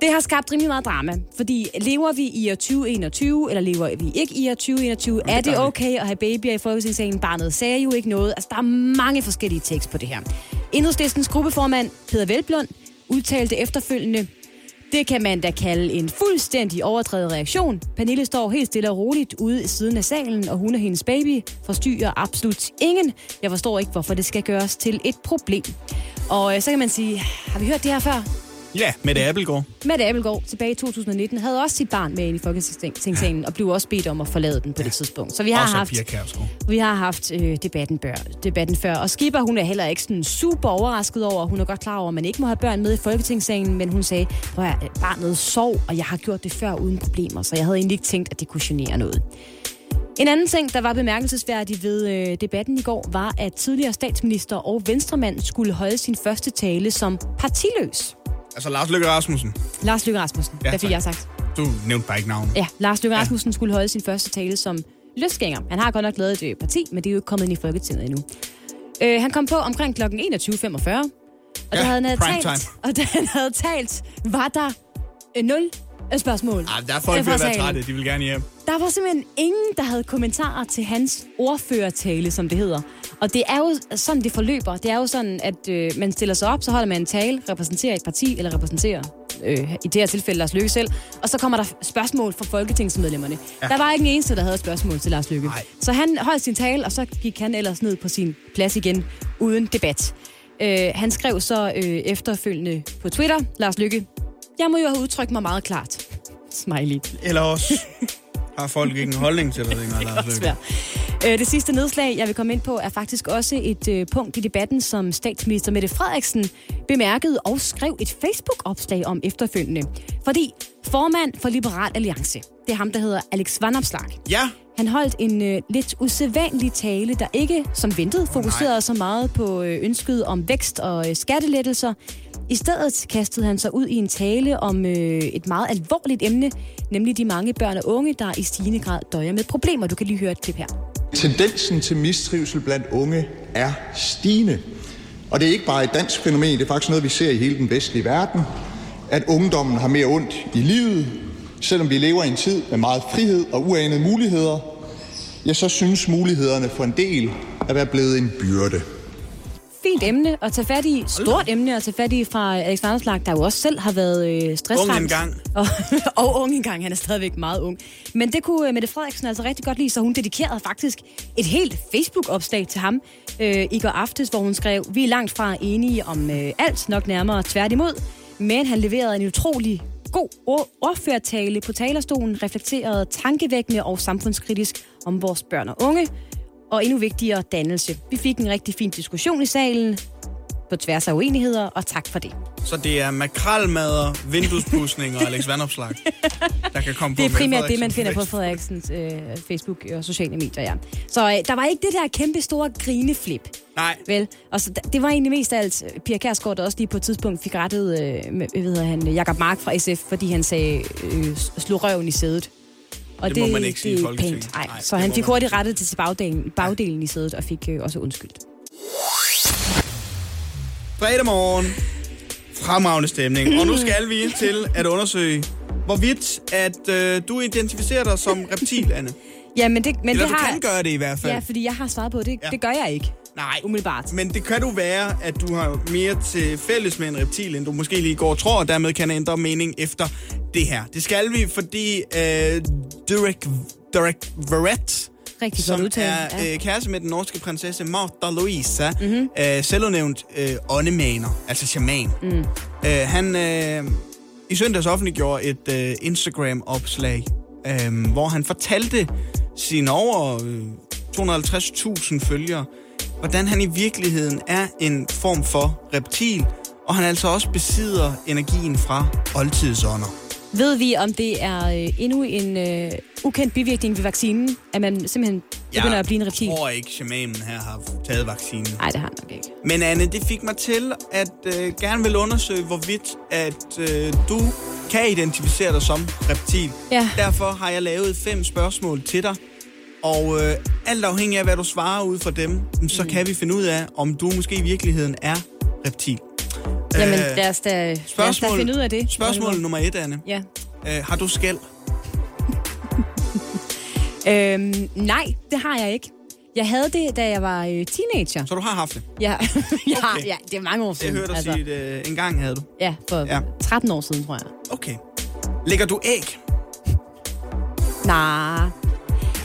[SPEAKER 3] Det har skabt rimelig meget drama, fordi lever vi i år 2021, eller lever vi ikke i år 2021? Er det okay at have babyer i folketingssalen? Barnet sagde jo ikke noget. Altså, der er mange forskellige tekst på det her. Enhedslistens gruppeformand, Peder Velblund, udtalte efterfølgende, det kan man da kalde en fuldstændig overdrevet reaktion. Pernille står helt stille og roligt ude i siden af salen, og hun og hendes baby forstyrrer absolut ingen. Jeg forstår ikke, hvorfor det skal gøres til et problem. Og øh, så kan man sige, har vi hørt det her før?
[SPEAKER 2] Ja, Mette Appelgaard.
[SPEAKER 3] Mette Abelgaard tilbage i 2019 havde også sit barn med ind i Folketingssalen og blev også bedt om at forlade den på det tidspunkt. Så vi har
[SPEAKER 2] Og så
[SPEAKER 3] haft
[SPEAKER 2] Pia Kærsgaard.
[SPEAKER 3] vi har haft øh, debatten, bør, debatten før, og Skipper hun er heller ikke sådan super overrasket over, hun er godt klar over, at man ikke må have børn med i Folketingssalen, men hun sagde, prøv at høre, barnet sov, og jeg har gjort det før uden problemer, så jeg havde egentlig ikke tænkt, at det kunne genere noget. En anden ting, der var bemærkelsesværdig ved øh, debatten i går, var, at tidligere statsminister og venstremand skulle holde sin første tale som partiløs.
[SPEAKER 2] Altså Lars Løkke Rasmussen.
[SPEAKER 3] Lars Løkke Rasmussen,
[SPEAKER 2] Ja,
[SPEAKER 3] ja, der fik
[SPEAKER 2] tak.
[SPEAKER 3] jeg sagt.
[SPEAKER 2] Du nævnte bare ikke navnet.
[SPEAKER 3] Ja, Lars Løkke Rasmussen skulle holde sin første tale som løsgænger. Han har godt nok lavet et øh, parti, men det er jo ikke kommet ind i Folketinget endnu. Øh, han kom på omkring kl. 21.45, og ja, da
[SPEAKER 2] Ja,
[SPEAKER 3] han havde
[SPEAKER 2] prime
[SPEAKER 3] talt,
[SPEAKER 2] time.
[SPEAKER 3] og da han havde talt, var der øh, nul øh, spørgsmål. Øh,
[SPEAKER 2] Ej, der er folk
[SPEAKER 3] fra
[SPEAKER 2] ved at være
[SPEAKER 3] salen.
[SPEAKER 2] trætte. De vil gerne hjem.
[SPEAKER 3] Der var simpelthen ingen, der havde kommentarer til hans ordførertale, som det hedder. Og det er jo sådan, det forløber. Det er jo sådan, at øh, man stiller sig op, så holder man en tale, repræsenterer et parti, eller repræsenterer øh, i det her tilfælde Lars Løkke selv, og så kommer der spørgsmål fra folketingsmedlemmerne. Ja. Der var ikke en eneste, der havde et spørgsmål til Lars Løkke.
[SPEAKER 2] Nej.
[SPEAKER 3] Så han holdt sin tale, og så gik han ellers ned på sin plads igen, uden debat. Øh, han skrev så øh, efterfølgende på Twitter, Lars Løkke, jeg må jo have udtrykt mig meget klart. Smiley.
[SPEAKER 2] Eller også har folk ikke en holdning til det længere, Lars Løkke.
[SPEAKER 3] svært. Øh, Det sidste nedslag, jeg vil komme ind på, er faktisk også et øh, punkt i debatten, som statsminister Mette Frederiksen bemærkede og skrev et Facebook-opslag om efterfølgende. Fordi formand for Liberal Alliance, det er ham, der hedder Alex Vanopslag.
[SPEAKER 2] Ja,
[SPEAKER 3] Han holdt en øh, lidt usædvanlig tale, der ikke, som ventet, fokuserede så meget på øh, ønsket om vækst og øh, skattelettelser. I stedet kastede han sig ud i en tale om øh, et meget alvorligt emne, nemlig de mange børn og unge, der i stigende grad døjer med problemer. Du kan lige høre et klip her.
[SPEAKER 11] Tendensen til mistrivsel blandt unge er stigende. Og det er ikke bare et dansk fænomen, det er faktisk noget, vi ser i hele den vestlige verden, at ungdommen har mere ondt i livet. Selvom vi lever i en tid med meget frihed og uanede muligheder, ja, så synes mulighederne for en del at være blevet en byrde.
[SPEAKER 3] Fint emne at tage fat i. Stort emne at tage fat i fra Alex Vanderslag, der jo også selv har været øh, stressramt.
[SPEAKER 2] Ung engang.
[SPEAKER 3] Og, og ung engang. Han er stadigvæk meget ung. Men det kunne øh, Mette Frederiksen altså rigtig godt lide, så hun dedikerede faktisk et helt Facebook-opslag til ham øh, i går aftes, hvor hun skrev, vi er langt fra enige om øh, alt, nok nærmere tværtimod, men han leverede en utrolig god ord- ordførertale på talerstolen, reflekterede tankevækkende og samfundskritisk om vores børn og unge, og endnu vigtigere, dannelse. Vi fik en rigtig fin diskussion i salen, på på tværs af uenigheder, og tak for det.
[SPEAKER 2] Så det er makralmader, vinduespudsning og Alex Vandopslag, der kan komme på
[SPEAKER 3] Det er
[SPEAKER 2] Mette
[SPEAKER 3] primært det,
[SPEAKER 2] Frederiksens
[SPEAKER 3] man finder på
[SPEAKER 2] væg.
[SPEAKER 3] Frederiksens øh, Facebook og sociale medier, ja. Så øh, der var ikke det der kæmpe store grineflip.
[SPEAKER 2] Nej.
[SPEAKER 3] Vel, og så, d- det var egentlig mest af alt øh, Pia Kærsgaard, der også lige på et tidspunkt fik rettet øh, med, hvad hedder han, øh, Jakob Mark fra SF, fordi han sagde, øh, s- slå røven i sædet. Og
[SPEAKER 2] Det må man ikke sige i
[SPEAKER 3] det er
[SPEAKER 2] Folketinget.
[SPEAKER 3] pænt. Nej,
[SPEAKER 2] Nej,
[SPEAKER 3] så
[SPEAKER 2] det
[SPEAKER 3] han
[SPEAKER 2] må
[SPEAKER 3] fik
[SPEAKER 2] man
[SPEAKER 3] hurtigt rettet til bagdelen, bagdelen i sædet og fik øh, også undskyldt.
[SPEAKER 2] Fredag morgen. Fremragende stemning. Og nu skal vi til at undersøge, hvorvidt at øh, du identificerer dig som reptil, Anne.
[SPEAKER 3] Ja, men det, men
[SPEAKER 2] Eller
[SPEAKER 3] det
[SPEAKER 2] du
[SPEAKER 3] har...
[SPEAKER 2] kan gøre det i hvert fald.
[SPEAKER 3] Ja, fordi jeg har svaret på det. Ja. Det gør jeg ikke.
[SPEAKER 2] Nej.
[SPEAKER 3] Umiddelbart.
[SPEAKER 2] Men det kan du være, at du har mere til fælles med en reptil, end du måske lige går og tror, og dermed kan ændre mening efter det her. Det skal vi, fordi øh, Derek, Derek Verrett,
[SPEAKER 3] Rigtig flot
[SPEAKER 2] som
[SPEAKER 3] udtale,
[SPEAKER 2] er
[SPEAKER 3] ja. Mhm.
[SPEAKER 2] øh, kæreste med den norske prinsesse Martha Louisa, mm-hmm. øh, selvudnævnt øh, åndemaner, altså shaman.
[SPEAKER 3] Mm.
[SPEAKER 2] Øh, han øh, i søndags offentliggjorde et øh, Instagram-opslag, øh, hvor han fortalte sine over øh, 250.000 følgere, hvordan han i virkeligheden er en form for reptil, og han altså også besidder energien fra oldtidsånder.
[SPEAKER 3] Ved vi, om det er øh, endnu en øh, ukendt bivirkning ved vaccinen, at man simpelthen begynder at blive en reptil?
[SPEAKER 2] Jeg tror ikke, shamanen her har taget vaccinen.
[SPEAKER 3] Nej, det har han nok ikke.
[SPEAKER 2] Men Anne, det fik mig til at øh, gerne vil undersøge, hvorvidt at øh, du kan identificere dig som reptil.
[SPEAKER 3] Ja.
[SPEAKER 2] Derfor har jeg lavet fem spørgsmål til dig. Og øh, alt afhængig af, hvad du svarer ud fra dem, mm, så kan vi finde ud af, om du måske i virkeligheden er reptil.
[SPEAKER 3] Jamen,
[SPEAKER 2] Øh,
[SPEAKER 3] lad os da, lad os da
[SPEAKER 2] spørgsmål-
[SPEAKER 3] finde ud af det.
[SPEAKER 2] Spørgsmål nummer et, Anne.
[SPEAKER 3] Ja.
[SPEAKER 2] Øh, har du skæld?
[SPEAKER 3] Øhm, nej, det har jeg ikke. Jeg havde det, da jeg var øh, teenager.
[SPEAKER 2] Så du har haft det?
[SPEAKER 3] Ja, jeg har, ja det er mange år
[SPEAKER 2] Jeg
[SPEAKER 3] siden.
[SPEAKER 2] hørte dig altså. sige, at øh, en gang havde du.
[SPEAKER 3] Ja, for ja. 13 år siden, tror jeg.
[SPEAKER 2] Okay. Lægger du æg?
[SPEAKER 3] Nej.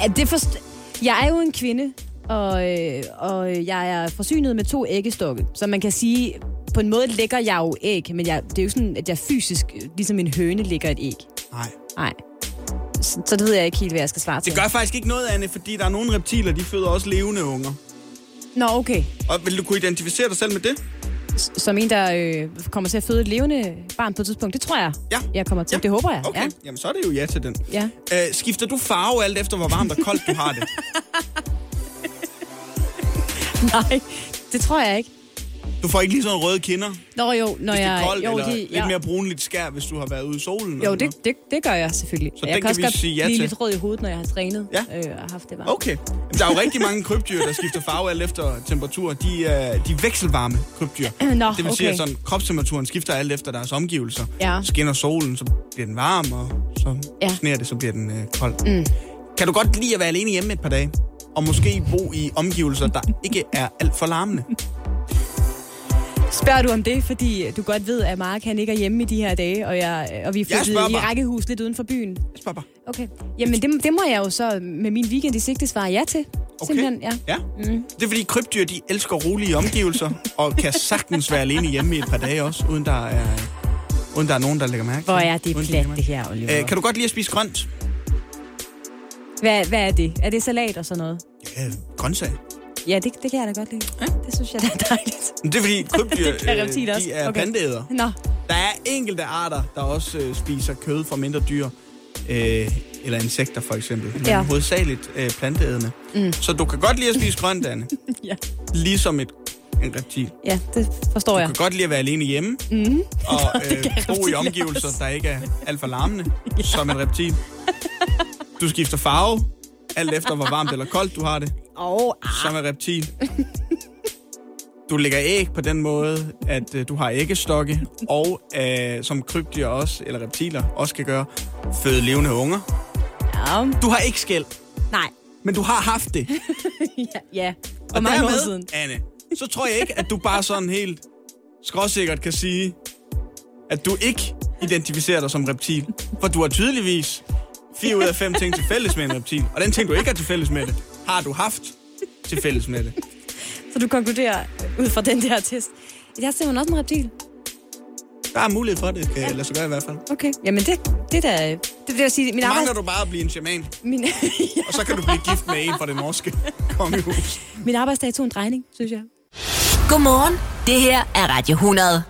[SPEAKER 3] Ja, det forst- jeg er jo en kvinde, og, øh, og jeg er forsynet med to æggestokke. Så man kan sige, på en måde lægger jeg jo æg, men jeg, det er jo ikke sådan, at jeg fysisk, øh, ligesom en høne, lægger et æg.
[SPEAKER 2] Nej.
[SPEAKER 3] Nej. Så, så det ved jeg ikke helt, hvad jeg skal svare til.
[SPEAKER 2] Det gør faktisk ikke noget, Anne, fordi der er nogle reptiler, de føder også levende unger.
[SPEAKER 3] Nå, okay.
[SPEAKER 2] Og vil du kunne identificere dig selv med det?
[SPEAKER 3] S- Som en, der øh, kommer til at føde et levende barn på et tidspunkt. Det tror jeg,
[SPEAKER 2] ja.
[SPEAKER 3] jeg kommer til. Ja. Det håber jeg.
[SPEAKER 2] Okay,
[SPEAKER 3] Ja.
[SPEAKER 2] jamen så er det jo ja til den.
[SPEAKER 3] Ja.
[SPEAKER 2] Øh, skifter du farve alt efter, hvor varmt og koldt du har det?
[SPEAKER 3] Nej, det tror jeg ikke.
[SPEAKER 2] Du får ikke lige sådan røde kinder,
[SPEAKER 3] Nå jo, når
[SPEAKER 2] hvis det
[SPEAKER 3] jeg...
[SPEAKER 2] er koldt,
[SPEAKER 3] jo,
[SPEAKER 2] eller
[SPEAKER 3] det-
[SPEAKER 2] lidt mere brunligt skær, hvis du har været ude i solen?
[SPEAKER 3] Jo,
[SPEAKER 2] eller
[SPEAKER 3] det, det, det gør jeg selvfølgelig.
[SPEAKER 2] Så
[SPEAKER 3] jeg
[SPEAKER 2] den kan
[SPEAKER 3] også
[SPEAKER 2] vi
[SPEAKER 3] godt
[SPEAKER 2] sige ja
[SPEAKER 3] blive
[SPEAKER 2] til.
[SPEAKER 3] lidt rød i hovedet, når jeg har trænet
[SPEAKER 2] Ja.
[SPEAKER 3] øh, og haft det varmt.
[SPEAKER 2] noget? Okay. Jamen, Der er jo rigtig mange krybdyr, der skifter farve alt efter temperatur. De, øh, de er vekselvarme krybdyr.
[SPEAKER 3] Nå,
[SPEAKER 2] det vil sige,
[SPEAKER 3] okay.
[SPEAKER 2] at sådan, kropstemperaturen skifter alt efter deres omgivelser.
[SPEAKER 3] Ja.
[SPEAKER 2] Skinner solen, så bliver den varm, og så
[SPEAKER 3] Ja.
[SPEAKER 2] ja. sneer det, så bliver den øh, kold.
[SPEAKER 3] Mm.
[SPEAKER 2] Kan du godt lide at være alene hjemme et par dage? Og måske bo i omgivelser, der ikke er alt for larmende?
[SPEAKER 3] Spørger du om det, fordi du godt ved, at Mark han ikke er hjemme i de her dage, og, jeg, og vi er
[SPEAKER 2] Jeg
[SPEAKER 3] flyttet
[SPEAKER 2] spørger
[SPEAKER 3] i
[SPEAKER 2] bare.
[SPEAKER 3] rækkehus lidt uden for byen? Jeg
[SPEAKER 2] spørger bare.
[SPEAKER 3] Okay. Jamen, det, det må jeg jo så med min weekend i sigte svare ja til. Okay. Simpelthen, ja.
[SPEAKER 2] Ja. Mm. Det er fordi krybdyr, de elsker rolige omgivelser, og kan sagtens være alene hjemme i et par dage også, uden der er, uden der er nogen, der lægger mærke
[SPEAKER 3] Hvor
[SPEAKER 2] til
[SPEAKER 3] er det
[SPEAKER 2] Uden de
[SPEAKER 3] plat,
[SPEAKER 2] lægger
[SPEAKER 3] det her, Oliver.
[SPEAKER 2] mærke. Øh, kan du godt lide at spise grønt?
[SPEAKER 3] Hvad, hvad er det? Er det salat og sådan noget?
[SPEAKER 2] Øh, grøntsager.
[SPEAKER 3] Ja, det, det kan jeg da godt lide. Ja. Det synes jeg, det er dejligt.
[SPEAKER 2] Men det er fordi krybdyr,
[SPEAKER 3] Det kan reptiler
[SPEAKER 2] øh,
[SPEAKER 3] også.
[SPEAKER 2] de er
[SPEAKER 3] Okay.
[SPEAKER 2] okay. planteæder.
[SPEAKER 3] Nå,
[SPEAKER 2] Der er enkelte arter, der også øh, spiser kød fra mindre dyr, øh, eller insekter for eksempel, men
[SPEAKER 3] Ja.
[SPEAKER 2] ja. hovedsageligt øh, planteædende.
[SPEAKER 3] Mm.
[SPEAKER 2] Så du kan godt lide at spise grønt, Anne.
[SPEAKER 3] Ja.
[SPEAKER 2] Ligesom et, en reptil.
[SPEAKER 3] ja, det forstår
[SPEAKER 2] Du
[SPEAKER 3] jeg.
[SPEAKER 2] kan godt lide at være alene hjemme,
[SPEAKER 3] Mm.
[SPEAKER 2] og
[SPEAKER 3] det
[SPEAKER 2] øh,
[SPEAKER 3] kan
[SPEAKER 2] bo i
[SPEAKER 3] reptiler
[SPEAKER 2] omgivelser,
[SPEAKER 3] også.
[SPEAKER 2] der ikke er alt for larmende, ja. som et reptil. Du skifter farve, alt efter hvor varmt eller koldt du har det,
[SPEAKER 3] Åh, ah.
[SPEAKER 2] som et reptil. Du lægger æg på den måde, at øh, du har æggestokke, og øh, som krybdyr også, eller reptiler også kan gøre, føde levende unger.
[SPEAKER 3] Ja.
[SPEAKER 2] Du har ikke skæld,
[SPEAKER 3] nej.
[SPEAKER 2] men du har haft det.
[SPEAKER 3] Ja, ja. For
[SPEAKER 2] Og
[SPEAKER 3] mange år
[SPEAKER 2] dermed,
[SPEAKER 3] siden.
[SPEAKER 2] Anne, så tror jeg ikke, at du bare sådan helt skråsikkert kan sige, at du ikke identificerer dig som reptil. For du har tydeligvis fire ud af fem ting til fælles med en reptil. Og den ting, du ikke har til fælles med det, har du haft til fælles med det.
[SPEAKER 3] Så du konkluderer ud fra den der test. Jeg er simpelthen også en reptil.
[SPEAKER 2] Der er mulighed for det, kan jeg lade sig gøre i hvert fald.
[SPEAKER 3] Okay. Jamen, det, det er da... Det vil jeg sige, min
[SPEAKER 2] Mangler
[SPEAKER 3] arbejds...
[SPEAKER 2] du bare at blive en shaman,
[SPEAKER 3] Min,
[SPEAKER 2] og så kan du blive gift med en fra det norske kongehus.
[SPEAKER 3] min arbejdsdag tog en drejning, synes jeg.
[SPEAKER 1] Godmorgen. Det her er Radio 100.